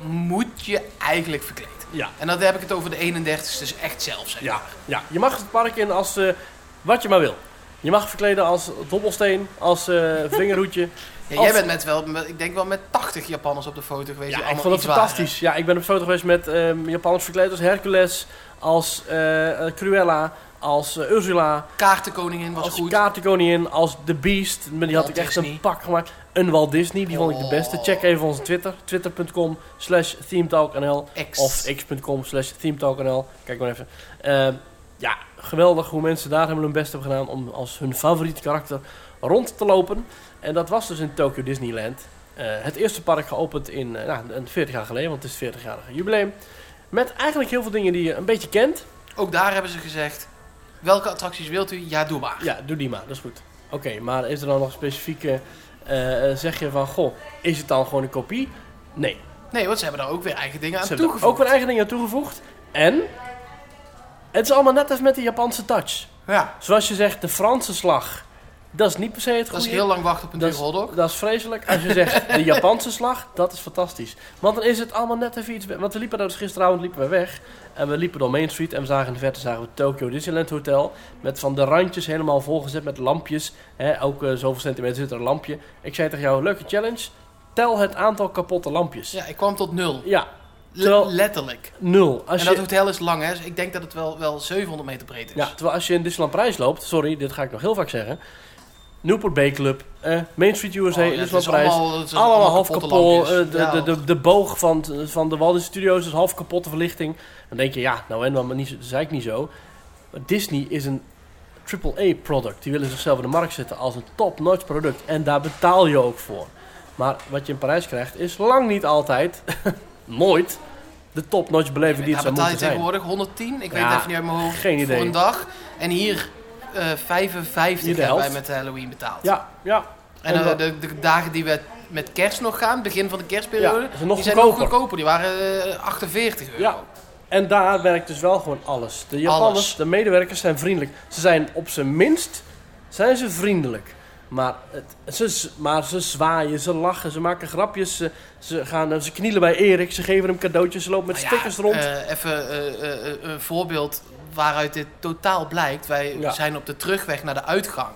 Speaker 3: moet je eigenlijk verkleed.
Speaker 1: ja,
Speaker 3: En dan heb ik het over de 31ste, dus echt zelf zijn.
Speaker 1: ja, ja. Je mag het park in als eh, wat je maar wil. Je mag verkleden als dobbelsteen, als eh, *laughs* vingerhoedje.
Speaker 3: Ja,
Speaker 1: Als-
Speaker 3: jij bent met wel, met- ik denk wel met 80 Japanners op de foto geweest. die
Speaker 1: Ja, ik
Speaker 3: allemaal
Speaker 1: vond het
Speaker 3: iets waren.
Speaker 1: fantastisch. Ja, ik ben op foto geweest met ehm Japanners verkleed als Hercules, als eh, eh, Cruella, als eh, Ursula,
Speaker 3: Kaartenkoningin was
Speaker 1: als
Speaker 3: goed.
Speaker 1: Kaartenkoningin, als The Beast. Maar die had
Speaker 3: Walt
Speaker 1: ik echt
Speaker 3: Disney.
Speaker 1: een pak gemaakt. Een Walt Disney, die vond ik de
Speaker 3: Oh.
Speaker 1: beste. Check even onze Twitter, twitter.com slash themetalknl
Speaker 3: Ex.
Speaker 1: of x.com slash themetalknl. Kijk maar even. Ehm, ja, geweldig hoe mensen daar helemaal hun best hebben gedaan om als hun favoriet karakter rond te lopen. En dat was dus in Tokyo Disneyland. Eh, het eerste park geopend in eh, nou, een 40 jaar geleden, want het is 40-jarige jubileum. Met eigenlijk heel veel dingen die je een beetje kent.
Speaker 3: Ook daar hebben ze gezegd, welke attracties wilt u? Ja, doe maar.
Speaker 1: Ja, doe die maar, dat is goed. Oké, maar is er dan nog specifieke... eh, eh, zeg je van, goh, is het dan gewoon een kopie? Nee,
Speaker 3: Nee, want ze hebben daar ook weer eigen dingen aan
Speaker 1: ze hebben er
Speaker 3: toegevoegd.
Speaker 1: ook wel eigen dingen aan toegevoegd. En het is allemaal net als met de Japanse touch.
Speaker 3: Ja,
Speaker 1: Zoals je zegt, de Franse slag, dat is niet per se het
Speaker 3: dat
Speaker 1: goede.
Speaker 3: is heel lang wachten op een
Speaker 1: Dat
Speaker 3: dure
Speaker 1: is-
Speaker 3: hotdog.
Speaker 1: Dat is vreselijk. Als je zegt de Japanse slag, dat is fantastisch. Want dan is het allemaal net even iets. be- Want we liepen daar dus gisteravond liepen we weg. En we liepen door Main Street en we zagen in de verte zagen we het Tokyo Disneyland Hotel. Met van de randjes helemaal volgezet met lampjes. Hè, elke zoveel centimeter zit er een lampje. Ik zei tegen jou, leuke challenge. Tel het aantal kapotte lampjes. Ja,
Speaker 3: Dus Ja, ik kwam tot nul. Le-
Speaker 1: terwijl-
Speaker 3: letterlijk.
Speaker 1: nul. Als
Speaker 3: en dat
Speaker 1: je,
Speaker 3: hotel is lang, hè? dus ik denk dat het wel, wel 700 meter breed is. Oh,
Speaker 1: ja, terwijl als je in Disneyland Parijs loopt, sorry, dit ga ik nog heel vaak zeggen. Newport Bay Club, eh, Main Street USA,
Speaker 3: Oh, ja, het
Speaker 1: Disneyland
Speaker 3: is
Speaker 1: Parijs.
Speaker 3: allemaal, het is
Speaker 1: Allemaal half
Speaker 3: kapotte
Speaker 1: kapot.
Speaker 3: lampjes.
Speaker 1: eh, De,
Speaker 3: Ja,
Speaker 1: de, de, de boog van, t- van de Walt Disney Studios is half kapotte verlichting. Dan denk je, ja, nou en dan, maar niet, zo- zei ik niet zo. Maar Disney is een AAA-product. Die willen zichzelf in de markt zetten als een top-notch product. En daar betaal je ook voor. Maar wat je in Parijs krijgt, is lang niet altijd, *laughs* nooit, de top-notch beleving die
Speaker 3: Ja,
Speaker 1: het zou
Speaker 3: betaal je
Speaker 1: moeten zijn.
Speaker 3: tegenwoordig 110? Ik weet
Speaker 1: Ja,
Speaker 3: het even niet uit mijn hoofd.
Speaker 1: geen idee.
Speaker 3: Voor een dag. En hier eh, 55
Speaker 1: Hier de
Speaker 3: hebben wij
Speaker 1: helft.
Speaker 3: met Halloween betaald.
Speaker 1: Ja, ja.
Speaker 3: en
Speaker 1: en
Speaker 3: eh,
Speaker 1: wat-
Speaker 3: de, de dagen die we met kerst nog gaan, begin van de kerstperiode,
Speaker 1: Ja, is het nog
Speaker 3: die zijn
Speaker 1: goedkoper.
Speaker 3: nog goedkoper. Die waren eh, 48 euro.
Speaker 1: Ja. En daar werkt dus wel gewoon alles. De Japanners,
Speaker 3: Alles.
Speaker 1: de medewerkers zijn vriendelijk. Ze zijn op zijn minst zijn ze vriendelijk. Maar, het, ze, z- maar ze zwaaien, ze lachen, ze maken grapjes. Ze, ze, gaan, eh, ze knielen bij Erik, ze geven hem cadeautjes, ze lopen met
Speaker 3: Nou ja,
Speaker 1: stickers rond.
Speaker 3: eh, even eh, eh, eh, een voorbeeld waaruit dit totaal blijkt. Wij
Speaker 1: Ja.
Speaker 3: zijn op de terugweg naar de uitgang.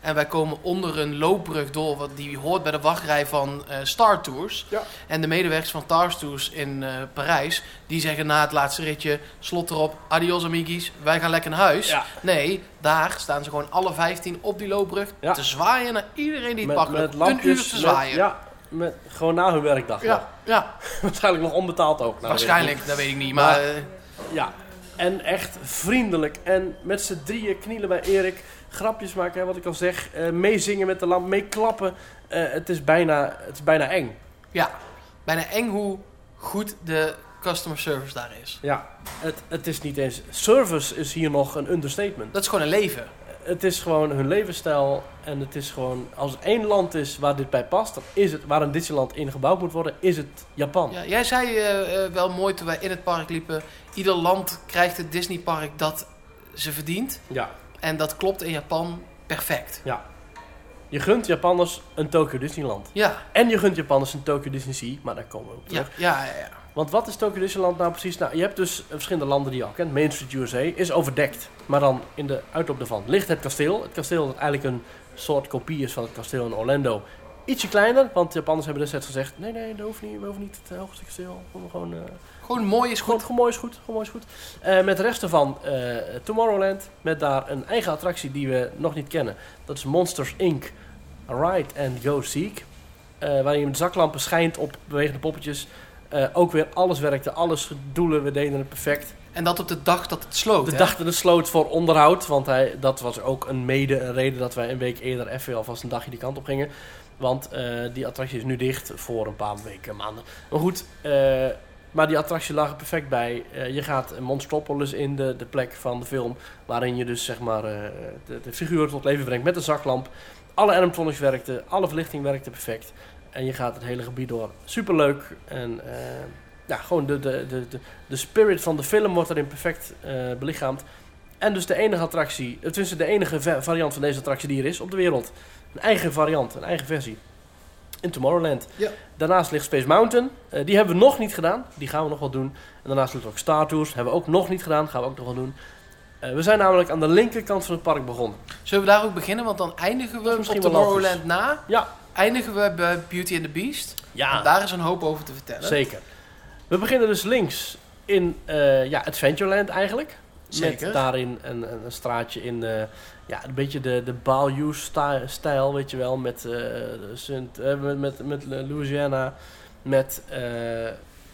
Speaker 3: En wij komen onder een loopbrug door, wat die hoort bij de wachtrij van eh, Star Tours.
Speaker 4: Ja.
Speaker 3: En de medewerkers van Star Tours in eh, Parijs, die zeggen na het laatste ritje, slot erop, adios amigos, wij gaan lekker naar huis.
Speaker 1: Ja.
Speaker 3: Nee, daar staan ze gewoon alle 15 op die loopbrug
Speaker 1: Ja.
Speaker 3: te zwaaien naar iedereen die het
Speaker 1: Met,
Speaker 3: pakken.
Speaker 1: met
Speaker 3: een uur
Speaker 1: lampjes.
Speaker 3: te
Speaker 1: met-
Speaker 3: zwaaien. ja.
Speaker 1: ja, met, gewoon na hun werkdag. nog.
Speaker 3: Ja,
Speaker 1: *laughs* Waarschijnlijk nog onbetaald ook. Nou,
Speaker 3: waarschijnlijk, dat weet ik niet. Maar, eh,
Speaker 1: weet ik niet. Ja. En echt vriendelijk. En met z'n drieën knielen bij Erik. Grapjes maken, hè, wat ik al zeg. eh, meezingen met de lamp, meeklappen. Eh, het, is bijna, het is bijna eng.
Speaker 3: ja, bijna eng hoe goed de customer service daar is.
Speaker 1: Ja, het, het is niet eens... Service is hier nog een understatement.
Speaker 3: Dat is gewoon een leven.
Speaker 1: Het is gewoon hun levensstijl. En het is gewoon... Als er één land is waar dit bij past, dan is het... Waar een Disneyland in gebouwd moet worden, is het Japan.
Speaker 3: Ja, jij zei eh, eh, wel mooi toen wij in het park liepen: ieder land krijgt het Disneypark dat ze verdient.
Speaker 1: ja.
Speaker 3: En dat klopt in Japan perfect.
Speaker 1: Je gunt Japanners een Tokyo Disneyland.
Speaker 3: Ja,
Speaker 1: En je gunt Japanners een Tokyo Disney Sea, maar daar komen we op terug.
Speaker 3: ja, ja, ja, ja.
Speaker 1: Want wat is Tokyo Disneyland nou precies? Nou, je hebt dus verschillende landen die je al kent. Main Street USA is overdekt, maar dan in de uitloop ervan ligt het kasteel. Het kasteel dat eigenlijk een soort kopie is van het kasteel in Orlando. Ietsje kleiner, want de Japanners hebben destijds gezegd... Nee, nee, dat hoeft niet. We hoeven niet het hoogste kasteel. We hoeven gewoon... eh,
Speaker 3: Gewoon mooi is
Speaker 1: Gewoon,
Speaker 3: goed.
Speaker 1: gewoon mooi is goed. Gewoon mooi is goed. Eh, met de rest ervan eh, Tomorrowland. Met daar een eigen attractie die we nog niet kennen. Dat is Monsters Inc. Ride and Go Seek. Eh, waarin je met zaklampen schijnt op bewegende poppetjes. Eh, ook weer alles werkte. Alles doelen. We deden het perfect.
Speaker 3: En dat op de dag dat het sloot.
Speaker 1: De
Speaker 3: hè?
Speaker 1: dag dat het sloot voor onderhoud. Want hij, dat was ook een mede een reden dat wij een week eerder even alvast een dagje die kant op gingen. Want eh, die attractie is nu dicht voor een paar weken, maanden. Maar goed, eh, maar die attractie lag er perfect bij. Eh, je gaat Monstropolis in, de, de plek van de film. Waarin je dus zeg maar eh, de, de figuur tot leven brengt met een zaklamp. Alle animatronics werkten, alle verlichting werkte perfect. En je gaat het hele gebied door. Superleuk. En eh, ja, gewoon de, de, de, de, de spirit van de film wordt erin perfect eh, belichaamd. En dus de enige attractie, eh, tenminste de enige va- variant van deze attractie die er is op de wereld. Een eigen variant, een eigen versie. In Tomorrowland.
Speaker 3: Ja.
Speaker 1: Daarnaast ligt Space Mountain. Eh, die hebben we nog niet gedaan. Die gaan we nog wel doen. En daarnaast ligt ook Star Tours. Hebben we ook nog niet gedaan. Gaan we ook nog wel doen. Eh, we zijn namelijk aan de linkerkant van het park begonnen.
Speaker 3: Zullen we daar ook beginnen? Want dan eindigen we
Speaker 1: is
Speaker 3: op
Speaker 1: misschien wel
Speaker 3: Tomorrowland na.
Speaker 1: Ja.
Speaker 3: Eindigen we bij Beauty and the Beast.
Speaker 1: Ja.
Speaker 3: En daar is een hoop over te vertellen.
Speaker 1: Zeker. We beginnen dus links in eh, ja, Adventureland eigenlijk.
Speaker 3: Zeker.
Speaker 1: Met daarin een, een, een straatje in eh, ja, een beetje de, de Bayou-stijl, weet je wel. Met, eh, Sint, eh, met, met, met Louisiana, met eh,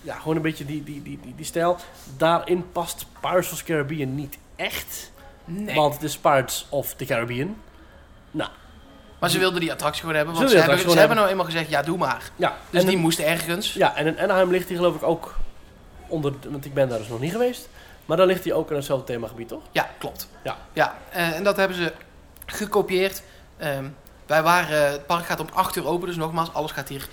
Speaker 1: ja, gewoon een beetje die, die, die, die, die stijl. Daarin past Pirates of the Caribbean niet echt,
Speaker 3: Nee.
Speaker 1: want het is Pirates of the Caribbean.
Speaker 3: Maar ze wilden die attractie gewoon hebben. Want
Speaker 1: Ze
Speaker 3: ze,
Speaker 1: wilden
Speaker 3: hebben,
Speaker 1: die
Speaker 3: ze hebben
Speaker 1: attractie
Speaker 3: nou eenmaal gezegd, ja, doe maar.
Speaker 1: Ja,
Speaker 3: Dus
Speaker 1: en
Speaker 3: die
Speaker 1: een-
Speaker 3: moest ergens.
Speaker 1: Ja, en in Anaheim ligt die geloof ik ook onder, de- want ik ben daar dus nog niet geweest. Maar daar ligt die ook in hetzelfde themagebied, toch?
Speaker 3: Ja, klopt.
Speaker 1: Ja.
Speaker 3: ja eh, en dat hebben ze gekopieerd. Ehm, wij waren, het park gaat om 8 uur open, dus nogmaals, alles gaat hier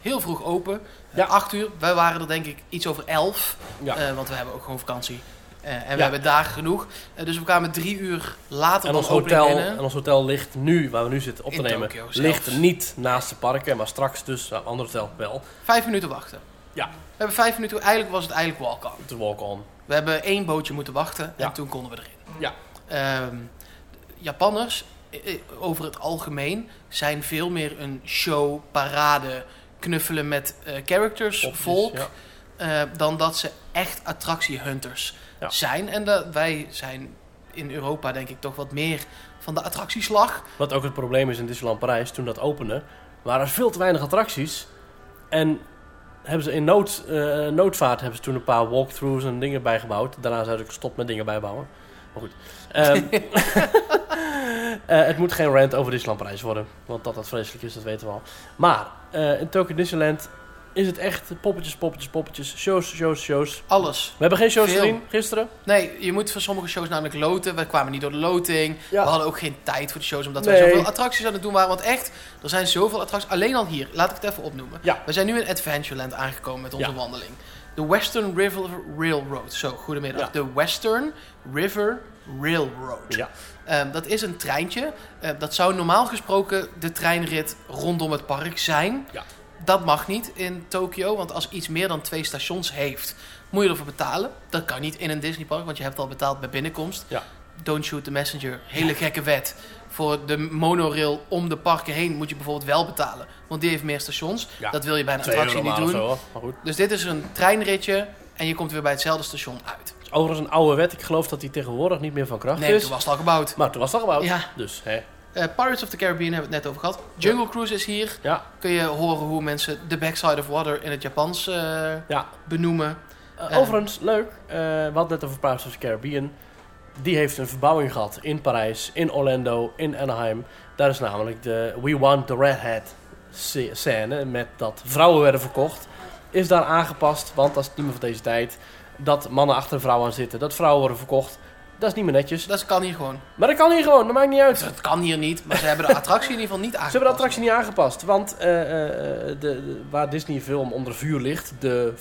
Speaker 3: heel vroeg open.
Speaker 1: Ja.
Speaker 3: Ja. 8 uur, wij waren er denk ik iets over 11,
Speaker 1: Ja.
Speaker 3: eh, want we hebben ook gewoon vakantie. Eh, en we
Speaker 1: Ja.
Speaker 3: hebben dagen genoeg. Eh, dus we kwamen drie uur later
Speaker 1: En
Speaker 3: dan
Speaker 1: ons,
Speaker 3: opening
Speaker 1: hotel,
Speaker 3: binnen.
Speaker 1: en ons hotel ligt nu, waar we nu zitten op te
Speaker 3: In
Speaker 1: nemen,
Speaker 3: Tokio zelfs.
Speaker 1: ligt niet naast de parken, maar straks dus, nou, ander hotel wel,
Speaker 3: Vijf minuten wachten.
Speaker 1: Ja.
Speaker 3: We hebben vijf minuten, eigenlijk was het eigenlijk walk-on.
Speaker 1: te walk-on.
Speaker 3: We hebben één bootje moeten wachten
Speaker 1: Ja.
Speaker 3: en toen konden we erin.
Speaker 1: Ja.
Speaker 3: Ehm, Japanners, eh, eh, over het algemeen, zijn veel meer een show, parade, knuffelen met eh, characters,
Speaker 1: Of dus,
Speaker 3: volk,
Speaker 1: ja.
Speaker 3: eh, dan dat ze echt attractiehunters
Speaker 1: Ja.
Speaker 3: zijn. En dat wij zijn in Europa denk ik toch wat meer van de attractieslag.
Speaker 1: Wat ook het probleem is in Disneyland Parijs, toen dat opende, waren er veel te weinig attracties. En hebben ze in nood, eh, noodvaart hebben ze toen een paar walkthroughs en dingen bijgebouwd. Daarna zijn ze gestopt met dingen bijbouwen. Maar goed.
Speaker 3: *laughs*
Speaker 1: Ehm, *laughs* eh, het moet geen rant over Disneyland Parijs worden. Want dat dat vreselijk is, dat weten we al. Maar eh, in Tokyo Disneyland is het echt poppetjes, poppetjes, poppetjes. Shows, shows, shows.
Speaker 3: Alles.
Speaker 1: We hebben geen shows
Speaker 3: Veel.
Speaker 1: gezien gisteren.
Speaker 3: Nee, je moet van sommige shows namelijk loten. We kwamen niet door de loting.
Speaker 1: Ja.
Speaker 3: We hadden ook geen tijd voor de shows, omdat
Speaker 1: Nee.
Speaker 3: we zoveel attracties aan het doen waren. Want echt, er zijn zoveel attracties. Alleen al hier, laat ik het even opnoemen.
Speaker 1: Ja.
Speaker 3: We zijn nu in Adventureland aangekomen met onze
Speaker 1: Ja.
Speaker 3: wandeling. De Western River Railroad. Zo, goedemiddag.
Speaker 1: Ja.
Speaker 3: De Western River Railroad.
Speaker 1: Ja.
Speaker 3: Ehm, dat is een treintje. Ehm, dat zou normaal gesproken de treinrit rondom het park zijn.
Speaker 1: Ja.
Speaker 3: Dat mag niet in Tokio, want als iets meer dan twee stations heeft, moet je ervoor betalen. Dat kan niet in een Disneypark, want je hebt al betaald bij binnenkomst.
Speaker 1: Ja.
Speaker 3: Don't shoot the messenger. Hele gekke wet. Voor de monorail om de parken heen moet je bijvoorbeeld wel betalen. Want die heeft meer stations.
Speaker 1: Ja.
Speaker 3: Dat wil je bij een
Speaker 1: 2
Speaker 3: attractie
Speaker 1: euro
Speaker 3: niet
Speaker 1: maar of
Speaker 3: doen.
Speaker 1: zo, hoor. Maar goed.
Speaker 3: Dus dit is een treinritje en je komt weer bij hetzelfde station uit.
Speaker 1: Het is overigens een oude wet. Ik geloof dat die tegenwoordig niet meer van kracht
Speaker 3: nee,
Speaker 1: is.
Speaker 3: toen was het al gebouwd.
Speaker 1: Maar toen was dat gebouwd.
Speaker 3: Ja.
Speaker 1: Dus, hè.
Speaker 3: Eh, Pirates of the Caribbean hebben we het net over gehad. Jungle Cruise is hier.
Speaker 1: Ja.
Speaker 3: Kun je horen hoe mensen de backside of water in het Japans eh,
Speaker 1: Ja.
Speaker 3: benoemen.
Speaker 1: Eh,
Speaker 3: Eh.
Speaker 1: overigens, leuk. eh, we hadden net over Pirates of the Caribbean. Die heeft een verbouwing gehad in Parijs, in Orlando, in Anaheim. Daar is namelijk de We Want the Red Hat sc- scène met dat vrouwen werden verkocht. Is daar aangepast, want dat is niet meer van deze tijd. Dat mannen achter vrouwen aan zitten, dat vrouwen worden verkocht. Dat is niet meer netjes.
Speaker 3: Dat kan hier gewoon. *laughs*
Speaker 1: Maar dat kan hier gewoon, dat maakt niet uit.
Speaker 3: Dat kan hier niet, maar ze hebben de attractie in ieder geval niet
Speaker 1: Ze
Speaker 3: aangepast.
Speaker 1: hebben de attractie niet aangepast, want eh, eh, de, de- waar Disney film onder vuur ligt, de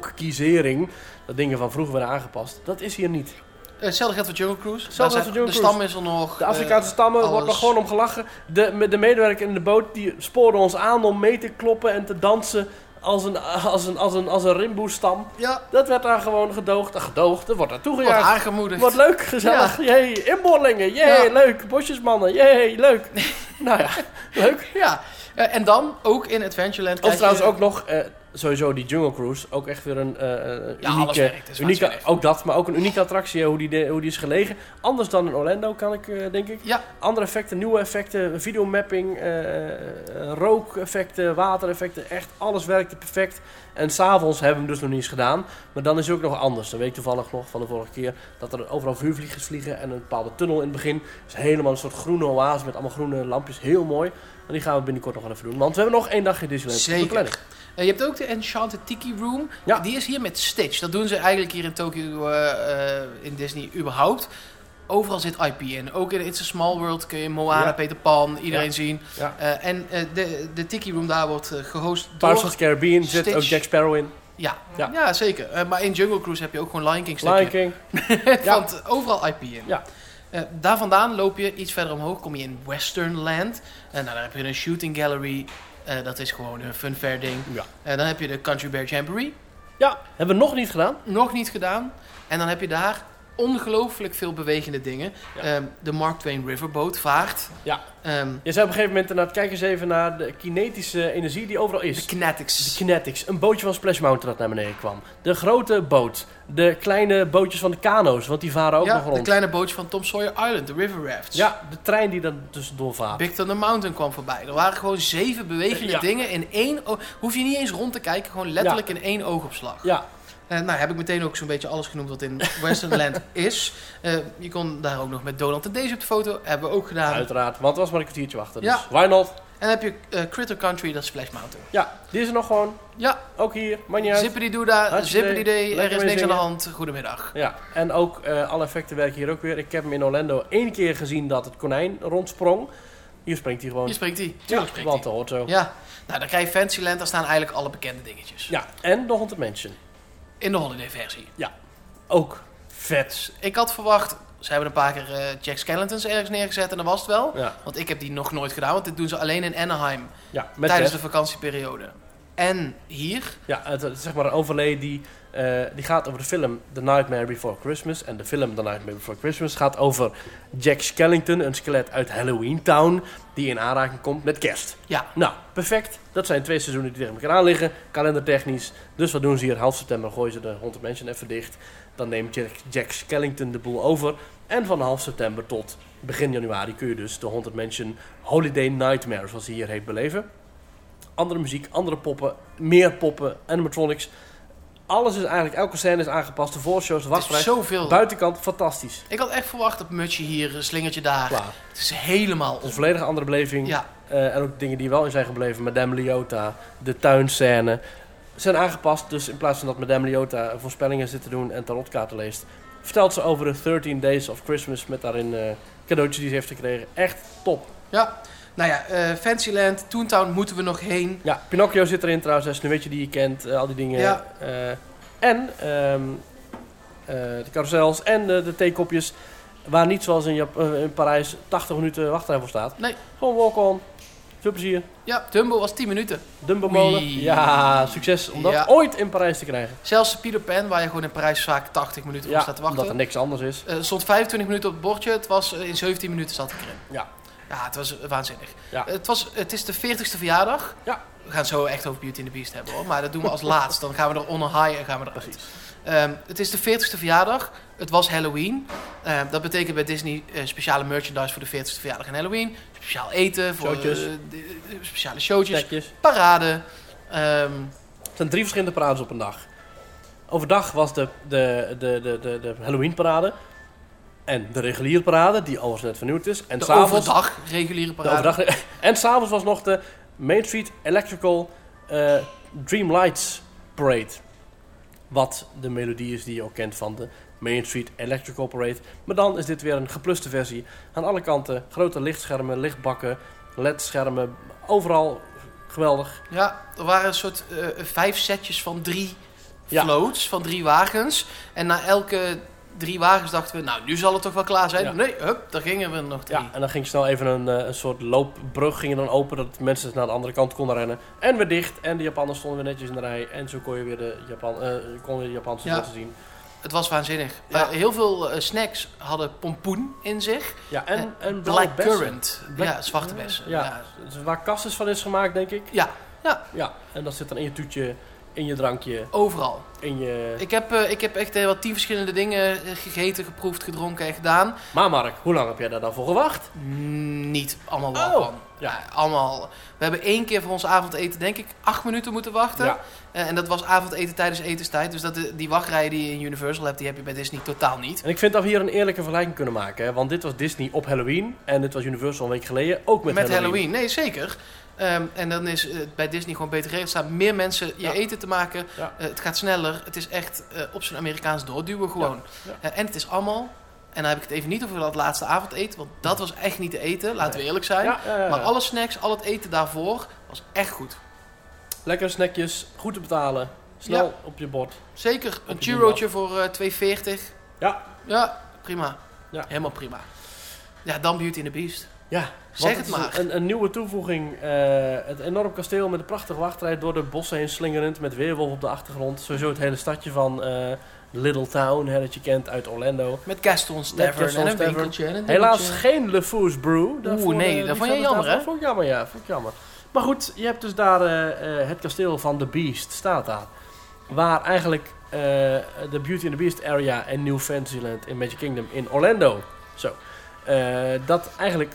Speaker 1: verwookkiezering, dat dingen van vroeger werden aangepast, dat is hier niet.
Speaker 3: Eh, Hetzelfde geldt voor Jungle Cruise.
Speaker 1: Hetzelfde
Speaker 3: Daar
Speaker 1: geldt
Speaker 3: zijn-
Speaker 1: voor Jungle
Speaker 3: De stam is er nog.
Speaker 1: De
Speaker 3: eh,
Speaker 1: Afrikaanse stammen wordt
Speaker 3: alles.
Speaker 1: er gewoon om gelachen. De, me- de medewerker in de boot die spoorde ons aan om mee te kloppen en te dansen als een, als een, als een, als een rimboestam.
Speaker 3: ja,
Speaker 1: Dat werd daar gewoon gedoogd. Ah, gedoogd, dat wordt daar
Speaker 3: eh, wordt
Speaker 1: toegejuicht.
Speaker 3: aangemoedigd.
Speaker 1: Wat leuk, gezellig. Jee, inboorlingen. Jee,
Speaker 3: Ja.
Speaker 1: leuk. Bosjesmannen. Jee,
Speaker 3: *laughs*
Speaker 1: leuk. nou ja, leuk.
Speaker 3: Ja, Eh, en dan ook in Adventureland.
Speaker 1: Of
Speaker 3: krijg
Speaker 1: trouwens
Speaker 3: je-
Speaker 1: ook nog, eh, sowieso die Jungle Cruise, ook echt weer een eh, eh,
Speaker 3: Ja, alles
Speaker 1: unieke,
Speaker 3: werkt, dus
Speaker 1: unieke
Speaker 3: wat je
Speaker 1: ook dat, maar ook een unieke attractie, eh, hoe die, de- hoe die is gelegen. Anders dan in Orlando, kan ik, eh, denk ik.
Speaker 3: Ja.
Speaker 1: Andere effecten, nieuwe effecten, videomapping, eh, eh, rookeffecten, watereffecten, echt alles werkte perfect. En s'avonds hebben we hem dus nog niet eens gedaan, maar dan is het ook nog anders. Dan weet ik toevallig nog van de vorige keer dat er overal vuurvliegers vliegen en een bepaalde tunnel in het begin. Dus helemaal een soort groene oase met allemaal groene lampjes, heel mooi. En die gaan we binnenkort nog wel even doen, want we hebben nog één dag in Disneyland op de
Speaker 3: Zeker.
Speaker 1: planning.
Speaker 3: Eh, je hebt ook de Enchanted Tiki Room.
Speaker 1: Ja.
Speaker 3: Die is hier met Stitch. Dat doen ze eigenlijk hier in Tokyo, eh, eh, in Disney, überhaupt. Overal zit IP in. Ook in It's a Small World kun je Moana,
Speaker 1: Ja.
Speaker 3: Peter Pan, iedereen
Speaker 1: Ja.
Speaker 3: zien.
Speaker 1: Ja.
Speaker 3: Eh, en eh, de, de Tiki Room daar wordt eh, gehost
Speaker 1: Pirates
Speaker 3: door...
Speaker 1: of the Caribbean zit
Speaker 3: Stitch.
Speaker 1: ook Jack Sparrow in.
Speaker 3: Ja, ja.
Speaker 1: Ja.
Speaker 3: zeker. Eh, maar in Jungle Cruise heb je ook gewoon Lion King stukje.
Speaker 1: Lion King.
Speaker 3: *laughs*
Speaker 1: Ja.
Speaker 3: Want overal IP in.
Speaker 1: Ja.
Speaker 3: Eh, daar vandaan loop je iets verder omhoog, kom je in Western Land. En nou, daar heb je een shooting gallery. Eh, dat is gewoon een fun fair ding.
Speaker 1: Ja.
Speaker 3: En dan heb je de Country Bear Jamboree.
Speaker 1: Ja, hebben we nog niet gedaan.
Speaker 3: Nog niet gedaan. En dan heb je daar ongelooflijk veel bewegende dingen.
Speaker 1: Ja.
Speaker 3: Ehm, de Mark Twain Riverboat vaart.
Speaker 1: Ja.
Speaker 3: Ehm,
Speaker 1: Je zei op een gegeven moment, inderdaad, kijk eens even naar de kinetische energie die overal
Speaker 3: de
Speaker 1: is. De
Speaker 3: Kinetics.
Speaker 1: kinetics, een bootje van Splash Mountain dat naar beneden kwam. De grote boot, de kleine bootjes van de kano's, want die varen ook
Speaker 3: ja,
Speaker 1: nog rond.
Speaker 3: de kleine bootje van Tom Sawyer Island, de River Rafts.
Speaker 1: Ja, de trein die dus dan tussendoor vaart.
Speaker 3: Big Thunder Mountain kwam voorbij. Er waren gewoon zeven bewegende
Speaker 1: Ja.
Speaker 3: dingen in één oog. Hoef je niet eens rond te kijken, gewoon letterlijk in één oogopslag.
Speaker 1: Ja,
Speaker 3: Eh, nou, heb ik meteen ook zo'n beetje alles genoemd wat in Western
Speaker 1: *laughs*
Speaker 3: Land is. Eh, je kon daar ook nog met Donald en Daisy op de foto. Hebben we ook gedaan.
Speaker 1: uiteraard, want het was maar een kwartiertje wachten. Dus
Speaker 3: Ja.
Speaker 1: why not?
Speaker 3: En dan heb je eh, Critter Country, dat is Splash Mountain.
Speaker 1: Ja, die is er nog gewoon.
Speaker 3: Ja,
Speaker 1: Ook hier, maakt niet uit.
Speaker 3: zippity doe daar,
Speaker 1: Hartstikke
Speaker 3: zippity
Speaker 1: idee.
Speaker 3: day, er
Speaker 1: Lekker
Speaker 3: is
Speaker 1: mee
Speaker 3: niks aan de
Speaker 1: zingen.
Speaker 3: hand. Goedemiddag.
Speaker 1: Ja, en ook eh, alle effecten werken hier ook weer. Ik heb hem in Orlando één keer gezien dat het konijn rondsprong. Hier springt hij gewoon.
Speaker 3: Hier springt hij.
Speaker 1: ja,
Speaker 3: Tuurlijk springt
Speaker 1: want dat
Speaker 3: hij.
Speaker 1: hoort zo. Ja.
Speaker 3: Ja, nou dan krijg je Fantasyland, daar staan eigenlijk alle bekende dingetjes.
Speaker 1: en de Haunted Mansion.
Speaker 3: In de holiday versie.
Speaker 1: Ook vet.
Speaker 3: Ik had verwacht, ze hebben een paar keer eh, Jack Skellingtons ergens neergezet en dat was het wel.
Speaker 1: Ja,
Speaker 3: Want ik heb die nog nooit gedaan, want dit doen ze alleen in Anaheim
Speaker 1: ja met
Speaker 3: tijdens
Speaker 1: Jeff.
Speaker 3: de vakantieperiode. En hier,
Speaker 1: Ja, het, het is zeg maar een overlay die, eh, die gaat over de film The Nightmare Before Christmas. En de film The Nightmare Before Christmas gaat over Jack Skellington, een skelet uit Halloween Town, die in aanraking komt met kerst.
Speaker 3: ja,
Speaker 1: Nou, perfect. Dat zijn twee seizoenen die tegen elkaar aan liggen, kalendertechnisch. Dus wat doen ze hier? Half september gooien ze de Haunted Mansion even dicht. Dan neemt Jack, Jack Skellington de boel over. En van half september tot begin januari kun je dus de Haunted Mansion Holiday Nightmare, zoals die hier heet, beleven. Andere muziek, andere poppen, meer poppen, animatronics. Alles is eigenlijk, elke scène is aangepast. De voorshows, de
Speaker 3: het is
Speaker 1: wachtrij,
Speaker 3: zoveel.
Speaker 1: buitenkant, fantastisch.
Speaker 3: Ik had echt verwacht dat mutsje hier, een slingertje daar.
Speaker 1: Klaar.
Speaker 3: Het is helemaal
Speaker 1: Een
Speaker 3: on.
Speaker 1: volledig andere beleving.
Speaker 3: Ja,
Speaker 1: Eh, en ook dingen die wel in zijn gebleven. Madame Leota, de tuinscène. Zijn aangepast. Dus in plaats van dat Madame Leota voorspellingen zit te doen en tarotkaarten leest. Vertelt ze over de 13 Days of Christmas met daarin eh, cadeautjes die ze heeft gekregen. Echt top.
Speaker 3: ja. Nou ja, eh, Fantasyland, Toontown moeten we nog heen.
Speaker 1: Ja, Pinocchio zit erin trouwens. Dat is een beetje die je kent. eh, al die dingen.
Speaker 3: Ja.
Speaker 1: Eh, en ehm, eh, de carousels en de, de theekopjes. Waar niet zoals in, Jap- eh, in Parijs 80 minuten wachtrij voor staat.
Speaker 3: Nee.
Speaker 1: Gewoon walk-on. Veel plezier.
Speaker 3: Ja, Dumbo was 10 minuten.
Speaker 1: Dumbo molen.
Speaker 3: Oei.
Speaker 1: Ja, succes om dat
Speaker 3: Ja.
Speaker 1: ooit in Parijs te krijgen.
Speaker 3: Zelfs de Peter Pan, waar je gewoon in prijszaak 80 minuten op
Speaker 1: Ja,
Speaker 3: staat te
Speaker 1: omdat
Speaker 3: wachten.
Speaker 1: er niks anders is.
Speaker 3: Eh, stond 25 minuten op het bordje. Het was eh, in 17 minuten zat ik erin.
Speaker 1: Ja.
Speaker 3: Ja, het was waanzinnig. Eh,
Speaker 1: Ja.
Speaker 3: Het, was, het is de 40ste verjaardag.
Speaker 1: Ja.
Speaker 3: We gaan het zo echt over Beauty and the Beast hebben hoor. Maar dat doen we als *laughs* laatst. Dan gaan we er on a high en gaan we eruit. Ehm, het is de 40ste verjaardag. Het was Halloween. Ehm, dat betekent bij Disney eh, speciale merchandise voor de 40ste verjaardag en Halloween. Speciaal eten voor
Speaker 1: Showtjes.
Speaker 3: eh, de- de- speciale showtjes.
Speaker 1: Stekjes.
Speaker 3: Parade. Ehm,
Speaker 1: Het zijn drie verschillende parades op een dag. Overdag was de, de, de, de, de, de Halloween parade. En de reguliere parade, die alles net vernieuwd is. En
Speaker 3: de
Speaker 1: s'avonds
Speaker 3: overdag reguliere
Speaker 1: De
Speaker 3: parade.
Speaker 1: overdag- *laughs* en s'avonds was nog de Main Street Electrical eh, Dream Lights Parade. Wat de melodie is die je ook kent van de Main Street Electrical Parade. Maar dan is dit weer een gepluste versie. Aan alle kanten grote lichtschermen, lichtbakken, ledschermen. Overal geweldig.
Speaker 3: Ja, er waren een soort eh, vijf setjes van drie
Speaker 1: Ja.
Speaker 3: floats, van drie wagens. En na elke drie wagens dachten we, nou, nu zal het toch wel klaar zijn.
Speaker 1: Ja.
Speaker 3: Nee, hup, daar gingen we nog drie.
Speaker 1: Ja, en dan ging snel even een, eh, een soort loopbrug ging dan open. Dat mensen naar de andere kant konden rennen. En weer dicht. En de Japanners stonden weer netjes in de rij. En zo kon je weer de, Japan, eh, kon je de Japanse
Speaker 3: Ja.
Speaker 1: flotten zien.
Speaker 3: Het was waanzinnig.
Speaker 1: Ja.
Speaker 3: Eh, heel veel eh, snacks hadden pompoen in zich.
Speaker 1: Ja, en, en blauwe
Speaker 3: Eh, Black
Speaker 1: bessen.
Speaker 3: currant.
Speaker 1: Black-
Speaker 3: Ja, zwarte bessen.
Speaker 1: Ja.
Speaker 3: Ja.
Speaker 1: Dus waar kastes van is gemaakt, denk ik.
Speaker 3: Ja. Ja.
Speaker 1: Ja, en dat zit dan in je toetje, in je drankje,
Speaker 3: Overal.
Speaker 1: in je...
Speaker 3: Ik heb, eh, ik heb echt eh, wel tien verschillende dingen eh, gegeten, geproefd, gedronken en gedaan.
Speaker 1: Maar Mark, hoe lang heb jij daar dan voor gewacht?
Speaker 3: Mm, Niet allemaal
Speaker 1: Oh.
Speaker 3: wel van.
Speaker 1: Ja.
Speaker 3: Ja. allemaal. We hebben één keer voor ons avondeten, denk ik, acht minuten moeten wachten.
Speaker 1: Ja.
Speaker 3: Eh, en dat was avondeten tijdens etenstijd. Dus dat, die wachtrijen die je in Universal hebt, die heb je bij Disney totaal niet.
Speaker 1: En ik vind dat we hier een eerlijke vergelijking kunnen maken. Hè? Want dit was Disney op Halloween. En dit was Universal een week geleden ook met, Halloween.
Speaker 3: Nee, zeker. Ehm, en dan is eh, bij Disney gewoon beter geregeld. Er staan meer mensen je
Speaker 1: Ja.
Speaker 3: eten te maken.
Speaker 1: Ja.
Speaker 3: Eh, het gaat sneller. Het is echt eh, op zijn Amerikaans doorduwen gewoon.
Speaker 1: Ja.
Speaker 3: Eh, en het is allemaal... En dan heb ik het even niet over dat laatste avondeten. Want dat was echt niet te eten, laten we eerlijk zijn.
Speaker 1: Ja, ja, ja, ja.
Speaker 3: Maar alle snacks, al het eten daarvoor was echt goed.
Speaker 1: Lekkere snackjes, goed te betalen, snel op je bord.
Speaker 3: Zeker een
Speaker 1: je
Speaker 3: churrootje voor eh 2,40.
Speaker 1: Ja.
Speaker 3: Ja, prima.
Speaker 1: Ja.
Speaker 3: Helemaal prima. Ja, dan Beauty and the Beast.
Speaker 1: Ja, want
Speaker 3: Zeg het
Speaker 1: is
Speaker 3: maar.
Speaker 1: Een, een nieuwe toevoeging. eh, het enorm kasteel met een prachtige wachtrij door de bossen heen slingerend. Met weerwolf op de achtergrond. Sowieso het hele stadje van eh, Little Town, hè, dat je kent uit Orlando.
Speaker 3: Met Gaston's
Speaker 1: Met
Speaker 3: Tavern
Speaker 1: Gaston's
Speaker 3: en een
Speaker 1: Tavern.
Speaker 3: winkeltje en een
Speaker 1: Helaas
Speaker 3: dingetje.
Speaker 1: geen Le Fou's Brew. Daarvoor,
Speaker 3: Oeh, nee,
Speaker 1: eh,
Speaker 3: dat
Speaker 1: die
Speaker 3: vond je
Speaker 1: staat
Speaker 3: jammer,
Speaker 1: er-
Speaker 3: hè?
Speaker 1: Vond ik jammer, ja. Vond ik jammer. Maar goed, je hebt dus daar eh, eh, het kasteel van The Beast, staat daar. Waar eigenlijk eh, de Beauty and the Beast area en New Fantasyland in Magic Kingdom in Orlando. Zo. eh, dat eigenlijk,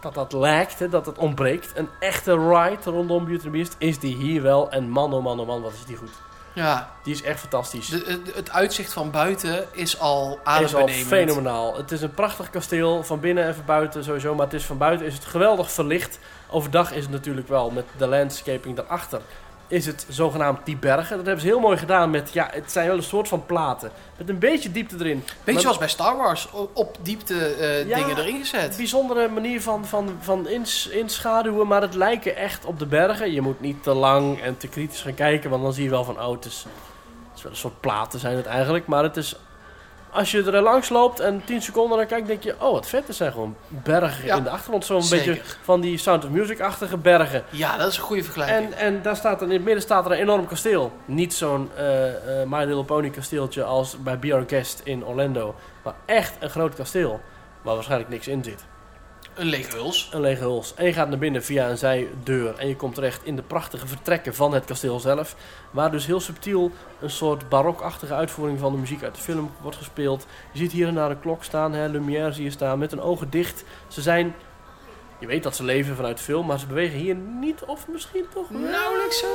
Speaker 1: dat dat lijkt, hè, dat het ontbreekt. Een echte ride rondom Beauty and the Beast is die hier wel. En man, oh man, oh man, wat is die goed.
Speaker 3: Ja,
Speaker 1: Die is echt fantastisch.
Speaker 3: de- het- het uitzicht van buiten is al
Speaker 1: is al
Speaker 3: adembenemend.
Speaker 1: fenomenaal. Het is een prachtig kasteel, van binnen en van buiten sowieso. Maar het is van buiten is het geweldig verlicht. Overdag is het natuurlijk wel met de landscaping daarachter. Is het zogenaamd die bergen. Dat hebben ze heel mooi gedaan met, ja, het zijn wel een soort van platen. Met een beetje diepte erin.
Speaker 3: Beetje
Speaker 1: Maar-
Speaker 3: zoals bij Star Wars, o- op diepte eh,
Speaker 1: Ja.
Speaker 3: dingen erin
Speaker 1: Een
Speaker 3: gezet.
Speaker 1: bijzondere manier van, van, van ins, inschaduwen, maar het lijken echt op de bergen. Je moet niet te lang en te kritisch gaan kijken, want dan zie je wel van, oh, het is, het is wel een soort platen zijn het eigenlijk. Maar het is, als je er langs loopt en 10 seconden naar kijkt, denk je, oh, wat vet, er zijn gewoon bergen
Speaker 3: Ja,
Speaker 1: in de achtergrond. Zo'n
Speaker 3: zeker.
Speaker 1: beetje van die Sound of Music-achtige bergen.
Speaker 3: Ja, dat is een goede vergelijking.
Speaker 1: En, en daar staat, er- in het midden staat er een enorm kasteel. Niet zo'n eh, eh, My Little Pony kasteeltje als bij Be Our Guest in Orlando. Maar echt een groot kasteel, waar waarschijnlijk niks in zit
Speaker 3: Een lege huls.
Speaker 1: een lege huls. En je gaat naar binnen via een zijdeur. En je komt terecht in de prachtige vertrekken van het kasteel zelf. Waar dus heel subtiel een soort barokachtige uitvoering van de muziek uit de film wordt gespeeld. Je ziet hier en daar een klok staan, hè, Lumière zie je staan, met hun ogen dicht. Ze zijn, je weet dat ze leven vanuit film, maar ze bewegen hier niet of misschien toch wel.
Speaker 3: Nauwelijks zo.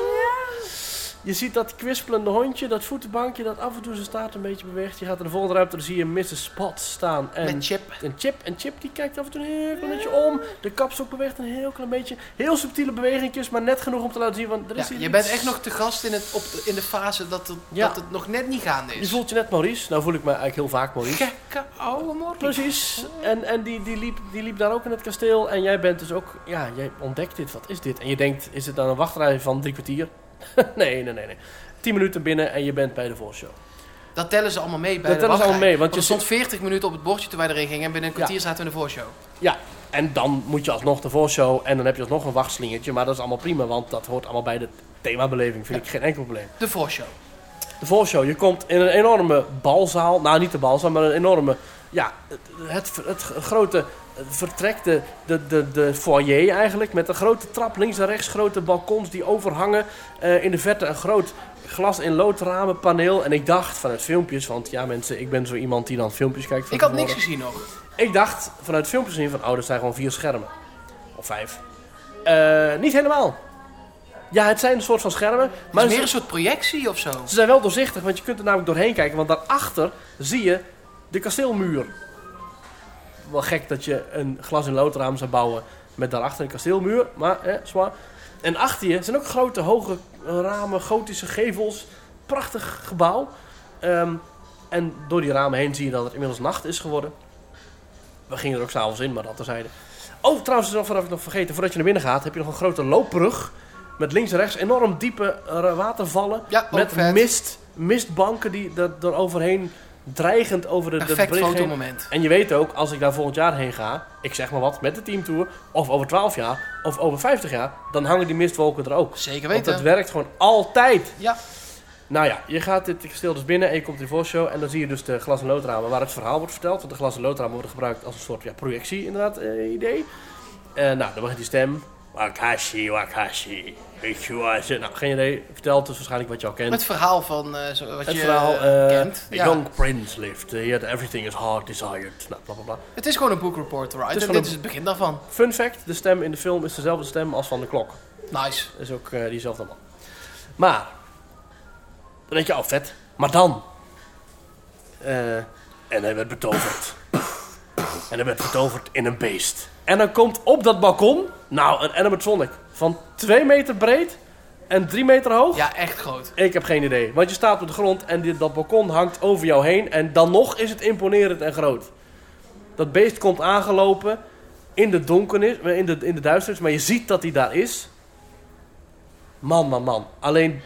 Speaker 1: Je ziet dat kwispelende hondje, dat voetenbankje dat af en toe zijn staart een beetje beweegt. Je gaat in de volgende ruimte, dan zie je Mr. Spot staan. En
Speaker 3: Met chip.
Speaker 1: en Chip, en Chip die kijkt af en toe een heel klein beetje om. De kapstok beweegt een heel klein beetje. Heel subtiele bewegingjes, maar net genoeg om te laten zien. Want er
Speaker 3: Ja,
Speaker 1: is hier
Speaker 3: je
Speaker 1: iets.
Speaker 3: bent echt nog te gast in, het, op de, in de fase dat het,
Speaker 1: Ja.
Speaker 3: dat het nog net niet gaande
Speaker 1: Je
Speaker 3: is.
Speaker 1: voelt je net Maurice. Nou voel ik me eigenlijk heel vaak Maurice.
Speaker 3: Gekke oude morgen.
Speaker 1: Precies. En, en die, die, liep, die liep daar ook in het kasteel. En jij bent dus ook... Ja, jij ontdekt dit. Wat is dit? En je denkt, is het dan een wachtrij van drie kwartier? *laughs* nee, nee, nee, nee. Tien minuten binnen en je bent bij de voorshow.
Speaker 3: Dat tellen ze allemaal mee bij
Speaker 1: Dat
Speaker 3: de
Speaker 1: tellen ze allemaal
Speaker 3: wachtrij.
Speaker 1: mee, want je
Speaker 3: er stond 40 minuten op het bordje toen wij erin gingen en binnen een kwartier zaten we in de voorshow.
Speaker 1: Ja, en dan moet je alsnog de voorshow. En dan heb je alsnog een wachtslingetje. Maar dat is allemaal prima, want dat hoort allemaal bij de themabeleving. Vind ik geen enkel probleem.
Speaker 3: De voorshow.
Speaker 1: De voorshow. Je komt in een enorme balzaal. Nou, niet de balzaal, maar een enorme... Ja, het, het, het grote vertrekt de, de, de, de foyer eigenlijk met een grote trap links en rechts, grote balkons die overhangen. Eh, in de verte een groot glas in lood ramenpaneel. En ik dacht vanuit filmpjes, want ja mensen, ik ben zo iemand die dan filmpjes kijkt. van
Speaker 3: Ik had
Speaker 1: tevoren.
Speaker 3: niks gezien nog.
Speaker 1: Ik dacht vanuit filmpjes zien van, oh, er zijn gewoon vier schermen. Of vijf. Eh, niet helemaal. Ja, het zijn een soort van schermen.
Speaker 3: Maar
Speaker 1: Maar
Speaker 3: het is meer
Speaker 1: ze-
Speaker 3: een soort projectie of zo.
Speaker 1: ze zijn wel doorzichtig, want je kunt er namelijk doorheen kijken. Want daarachter zie je de kasteelmuur. Wel gek dat je een glas- en loodraam zou bouwen met daarachter een kasteelmuur. Maar, eh, zwaar. En achter je zijn ook grote, hoge eh, ramen, gotische gevels. Prachtig gebouw. Ehm, en door die ramen heen zie je dat het inmiddels nacht is geworden. We gingen er ook s'avonds in, maar dat terzijde. Oh, trouwens, dat heb ik nog vergeten. Voordat je naar binnen gaat, heb je nog een grote loopbrug. Met links en rechts enorm diepe eh, watervallen.
Speaker 3: Ja, ook
Speaker 1: Met
Speaker 3: vet.
Speaker 1: mist, mistbanken die er, er overheen dreigend over de, de
Speaker 3: Perfect
Speaker 1: brug heen.
Speaker 3: fotomoment.
Speaker 1: En je weet ook, als ik daar volgend jaar heen ga, ik zeg maar wat, met de teamtour, of over 12 jaar, of over 50 jaar, dan hangen die mistwolken er ook.
Speaker 3: Zeker
Speaker 1: Want dat
Speaker 3: weten.
Speaker 1: werkt gewoon altijd.
Speaker 3: Ja.
Speaker 1: Nou ja, je gaat dit kasteel dus binnen en je komt in de voorshow en dan zie je dus de glas- en loodramen waar het verhaal wordt verteld. Want de glas- en loodramen worden gebruikt als een soort ja, projectie inderdaad, eh, idee. Eh, nou, dan begint die stem. Wakashi, Wakashi, Ichiwashi. Nou, geen idee. Vertelt dus waarschijnlijk wat je al kent.
Speaker 3: Het verhaal van eh, zo- wat
Speaker 1: Het
Speaker 3: je
Speaker 1: verhaal,
Speaker 3: eh,
Speaker 1: eh,
Speaker 3: kent.
Speaker 1: A
Speaker 3: Ja.
Speaker 1: young prince lived, he had everything his heart desired. Nou, bla bla bla.
Speaker 3: Het is gewoon een book report, right?
Speaker 1: is
Speaker 3: En
Speaker 1: gewoon
Speaker 3: dit
Speaker 1: een-
Speaker 3: is het begin daarvan.
Speaker 1: Fun fact, de stem in de film is dezelfde stem als van de klok.
Speaker 3: Nice.
Speaker 1: Dat is ook eh, diezelfde man. Maar, dan denk je, oh vet, maar dan. Eh, en hij werd betoverd. en hij werd betoverd in een beest. En dan komt op dat balkon, nou, een animatronic van 2 meter breed en 3 meter hoog.
Speaker 3: Ja, echt groot.
Speaker 1: Ik heb geen idee. Want je staat op de grond en dit, dat balkon hangt over jou heen. En dan nog is het imponerend en groot. Dat beest komt aangelopen in de donkernis, eh, in de, in de duisternis. Maar je ziet dat hij daar is. Man, man, man. Alleen,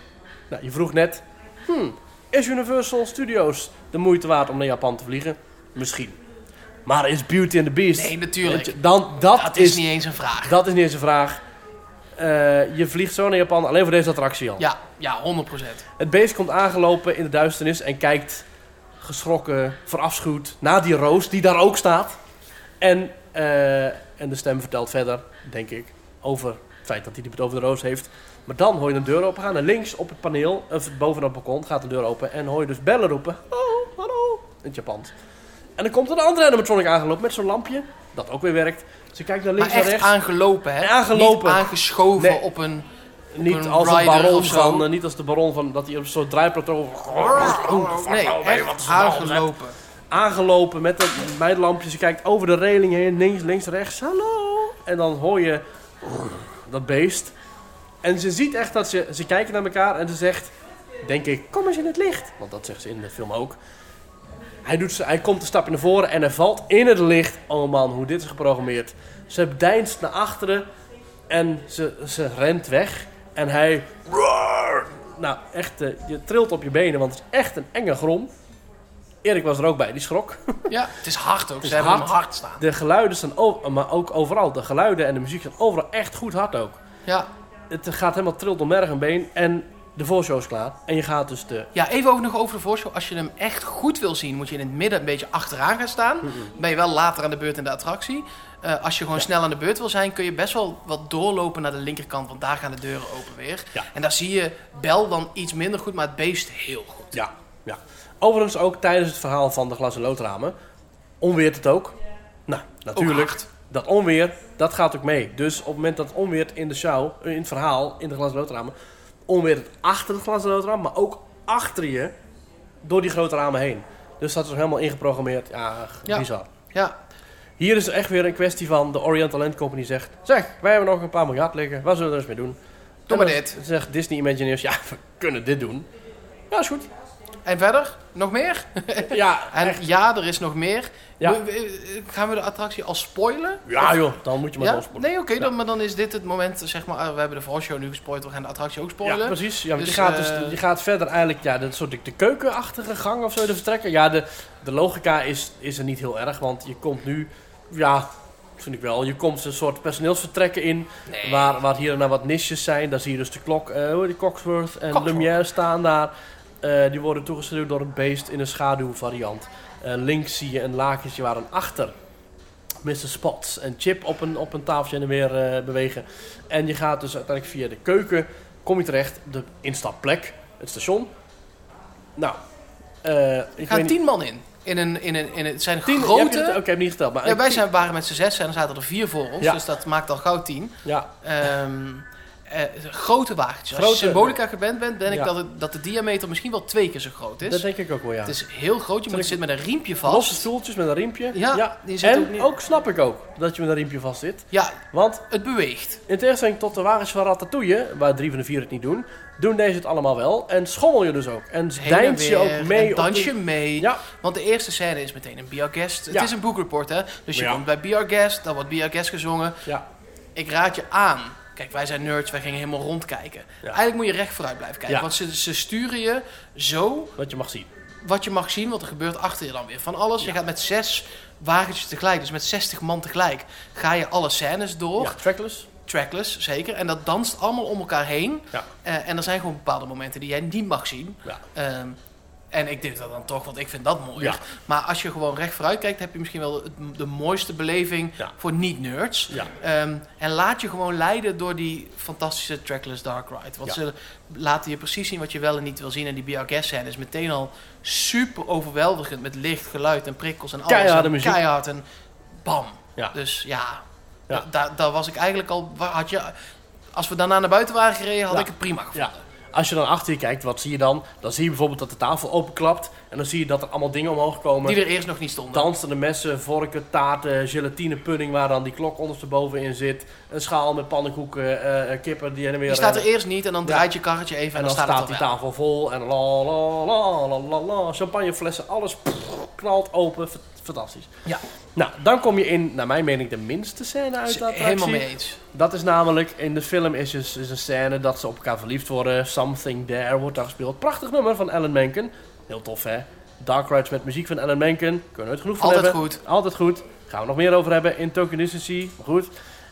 Speaker 1: nou, je vroeg net... hmm, is Universal Studios de moeite waard om naar Japan te vliegen? Misschien. Maar is Beauty and the Beast...
Speaker 3: Nee, natuurlijk.
Speaker 1: Dan, dat,
Speaker 3: Dat
Speaker 1: is,
Speaker 3: is niet eens een vraag.
Speaker 1: dat is niet eens een vraag. Eh, je vliegt zo naar Japan alleen voor deze attractie al.
Speaker 3: Ja, ja, 100%.
Speaker 1: Het beest komt aangelopen in de duisternis en kijkt geschrokken, verafschuwd naar die roos die daar ook staat. En, eh, en de stem vertelt verder, denk ik, over het feit dat hij die over de roos heeft. Maar dan hoor je een deur open gaan en links op het paneel, of boven op het balkon, gaat de deur open en hoor je dus bellen roepen. Hallo, hallo, in het Japans. En dan komt er een andere animatronic aangelopen met zo'n lampje, dat ook weer werkt. Ze kijkt naar
Speaker 3: Maar
Speaker 1: links en
Speaker 3: echt
Speaker 1: rechts.
Speaker 3: aangelopen, hè?
Speaker 1: En aangelopen.
Speaker 3: Niet aangeschoven
Speaker 1: Nee.
Speaker 3: op een...
Speaker 1: Niet
Speaker 3: een
Speaker 1: als, een
Speaker 3: rider
Speaker 1: baron
Speaker 3: of zo.
Speaker 1: van, eh, niet als de baron van dat hij op zo'n draaiplaat over...
Speaker 3: Oh, Nee, echt aangelopen.
Speaker 1: aangelopen met een bij het lampje. Ze kijkt over de reling heen, links, links, rechts. Hallo! En dan hoor je dat beest. En ze ziet echt dat ze... Ze kijken naar elkaar en ze zegt... Denk ik, kom eens in het licht. Want dat zegt ze in de film ook. Hij, doet, ze- hij komt een stapje naar voren en hij valt in het licht. Oh man, hoe dit is geprogrammeerd. Ze deinst naar achteren en ze, ze rent weg. En hij... Nou, echt, eh, je trilt op je benen, want het is echt een enge grom. Erik was er ook bij, die schrok.
Speaker 3: Ja, het is hard ook. Ze
Speaker 1: is
Speaker 3: hebben hem
Speaker 1: hard.
Speaker 3: hard staan.
Speaker 1: De geluiden zijn ook, maar ook overal. De geluiden en de muziek zijn overal echt goed hard ook.
Speaker 3: Ja.
Speaker 1: Het gaat helemaal trilt door merg en been. En de voorshow is klaar. En je gaat dus de...
Speaker 3: ja, even ook nog over de voorshow. Als je hem echt goed wil zien, moet je in het midden een beetje achteraan gaan staan. Ben je wel later aan de beurt in de attractie. Eh, als je gewoon snel aan de beurt wil zijn, kun je best wel wat doorlopen naar de linkerkant. Want daar gaan de deuren open weer.
Speaker 1: Ja.
Speaker 3: En daar zie je Bel dan iets minder goed, maar het beest heel goed.
Speaker 1: Ja, ja. Overigens ook tijdens het verhaal van de glas- en loodramen. Onweert het ook. Nou, natuurlijk.
Speaker 3: hard.
Speaker 1: dat onweer, dat gaat ook mee. Dus op het moment dat het onweert in de show, eh, in het verhaal, in de glas- en loodramen... Onweert het achter het glas- en loodraam, maar ook achter je door die grote ramen heen. Dus dat is helemaal ingeprogrammeerd. Ja,
Speaker 3: Ja.
Speaker 1: bizar.
Speaker 3: Ja,
Speaker 1: Hier is het echt weer een kwestie van de Oriental Land Company zegt... Zeg, wij hebben nog een paar miljard liggen. Wat zullen we er eens mee doen?
Speaker 3: doe maar
Speaker 1: En dan
Speaker 3: dit.
Speaker 1: Zegt Disney Imagineers, ja, we kunnen dit doen. Ja, is goed.
Speaker 3: En verder? Nog meer? *laughs*
Speaker 1: Ja,
Speaker 3: En ja, er is nog meer.
Speaker 1: Ja.
Speaker 3: We- we- gaan we de attractie al spoilen?
Speaker 1: ja joh, dan moet je maar
Speaker 3: Ja?
Speaker 1: doorspoelen.
Speaker 3: Nee, oké, dan, maar dan is dit het moment, zeg maar, ah, we hebben de voorshow nu gespoild, we gaan de attractie ook spoilen.
Speaker 1: Ja, precies. Ja, want
Speaker 3: Dus,
Speaker 1: je, gaat dus,
Speaker 3: eh,
Speaker 1: je gaat verder eigenlijk, ja, dat soort de, de keukenachtige gang of zo, de vertrekken. Ja, de, de logica is, is er niet heel erg, want je komt nu, ja, vind ik wel, je komt een soort personeelsvertrekken in, waar, waar hier en daar wat nisjes zijn. Daar zie je dus de klok, eh, hoe heet die Coxworth en
Speaker 3: Coxworth.
Speaker 1: Lumière staan daar. Eh, die worden toegestuurd door een beest in een schaduwvariant. Eh, links zie je een lakentje waar een achter Mr. Spots en Chip op een, op een tafeltje en weer eh, bewegen. En je gaat dus uiteindelijk via de keuken, kom je terecht op de instapplek, het station. Nou, eh ik
Speaker 3: Er gaan
Speaker 1: weet
Speaker 3: tien man in. in, een, in, een, in een, het zijn
Speaker 1: tien- heb je
Speaker 3: grote...
Speaker 1: het- Oké, heb ik niet geteld. Maar
Speaker 3: Ja, wij zijn, waren met z'n zes en er zaten er vier voor ons.
Speaker 1: Ja.
Speaker 3: Dus dat maakt al gauw tien.
Speaker 1: ja,
Speaker 3: Ehm, eh, grote wagentjes. Als je
Speaker 1: Grote-
Speaker 3: symbolica gewend bent, ben ik
Speaker 1: Ja.
Speaker 3: dat, het- dat de diameter misschien wel twee keer zo groot is.
Speaker 1: dat denk ik ook wel, ja.
Speaker 3: Het is heel groot. Je moet
Speaker 1: Terug-
Speaker 3: zit met een riempje dus vast.
Speaker 1: Losse stoeltjes met een riempje.
Speaker 3: Ja, die zit ook
Speaker 1: En
Speaker 3: niet-
Speaker 1: ook snap ik ook dat je met een riempje vast zit.
Speaker 3: Ja,
Speaker 1: Want
Speaker 3: het beweegt.
Speaker 1: In tegenstelling tot de wagens van Ratatouille, waar drie van de vier het niet doen, doen deze het allemaal wel. En schommel je dus ook. En
Speaker 3: Heen en
Speaker 1: deins je
Speaker 3: weer,
Speaker 1: ook mee.
Speaker 3: en
Speaker 1: op
Speaker 3: dans
Speaker 1: die-
Speaker 3: je mee.
Speaker 1: Ja,
Speaker 3: Want de eerste scène is meteen een BR Guest. Het
Speaker 1: Ja.
Speaker 3: is een boekreport, hè? Dus je
Speaker 1: Ja.
Speaker 3: komt bij BR Guest, dan wordt BR Guest gezongen.
Speaker 1: ja.
Speaker 3: Ik raad je aan. Kijk, wij zijn nerds, wij gingen helemaal rondkijken. Eigenlijk moet je recht vooruit blijven kijken.
Speaker 1: Ja.
Speaker 3: Want ze, ze sturen je zo
Speaker 1: Wat je mag zien.
Speaker 3: wat je mag zien, want er gebeurt achter je dan weer van alles. Je gaat met zes wagentjes tegelijk, dus met 60 man tegelijk, ga je alle scènes door.
Speaker 1: Ja, trackless.
Speaker 3: Trackless, zeker. En dat danst allemaal om elkaar heen.
Speaker 1: Ja.
Speaker 3: Eh, en er zijn gewoon bepaalde momenten die jij niet mag zien.
Speaker 1: Ja.
Speaker 3: Ehm, en ik deed dat dan toch, want ik vind dat mooi.
Speaker 1: Ja.
Speaker 3: Maar als je gewoon recht vooruit kijkt, heb je misschien wel de, de mooiste beleving
Speaker 1: Ja.
Speaker 3: voor niet-nerds.
Speaker 1: Ja.
Speaker 3: Ehm, en laat je gewoon leiden door die fantastische trackless dark ride. Want
Speaker 1: Ja.
Speaker 3: ze laten je precies zien wat je wel en niet wil zien. En die BRGS scène is meteen al super overweldigend met licht, geluid en prikkels en alles.
Speaker 1: Keiharde
Speaker 3: en
Speaker 1: muziek.
Speaker 3: Keihard en bam.
Speaker 1: Ja.
Speaker 3: Dus ja,
Speaker 1: Ja.
Speaker 3: da- daar daar was ik eigenlijk al... wa- Had je, als we daarna naar buiten waren gereden, had
Speaker 1: Ja.
Speaker 3: ik het prima gevonden.
Speaker 1: Ja. Als je dan achter je kijkt, wat zie je dan? Dan zie je bijvoorbeeld dat de tafel openklapt. En dan zie je dat er allemaal dingen omhoog komen.
Speaker 3: Die er eerst nog niet stonden.
Speaker 1: Dansende messen, vorken, taarten, gelatine pudding waar dan die klok ondersteboven in zit. Een schaal met pannenkoeken, eh eh, kippen die heen en weer
Speaker 3: Die staat er
Speaker 1: rennen.
Speaker 3: eerst niet en dan draait je karretje even
Speaker 1: En
Speaker 3: en,
Speaker 1: dan,
Speaker 3: dan,
Speaker 1: staat,
Speaker 3: staat
Speaker 1: die
Speaker 3: het er wel.
Speaker 1: tafel vol en la la la la la la. Champagneflessen, alles pff, knalt open. Fa- Fantastisch.
Speaker 3: Ja.
Speaker 1: Nou, dan kom je in, naar mijn mening, de minste scène uit de attractie.
Speaker 3: Helemaal mee eens.
Speaker 1: Dat is namelijk, in de film is, dus- is een scène dat ze op elkaar verliefd worden. Something There wordt daar gespeeld. Prachtig nummer van Alan Menken. Heel tof, hè? Dark Rides met muziek van Alan Menken. Kunnen we nooit genoeg van
Speaker 3: Altijd
Speaker 1: hebben.
Speaker 3: goed.
Speaker 1: Altijd goed. Gaan we nog meer over hebben in Tokenicity. Maar goed.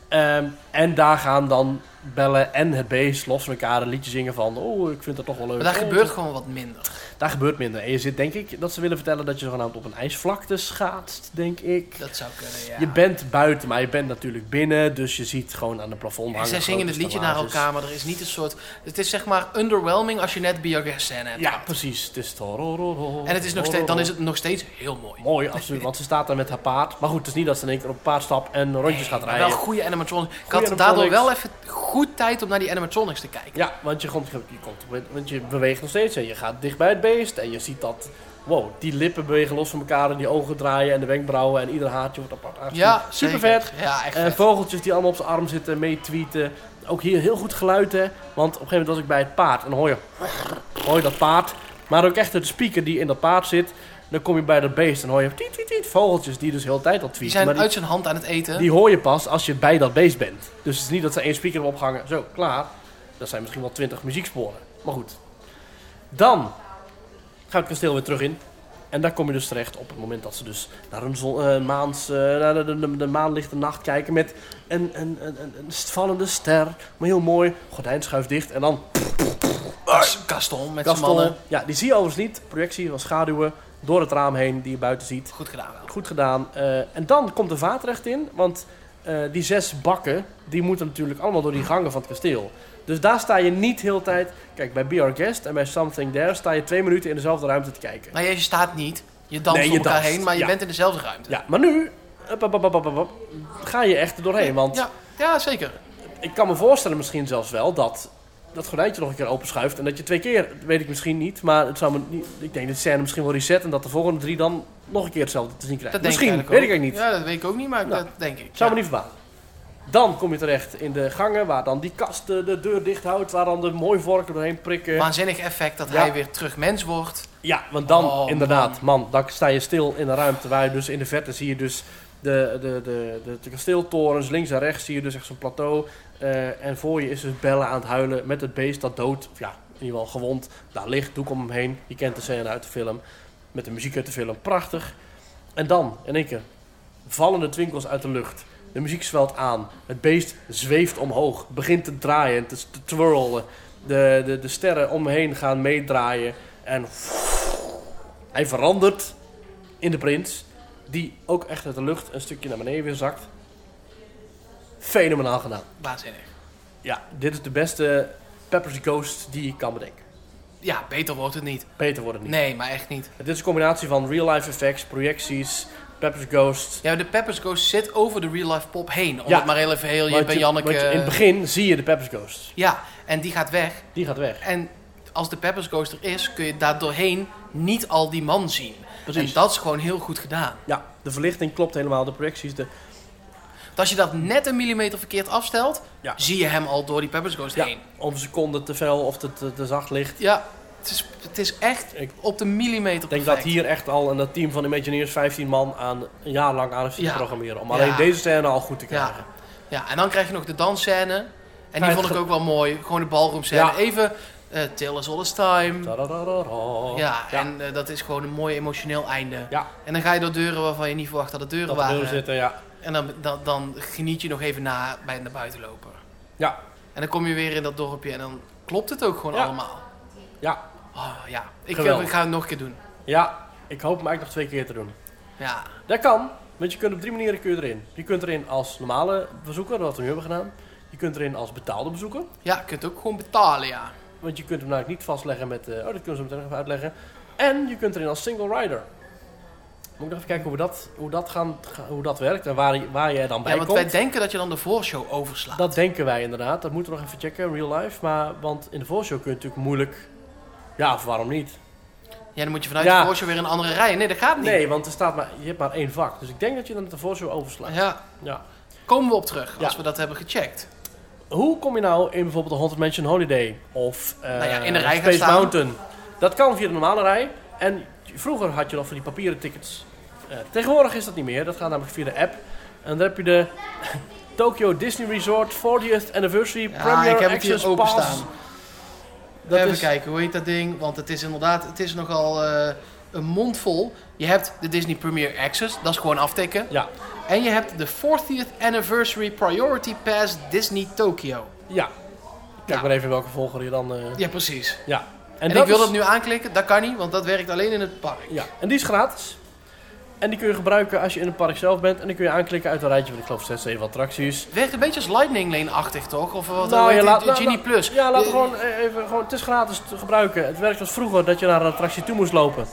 Speaker 1: Ehm, en daar gaan dan Bellen en het beest los van elkaar een liedje zingen van... Oh, ik vind dat toch wel leuk.
Speaker 3: Maar daar
Speaker 1: Oh,
Speaker 3: gebeurt gewoon wat minder.
Speaker 1: daar gebeurt minder. En je zit denk ik dat ze willen vertellen dat je zogenaamd op een ijsvlakte schaatst, denk ik.
Speaker 3: Dat zou kunnen, ja.
Speaker 1: Je bent buiten, maar je bent natuurlijk binnen. Dus je ziet gewoon aan de plafond
Speaker 3: en
Speaker 1: hangen.
Speaker 3: zij zingen het
Speaker 1: grote
Speaker 3: liedje naar
Speaker 1: stellages.
Speaker 3: elkaar, maar er is niet een soort... Het is zeg maar underwhelming als je net Biogress scène hebt.
Speaker 1: Ja, precies. Het is torororo,
Speaker 3: En het is nog steeds, dan
Speaker 1: torororo.
Speaker 3: is het nog steeds heel mooi.
Speaker 1: Mooi, absoluut,
Speaker 3: *laughs*
Speaker 1: want ze staat daar met haar paard. Maar goed, het is niet dat ze in één keer op een paard stapt en rondjes gaat
Speaker 3: Maar
Speaker 1: rijden.
Speaker 3: wel goede animatronics. Ik had
Speaker 1: Goeie
Speaker 3: daardoor wel
Speaker 1: animatronics.
Speaker 3: even goed tijd om naar die animatronics te kijken.
Speaker 1: Ja, want je, komt, je, komt, want je beweegt nog steeds en je gaat dicht bij het beest. En je ziet dat, wow, die lippen bewegen los van elkaar en die ogen draaien en de wenkbrauwen. En ieder haartje wordt apart aangezien. super
Speaker 3: zeker.
Speaker 1: vet.
Speaker 3: Ja, echt
Speaker 1: Eh,
Speaker 3: vet.
Speaker 1: vogeltjes die allemaal op zijn arm zitten, meetweeten. Ook hier heel goed geluid, hè. Want op een gegeven moment was ik bij het paard. En dan hoor je, hoor je dat paard. Maar ook echt de speaker die in dat paard zit. Dan kom je bij dat beest en hoor je tiet, tiet, tiet, vogeltjes die dus heel de tijd al tweeten.
Speaker 3: Die zijn
Speaker 1: maar die,
Speaker 3: uit zijn hand aan het eten.
Speaker 1: die hoor je pas als je bij dat beest bent. Dus het is niet dat ze één speaker hebben opgehangen. Zo, klaar. Dat zijn misschien wel twintig muzieksporen. Maar goed. Dan gaat het kasteel weer terug in. En daar kom je dus terecht op het moment dat ze dus naar een zon, eh, maans, eh, naar de, de, de maanlichte nacht kijken met een, een, een, een, een vallende ster. Maar heel mooi, gordijn schuift dicht en dan
Speaker 3: Kas- Gaston met zijn
Speaker 1: kastonnen.
Speaker 3: mannen.
Speaker 1: Ja, die zie je overigens niet. Projectie van schaduwen door het raam heen die je buiten ziet.
Speaker 3: Goed gedaan wel.
Speaker 1: Goed gedaan. Eh, en dan komt de vaatrecht in, want eh, die zes bakken, die moeten natuurlijk allemaal door die gangen van het kasteel. Dus daar sta je niet heel de tijd... Kijk, bij Be Our Guest en bij Something There sta je twee minuten in dezelfde ruimte te kijken.
Speaker 3: Nou, je staat niet. Je danst
Speaker 1: Nee,
Speaker 3: om
Speaker 1: je
Speaker 3: elkaar
Speaker 1: danst.
Speaker 3: heen, maar je
Speaker 1: Ja.
Speaker 3: bent in dezelfde ruimte.
Speaker 1: Ja, maar nu hup, hup, hup, hup, hup, hup, hup, ga je echt er doorheen. Want
Speaker 3: Ja, ja zeker.
Speaker 1: ik kan me voorstellen misschien zelfs wel dat dat gordijntje nog een keer openschuift. En dat je twee keer, dat weet ik misschien niet, maar het zou me niet, ik denk dat de scène misschien wel reset... en dat de volgende drie dan nog een keer hetzelfde te zien krijgen.
Speaker 3: Dat
Speaker 1: misschien,
Speaker 3: denk ik eigenlijk
Speaker 1: weet ik
Speaker 3: ook.
Speaker 1: eigenlijk niet.
Speaker 3: Ja, dat weet ik ook niet, maar
Speaker 1: Nou,
Speaker 3: dat denk ik.
Speaker 1: Zou
Speaker 3: Ja.
Speaker 1: me niet verbazen. Dan kom je terecht in de gangen waar dan die kast de, de deur dicht houdt, waar dan de mooi vorken doorheen prikken.
Speaker 3: Waanzinnig effect dat
Speaker 1: Ja.
Speaker 3: hij weer terug mens wordt.
Speaker 1: ja, want dan
Speaker 3: Oh,
Speaker 1: inderdaad, man. dan sta je stil in een ruimte waar je dus in de verte zie je dus de, de, de, de, de kasteeltorens, links en rechts zie je dus echt zo'n plateau. Eh, en voor je is dus Bella aan het huilen met het beest dat dood, of ja, in ieder geval gewond, daar ligt, doek om hem heen. Je kent de scène uit de film, met de muziek uit de film, prachtig. En dan, in één keer, vallende twinkels uit de lucht. De muziek zwelt aan. Het beest zweeft omhoog. Begint te draaien, te, te twirlen. De, de, de sterren om me heen gaan meedraaien. En hij verandert in de prins. die ook echt uit de lucht een stukje naar beneden weer zakt. Fenomenaal gedaan.
Speaker 3: Waanzinnig.
Speaker 1: Ja, dit is de beste Pepper's Ghost die ik kan bedenken.
Speaker 3: Ja, beter wordt het niet.
Speaker 1: Beter wordt het niet.
Speaker 3: Nee, maar echt niet.
Speaker 1: Dit is een combinatie van real-life effects, projecties, Pepper's Ghost.
Speaker 3: Ja, de Peppers Ghost zit over de real life pop heen. Om
Speaker 1: Ja.
Speaker 3: het maar heel even heel Jip
Speaker 1: Want
Speaker 3: en
Speaker 1: je-
Speaker 3: Janneke...
Speaker 1: want je- in het begin zie je de Pepper's Ghost.
Speaker 3: Ja, en die gaat weg.
Speaker 1: Die gaat weg.
Speaker 3: En als de Peppers Ghost er is, kun je daar doorheen niet al die man zien.
Speaker 1: Precies.
Speaker 3: En dat is gewoon heel goed gedaan.
Speaker 1: Ja, de verlichting klopt helemaal, de projecties. De...
Speaker 3: Want Als je dat net een millimeter verkeerd afstelt,
Speaker 1: Ja.
Speaker 3: zie je hem al door die Peppers Ghost
Speaker 1: Ja,
Speaker 3: heen.
Speaker 1: om een seconde te fel of te, te, te zacht licht.
Speaker 3: Ja, het is, het is echt
Speaker 1: Ik-
Speaker 3: op de millimeter
Speaker 1: Ik denk dat
Speaker 3: perfect.
Speaker 1: hier echt al en dat team van Imagineers 15 man aan een jaar lang aan heeft zitten
Speaker 3: Ja.
Speaker 1: programmeren. Om
Speaker 3: Ja.
Speaker 1: alleen deze scène al goed te krijgen.
Speaker 3: Ja. ja, en dan krijg je nog de dansscène. En die
Speaker 1: het
Speaker 3: vond ik
Speaker 1: ge-
Speaker 3: ook wel mooi. Gewoon de balroomscène.
Speaker 1: Ja.
Speaker 3: Even eh Till Us All Is Time.
Speaker 1: Tadadadada.
Speaker 3: Ja,
Speaker 1: ja.
Speaker 3: en eh, dat is gewoon een mooi emotioneel einde.
Speaker 1: Ja.
Speaker 3: En dan ga je door deuren waarvan je niet verwacht dat het deuren
Speaker 1: dat de
Speaker 3: waren.
Speaker 1: deuren zitten, ja.
Speaker 3: En dan, dan, dan geniet je nog even na bij het naar buiten lopen.
Speaker 1: Ja,
Speaker 3: En dan kom je weer in dat dorpje en dan klopt het ook gewoon
Speaker 1: Ja.
Speaker 3: allemaal.
Speaker 1: ja,
Speaker 3: Oh, ja, ik,
Speaker 1: Geweldig.
Speaker 3: ik ga het nog een keer doen.
Speaker 1: ja. Ik hoop hem eigenlijk nog twee keer te doen.
Speaker 3: Ja,
Speaker 1: Dat kan, want je kunt op drie manieren kun je erin. Je kunt erin als normale bezoeker, wat we nu hebben gedaan. Je kunt erin als betaalde bezoeker.
Speaker 3: ja je kunt ook gewoon betalen, ja.
Speaker 1: Want je kunt hem namelijk niet vastleggen met... eh, oh, dat kunnen we zo meteen nog even uitleggen. En je kunt erin als single rider. Moet ik nog even kijken hoe dat, hoe dat, gaan, ga- hoe dat werkt en waar, je- waar je dan bij
Speaker 3: ja want
Speaker 1: komt.
Speaker 3: wij denken dat je dan de voorshow overslaat.
Speaker 1: Dat denken wij inderdaad. Dat moeten we nog even checken in real life. Maar, want in de voorshow kun je natuurlijk moeilijk... Ja, of waarom niet?
Speaker 3: Ja, dan moet je vanuit
Speaker 1: Ja.
Speaker 3: de voorshow weer in een andere rij. Nee, dat gaat niet.
Speaker 1: Nee, want er staat maar, je hebt maar één vak. Dus ik denk dat je dan de voorshow overslaat.
Speaker 3: Ja,
Speaker 1: Ja.
Speaker 3: komen we op terug als
Speaker 1: Ja.
Speaker 3: we dat hebben gecheckt.
Speaker 1: Hoe kom je nou in bijvoorbeeld de Haunted Mansion Holiday of eh,
Speaker 3: Nou ja, in de rij gaan
Speaker 1: Space
Speaker 3: staan.
Speaker 1: Mountain? Dat kan via de normale rij. En vroeger had je nog van die papieren tickets. Eh, tegenwoordig is dat niet meer. Dat gaat namelijk via de app. En dan heb je de *laughs* Tokyo Disney Resort 40th Anniversary
Speaker 3: Ja,
Speaker 1: Premier
Speaker 3: ik heb het hier
Speaker 1: Access Pass.
Speaker 3: openstaan.
Speaker 1: Dat
Speaker 3: Even
Speaker 1: is-
Speaker 3: kijken, hoe heet dat ding? Want het is inderdaad, het is nogal eh, een mond vol. Je hebt de Disney Premier Access, dat is gewoon aftikken.
Speaker 1: Ja,
Speaker 3: En je hebt de 40th Anniversary Priority Pass Disney Tokyo.
Speaker 1: ja. Kijk
Speaker 3: Ja.
Speaker 1: maar even in welke volgorde je dan... eh, ja.
Speaker 3: Ja, precies.
Speaker 1: En,
Speaker 3: En,
Speaker 1: dat
Speaker 3: ik wil
Speaker 1: is-
Speaker 3: dat nu aanklikken, dat kan niet, want dat werkt alleen in het park.
Speaker 1: Ja, en die is gratis. En die kun je gebruiken als je in het park zelf bent. En die kun je aanklikken uit een rijtje van, ik geloof, 6, 7 attracties.
Speaker 3: Werkt een beetje als Lightning Lane-achtig, toch? Of wat
Speaker 1: Nou,
Speaker 3: hoe heet
Speaker 1: ja, laat-
Speaker 3: het?
Speaker 1: laat-
Speaker 3: Genie
Speaker 1: laat-
Speaker 3: Plus.
Speaker 1: Ja, laten we
Speaker 3: Eh,
Speaker 1: gewoon eh, even, gewoon, het is gratis te gebruiken. Het werkt als vroeger dat je naar een attractie toe moest lopen.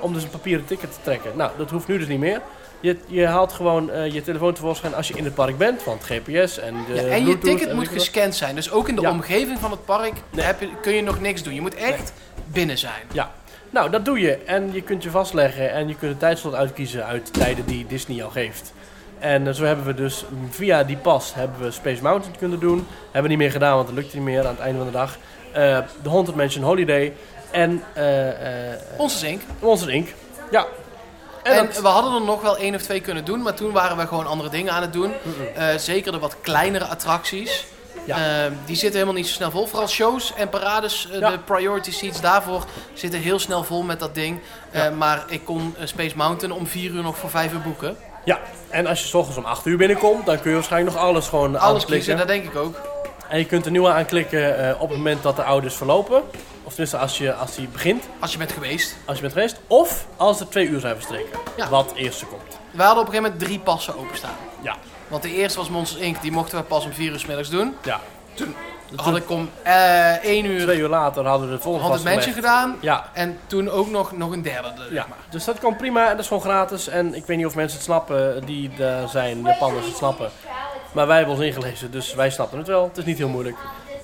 Speaker 1: Om dus een papieren ticket te trekken. Nou, dat hoeft nu dus niet meer. Je, je haalt gewoon eh, je telefoon tevoorschijn als je in het park bent. Want GPS en de
Speaker 3: Ja, en je
Speaker 1: Bluetooth
Speaker 3: ticket
Speaker 1: Eh, en
Speaker 3: moet
Speaker 1: weet ik wat.
Speaker 3: gescand zijn. Dus ook in de
Speaker 1: Ja.
Speaker 3: omgeving van het park heb je, kun je nog niks doen. Je moet echt binnen zijn.
Speaker 1: Ja, nou dat doe je. En je kunt je vastleggen en je kunt een tijdslot uitkiezen uit de tijden die Disney jou geeft. En eh, zo hebben we dus mm, via die pas hebben we Space Mountain kunnen doen. Hebben we niet meer gedaan, want dat lukte niet meer aan het einde van de dag. Eh, De Haunted Mansion Holiday en eh eh
Speaker 3: Onze zink.
Speaker 1: Monsters Inc. Ja. En,
Speaker 3: En,
Speaker 1: dat-
Speaker 3: we hadden er nog wel één of twee kunnen doen, maar toen waren we gewoon andere dingen aan het doen. Eh, zeker de wat kleinere attracties.
Speaker 1: Ja.
Speaker 3: Eh, die zitten helemaal niet zo snel vol. Vooral shows en parades, eh,
Speaker 1: Ja.
Speaker 3: de priority seats daarvoor zitten heel snel vol met dat ding. Eh, Maar ik kon eh, Space Mountain om vier uur nog voor vijf uur boeken.
Speaker 1: ja. en als je 's ochtends om 8 uur binnenkomt, dan kun je waarschijnlijk nog alles gewoon
Speaker 3: Alles
Speaker 1: aanklikken.
Speaker 3: kiezen, dat denk ik ook.
Speaker 1: En je kunt er nieuwe aanklikken eh, op het moment dat de ouders verlopen. Of tenminste als, je, als die begint.
Speaker 3: Als je bent geweest.
Speaker 1: als je bent geweest, of als er twee uur zijn verstreken.
Speaker 3: Ja.
Speaker 1: Wat eerst komt.
Speaker 3: We hadden op een gegeven moment drie passen openstaan.
Speaker 1: Ja,
Speaker 3: Want de eerste was Monsters Inc. Die mochten we pas om vier uur 's middags doen.
Speaker 1: ja.
Speaker 3: Had ik om eh één uur
Speaker 1: Twee uur later hadden we de volgende
Speaker 3: had het
Speaker 1: vastgelegd.
Speaker 3: mensen gedaan.
Speaker 1: Ja,
Speaker 3: En toen ook nog, nog een derde. zeg
Speaker 1: ja.
Speaker 3: maar.
Speaker 1: Dus dat kan prima en dat is gewoon gratis. En ik weet niet of mensen het snappen die daar zijn, Japanners het snappen. Maar wij hebben ons ingelezen, dus wij snappen het wel. Het is niet heel moeilijk.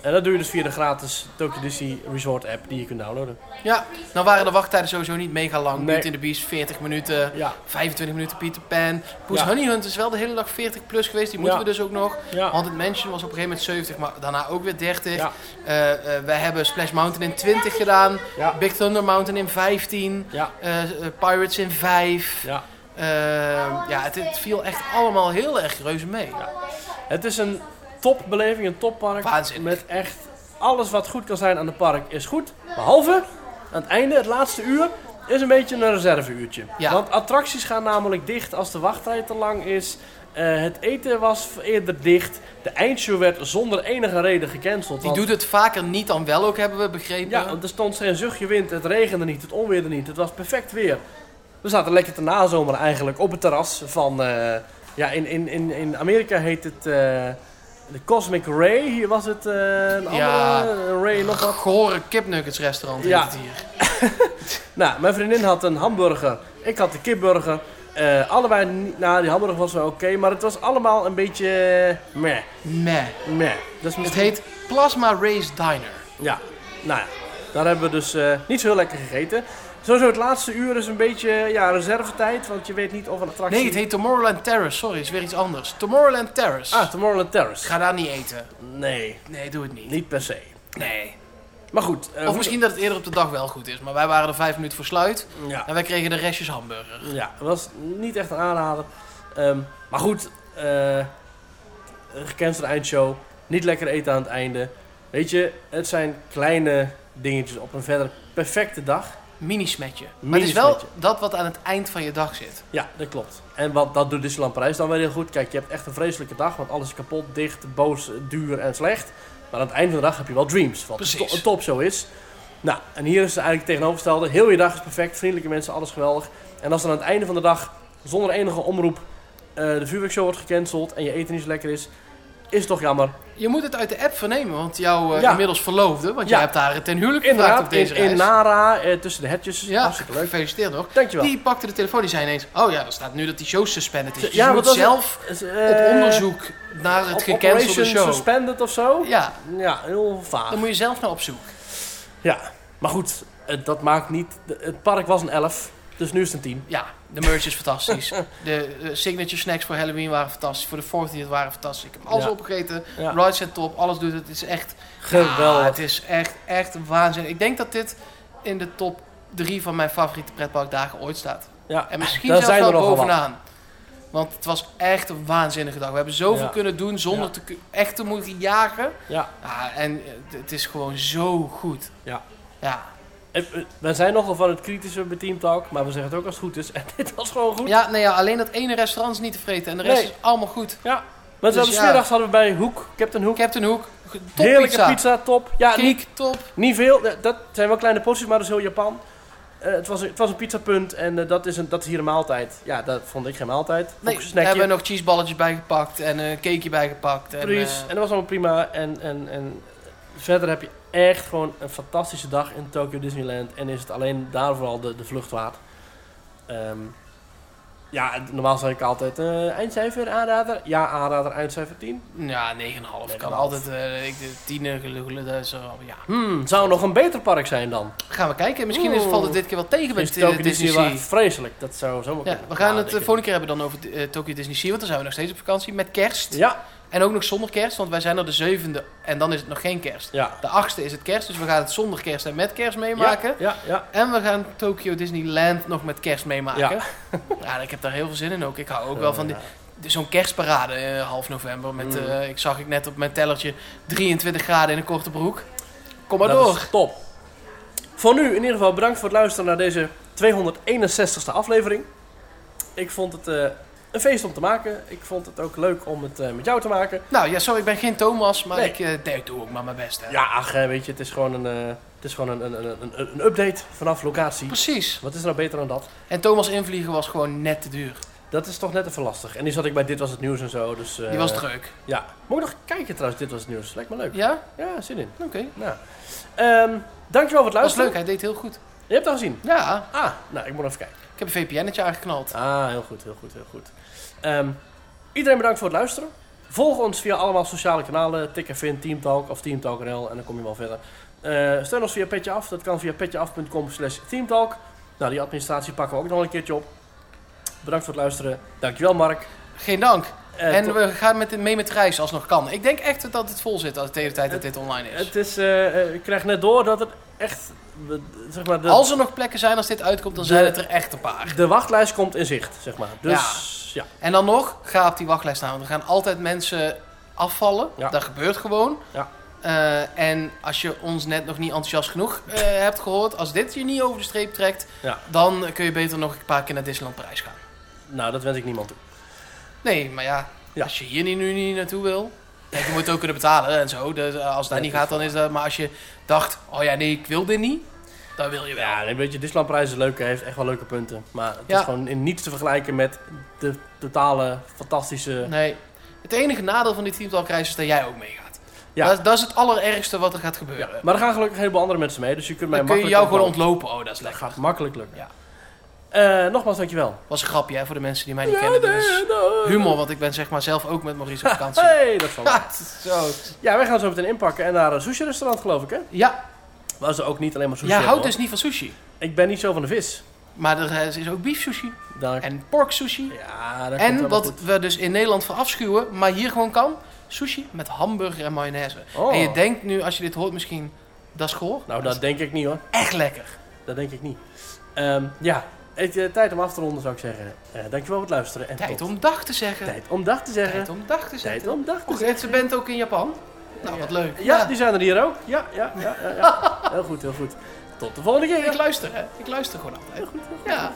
Speaker 1: En dat doe je dus via de gratis Tokyo Disney Resort app die je kunt downloaden.
Speaker 3: Ja, nou waren de wachttijden sowieso niet mega lang.
Speaker 1: Nee.
Speaker 3: Beauty in the Beast 40 minuten,
Speaker 1: Ja,
Speaker 3: 25 minuten Peter Pan. Poes
Speaker 1: Ja.
Speaker 3: Honey Hunt is wel de hele dag 40 plus geweest, die moeten
Speaker 1: Ja.
Speaker 3: we dus ook nog.
Speaker 1: ja.
Speaker 3: Haunted Mansion was op een gegeven moment 70, maar daarna ook weer 30.
Speaker 1: Ja.
Speaker 3: Eh, eh, wij hebben Splash Mountain in 20 gedaan,
Speaker 1: Ja.
Speaker 3: Big Thunder Mountain in 15,
Speaker 1: Ja,
Speaker 3: eh, eh, Pirates in 5.
Speaker 1: ja.
Speaker 3: Eh, ja, het, het viel echt allemaal heel erg reuze mee.
Speaker 1: Het is een topbeleving, een toppark.
Speaker 3: Waanzinnig.
Speaker 1: Met echt alles wat goed kan zijn aan het park is goed. Behalve aan het einde, het laatste uur, is een beetje een reserveuurtje.
Speaker 3: Ja.
Speaker 1: Want attracties gaan namelijk dicht als de wachttijd te lang is. Eh, het eten was eerder dicht. De eindshow werd zonder enige reden gecanceld.
Speaker 3: Die
Speaker 1: want-
Speaker 3: doet het vaker niet dan wel ook, hebben we begrepen.
Speaker 1: Ja, want er stond geen zuchtje wind. Het regende niet, het onweerde niet. Het was perfect weer. We zaten lekker te nazomeren eigenlijk op het terras van... eh, ja, in, in, in, in Amerika heet het eh, de Cosmic Ray. Hier was het eh, een andere
Speaker 3: Ja.
Speaker 1: eh, Ray nog wat.
Speaker 3: Gehoren kipnuggets restaurant
Speaker 1: Ja.
Speaker 3: heet het hier.
Speaker 1: Nou, mijn vriendin had een hamburger. Ik had de kipburger. Eh, allebei niet... Nou, die hamburger was wel oké, maar het was allemaal een beetje... eh, meh,
Speaker 3: Meh.
Speaker 1: meh. Dat is
Speaker 3: Het
Speaker 1: misschien-
Speaker 3: heet Plasma Race Diner.
Speaker 1: Ja, nou ja, daar hebben we dus eh, niet zo heel lekker gegeten. Sowieso het laatste uur is een beetje eh, ja, reservetijd, want je weet niet of een attractie...
Speaker 3: Nee, het heet Tomorrowland Terrace. Sorry, het is weer iets anders. Tomorrowland Terrace.
Speaker 1: Ah, Tomorrowland Terrace.
Speaker 3: Ga daar niet eten.
Speaker 1: Nee, Eh,
Speaker 3: Nee, doe het niet.
Speaker 1: niet per se.
Speaker 3: Nee.
Speaker 1: Maar goed. eh,
Speaker 3: Of misschien dat het eerder op de dag wel goed is, maar wij waren er vijf minuten voor sluit
Speaker 1: Ja,
Speaker 3: en wij kregen de restjes hamburger.
Speaker 1: ja, het was niet echt een aanrader. Ehm, maar goed, eh gecancelde eindshow. Niet lekker eten aan het einde. Weet je, het zijn kleine dingetjes op een verder perfecte dag.
Speaker 3: Minismetje. Maar het is wel
Speaker 1: Minismetje.
Speaker 3: dat wat aan het eind van je dag zit.
Speaker 1: Ja, dat klopt. En wat, dat doet dus Disneyland Parijs dan wel heel goed. Kijk, je hebt echt een vreselijke dag, want alles is kapot, dicht, boos, duur en slecht. Maar aan het eind van de dag heb je wel dreams, wat
Speaker 3: Precies.
Speaker 1: een to- een topshow is. Nou, en hier is het eigenlijk het tegenovergestelde. Heel je dag is perfect, vriendelijke mensen, alles geweldig. En als dan aan het einde van de dag, zonder enige omroep, eh, de vuurwerkshow wordt gecanceld en je eten niet zo lekker is, is het toch jammer.
Speaker 3: Je moet het uit de app vernemen, want jouw eh,
Speaker 1: Ja.
Speaker 3: inmiddels verloofde, want
Speaker 1: Ja.
Speaker 3: jij hebt haar ten huwelijk gevraagd op
Speaker 1: Inderdaad,
Speaker 3: deze
Speaker 1: in, in
Speaker 3: reis.
Speaker 1: Nara, eh, tussen de hetjes,
Speaker 3: ja,
Speaker 1: hartstikke leuk.
Speaker 3: gefeliciteerd nog.
Speaker 1: Dankjewel.
Speaker 3: Die pakte de telefoon, die zei ineens, oh ja, er staat nu dat die show suspended is. Dus
Speaker 1: Ja,
Speaker 3: je
Speaker 1: want
Speaker 3: moet
Speaker 1: dat is-
Speaker 3: zelf
Speaker 1: Dus,
Speaker 3: op
Speaker 1: eh,
Speaker 3: onderzoek naar het
Speaker 1: op
Speaker 3: gecancelde
Speaker 1: Operation
Speaker 3: show.
Speaker 1: suspended of zo.
Speaker 3: Ja,
Speaker 1: Ja, heel vaag.
Speaker 3: dan moet je zelf naar op zoek.
Speaker 1: Ja, maar goed, het- dat maakt niet. de- Het park was een 11, dus nu is het een 10.
Speaker 3: Ja, de merch is
Speaker 1: *laughs*
Speaker 3: fantastisch. De, eh, signature snacks voor Halloween waren fantastisch. Voor de 14th waren fantastisch. Ik heb alles
Speaker 1: Ja.
Speaker 3: opgegeten.
Speaker 1: Ja.
Speaker 3: Rides zijn top. Alles doet het. Het is echt... Ah,
Speaker 1: Geweldig.
Speaker 3: het is echt, echt waanzinnig. Ik denk dat dit in de top drie van mijn favoriete pretparkdagen ooit staat.
Speaker 1: ja.
Speaker 3: En misschien
Speaker 1: Daar
Speaker 3: zelfs
Speaker 1: zijn
Speaker 3: wel
Speaker 1: er nogal wat.
Speaker 3: bovenaan. Want het was echt een waanzinnige dag. We hebben zoveel
Speaker 1: Ja.
Speaker 3: kunnen doen zonder
Speaker 1: Ja.
Speaker 3: te ku- echt te moeten jagen.
Speaker 1: ja.
Speaker 3: Ah, en eh, d- het is gewoon zo goed.
Speaker 1: Ja.
Speaker 3: Ja.
Speaker 1: Eh, eh, We zijn nogal van het kritische bij Team Talk, maar we zeggen het ook als het goed is. *laughs* En dit was gewoon goed.
Speaker 3: Ja, nee, ja, alleen dat ene restaurant is niet te vreten en de rest
Speaker 1: Nee.
Speaker 3: is allemaal goed.
Speaker 1: Maar dus
Speaker 3: Dus ja.
Speaker 1: smiddags hadden we bij Hoek, Captain Hoek.
Speaker 3: Captain Hoek, ge- top
Speaker 1: Heerlijke
Speaker 3: pizza.
Speaker 1: pizza. top. Ja,
Speaker 3: Cake,
Speaker 1: niet,
Speaker 3: top.
Speaker 1: niet veel. Eh, Dat zijn wel kleine porties, maar dat is heel Japan. Eh, het, was, een- het was een pizzapunt en eh, dat, is een, dat is hier een maaltijd. Ja, dat vond ik geen maaltijd.
Speaker 3: Nee,
Speaker 1: Ook een
Speaker 3: daar
Speaker 1: snackje.
Speaker 3: hebben we nog cheeseballetjes bij gepakt en een cakeje bij gepakt. En,
Speaker 1: Precies,
Speaker 3: eh,
Speaker 1: en dat was allemaal prima. En, en, en verder heb je echt gewoon een fantastische dag in Tokyo Disneyland. En is het alleen daar vooral de, de vlucht waard. Ehm, ja, en normaal zeg ik altijd eh, eindcijfer, aanrader. Ja, aanrader, eindcijfer 10.
Speaker 3: ja, 9,5. Kan
Speaker 1: 9,5.
Speaker 3: altijd eh ik, de 10 gelullen, dat is er al- ja.
Speaker 1: Hmm, zou nog een beter park zijn dan?
Speaker 3: Gaan we kijken. Misschien is,
Speaker 1: Oeh.
Speaker 3: valt het dit keer wel tegen bij
Speaker 1: Is
Speaker 3: de
Speaker 1: Tokyo Disney Ah, wel
Speaker 3: eh, Disney
Speaker 1: echt
Speaker 3: Sea.
Speaker 1: vreselijk. Dat zou zomaar
Speaker 3: Ja,
Speaker 1: kunnen.
Speaker 3: we gaan
Speaker 1: Maar
Speaker 3: het
Speaker 1: ik-
Speaker 3: de volgende keer hebben dan over eh, Tokyo Disney Sea, want dan zijn we nog steeds op vakantie met kerst.
Speaker 1: Ja,
Speaker 3: En ook nog zonder kerst, want wij zijn er de zevende en dan is het nog geen kerst.
Speaker 1: ja.
Speaker 3: De achtste is het kerst, dus we gaan het zonder kerst en met kerst meemaken.
Speaker 1: Ja, ja, ja.
Speaker 3: En we gaan Tokyo Disneyland nog met kerst meemaken.
Speaker 1: Ja.
Speaker 3: Ja, ik heb daar heel veel zin in ook. Ik hou ook wel van die- de- zo'n kerstparade eh, half november. Met,
Speaker 1: Mm.
Speaker 3: eh, ik zag ik net op mijn tellertje 23 graden in een korte broek. Kom maar
Speaker 1: Dat
Speaker 3: door.
Speaker 1: is top. Voor nu in ieder geval bedankt voor het luisteren naar deze 261ste aflevering. Ik vond het eh, een feest om te maken. Ik vond het ook leuk om het eh, met jou te maken.
Speaker 3: Nou ja, sorry, ik ben geen Thomas, maar
Speaker 1: Nee.
Speaker 3: ik, eh, nee, ik doe ook maar mijn best. Hè.
Speaker 1: Ja, ach, eh, weet je, het is gewoon een, eh, het is gewoon een, een, een, een, een update vanaf locatie.
Speaker 3: Precies.
Speaker 1: Wat is er nou beter dan dat?
Speaker 3: En Thomas invliegen was gewoon net te duur.
Speaker 1: Dat is toch net even lastig. En die zat ik bij Dit Was Het Nieuws en zo. Dus, eh,
Speaker 3: Die was druk.
Speaker 1: Ja. Moet ik nog kijken trouwens, Dit Was Het Nieuws. Lijkt me leuk.
Speaker 3: Ja?
Speaker 1: Ja, zin in.
Speaker 3: Oké.
Speaker 1: Nou. Ehm, dankjewel voor het
Speaker 3: Dat was
Speaker 1: luisteren.
Speaker 3: leuk, hij deed heel goed.
Speaker 1: Je hebt het al gezien.
Speaker 3: Ja,
Speaker 1: Ah, nou, ik moet even kijken.
Speaker 3: ik heb een VPN'tje aangeknald.
Speaker 1: Ah, heel goed, heel goed, heel goed. Ehm, iedereen bedankt voor het luisteren. Volg ons via allemaal sociale kanalen. Tik even in Teamtalk of Teamtalk.nl en dan kom je wel verder. Eh steun ons via Petje Af. Dat kan via petjeaf.com slash teamtalk. Nou, die administratie pakken we ook nog een keertje op. Bedankt voor het luisteren. Dankjewel, Mark.
Speaker 3: Geen dank.
Speaker 1: Eh,
Speaker 3: en
Speaker 1: tot-
Speaker 3: we gaan met, mee met reis als nog kan. Ik denk echt dat het vol zit de hele tijd dat dit online is.
Speaker 1: Het is... eh, eh, ik krijg net door dat het echt... we- Zeg maar, de,
Speaker 3: Als er nog plekken zijn als dit uitkomt, dan
Speaker 1: De-
Speaker 3: zijn het er echt een paar.
Speaker 1: de wachtlijst komt in zicht, zeg maar. Dus ja.
Speaker 3: En dan nog, ga op die wachtlijst staan. Want er gaan altijd mensen afvallen.
Speaker 1: Ja.
Speaker 3: Dat gebeurt gewoon.
Speaker 1: Ja.
Speaker 3: Eh, en als je ons net nog niet enthousiast genoeg eh, hebt gehoord, als dit je niet over de streep trekt,
Speaker 1: Ja.
Speaker 3: dan kun je beter nog een paar keer naar Disneyland Parijs gaan.
Speaker 1: Nou, dat wens ik niemand toe.
Speaker 3: Nee, maar ja,
Speaker 1: Ja.
Speaker 3: als je hier niet, nu niet naartoe wil. Kijk, je moet het ook kunnen betalen en zo. Dus eh, als dat
Speaker 1: Ja,
Speaker 3: niet
Speaker 1: dat
Speaker 3: gaat, dan is dat. Maar als je dacht, oh ja, nee, ik wil dit niet. Dat wil je wel.
Speaker 1: Ja, een beetje Disneylandprijs is leuk, heeft echt wel leuke punten. Maar het
Speaker 3: Ja.
Speaker 1: is gewoon in niets te vergelijken met de totale fantastische...
Speaker 3: Nee. Het enige nadeel van die teamtalkreis is dat jij ook meegaat.
Speaker 1: Ja.
Speaker 3: Dat, dat is het allerergste wat er gaat gebeuren.
Speaker 1: Maar er gaan gelukkig een heleboel andere mensen mee, dus je kunt mij
Speaker 3: Dan kun je
Speaker 1: makkelijk
Speaker 3: jou gewoon
Speaker 1: ontlopen.
Speaker 3: ontlopen. Oh, dat is
Speaker 1: Dat
Speaker 3: lekker.
Speaker 1: gaat makkelijk lukken.
Speaker 3: Ja.
Speaker 1: Eh, nogmaals, dankjewel.
Speaker 3: Was een grapje hè, voor de mensen die mij niet kennen. Dus
Speaker 1: *laughs*
Speaker 3: humor, want ik ben zeg maar zelf ook met Maurice op vakantie.
Speaker 1: Hey, dat valt wel.
Speaker 3: *laughs* Ja, het is zo.
Speaker 1: Ja, wij gaan zo meteen inpakken en naar een sushi-restaurant, geloof ik, hè?
Speaker 3: Ja,
Speaker 1: Waar ze ook niet alleen maar sushi
Speaker 3: jij houdt
Speaker 1: hebben,
Speaker 3: dus niet van sushi.
Speaker 1: hoor. Ik ben niet zo van de vis.
Speaker 3: Maar er eh, is ook beef sushi
Speaker 1: Daar...
Speaker 3: en pork sushi.
Speaker 1: Ja, dat komt
Speaker 3: En
Speaker 1: helemaal
Speaker 3: wat
Speaker 1: goed.
Speaker 3: we dus in Nederland verafschuwen, maar hier gewoon kan, sushi met hamburger en mayonaise.
Speaker 1: Oh.
Speaker 3: En je denkt nu, als je dit hoort misschien, dat is goor.
Speaker 1: Nou, dat denk ik niet, hoor.
Speaker 3: is echt lekker.
Speaker 1: Dat denk ik niet. Ehm, ja, het, eh, tijd om af te ronden, zou ik zeggen. Eh, dankjewel voor het luisteren. En
Speaker 3: Tijd
Speaker 1: tot.
Speaker 3: om dag te zeggen.
Speaker 1: Tijd om dag te zeggen.
Speaker 3: Tijd om dag te zeggen.
Speaker 1: Tijd om dag te
Speaker 3: Goed,
Speaker 1: zeggen.
Speaker 3: en ze bent ook in Japan? Nou, wat leuk.
Speaker 1: Ja, dus- die zijn er hier ook. Ja, ja,
Speaker 3: *laughs*
Speaker 1: ja, ja. ja. Heel goed, heel goed. Tot de volgende keer.
Speaker 3: ik luister, hè. Ik luister gewoon altijd. Ja.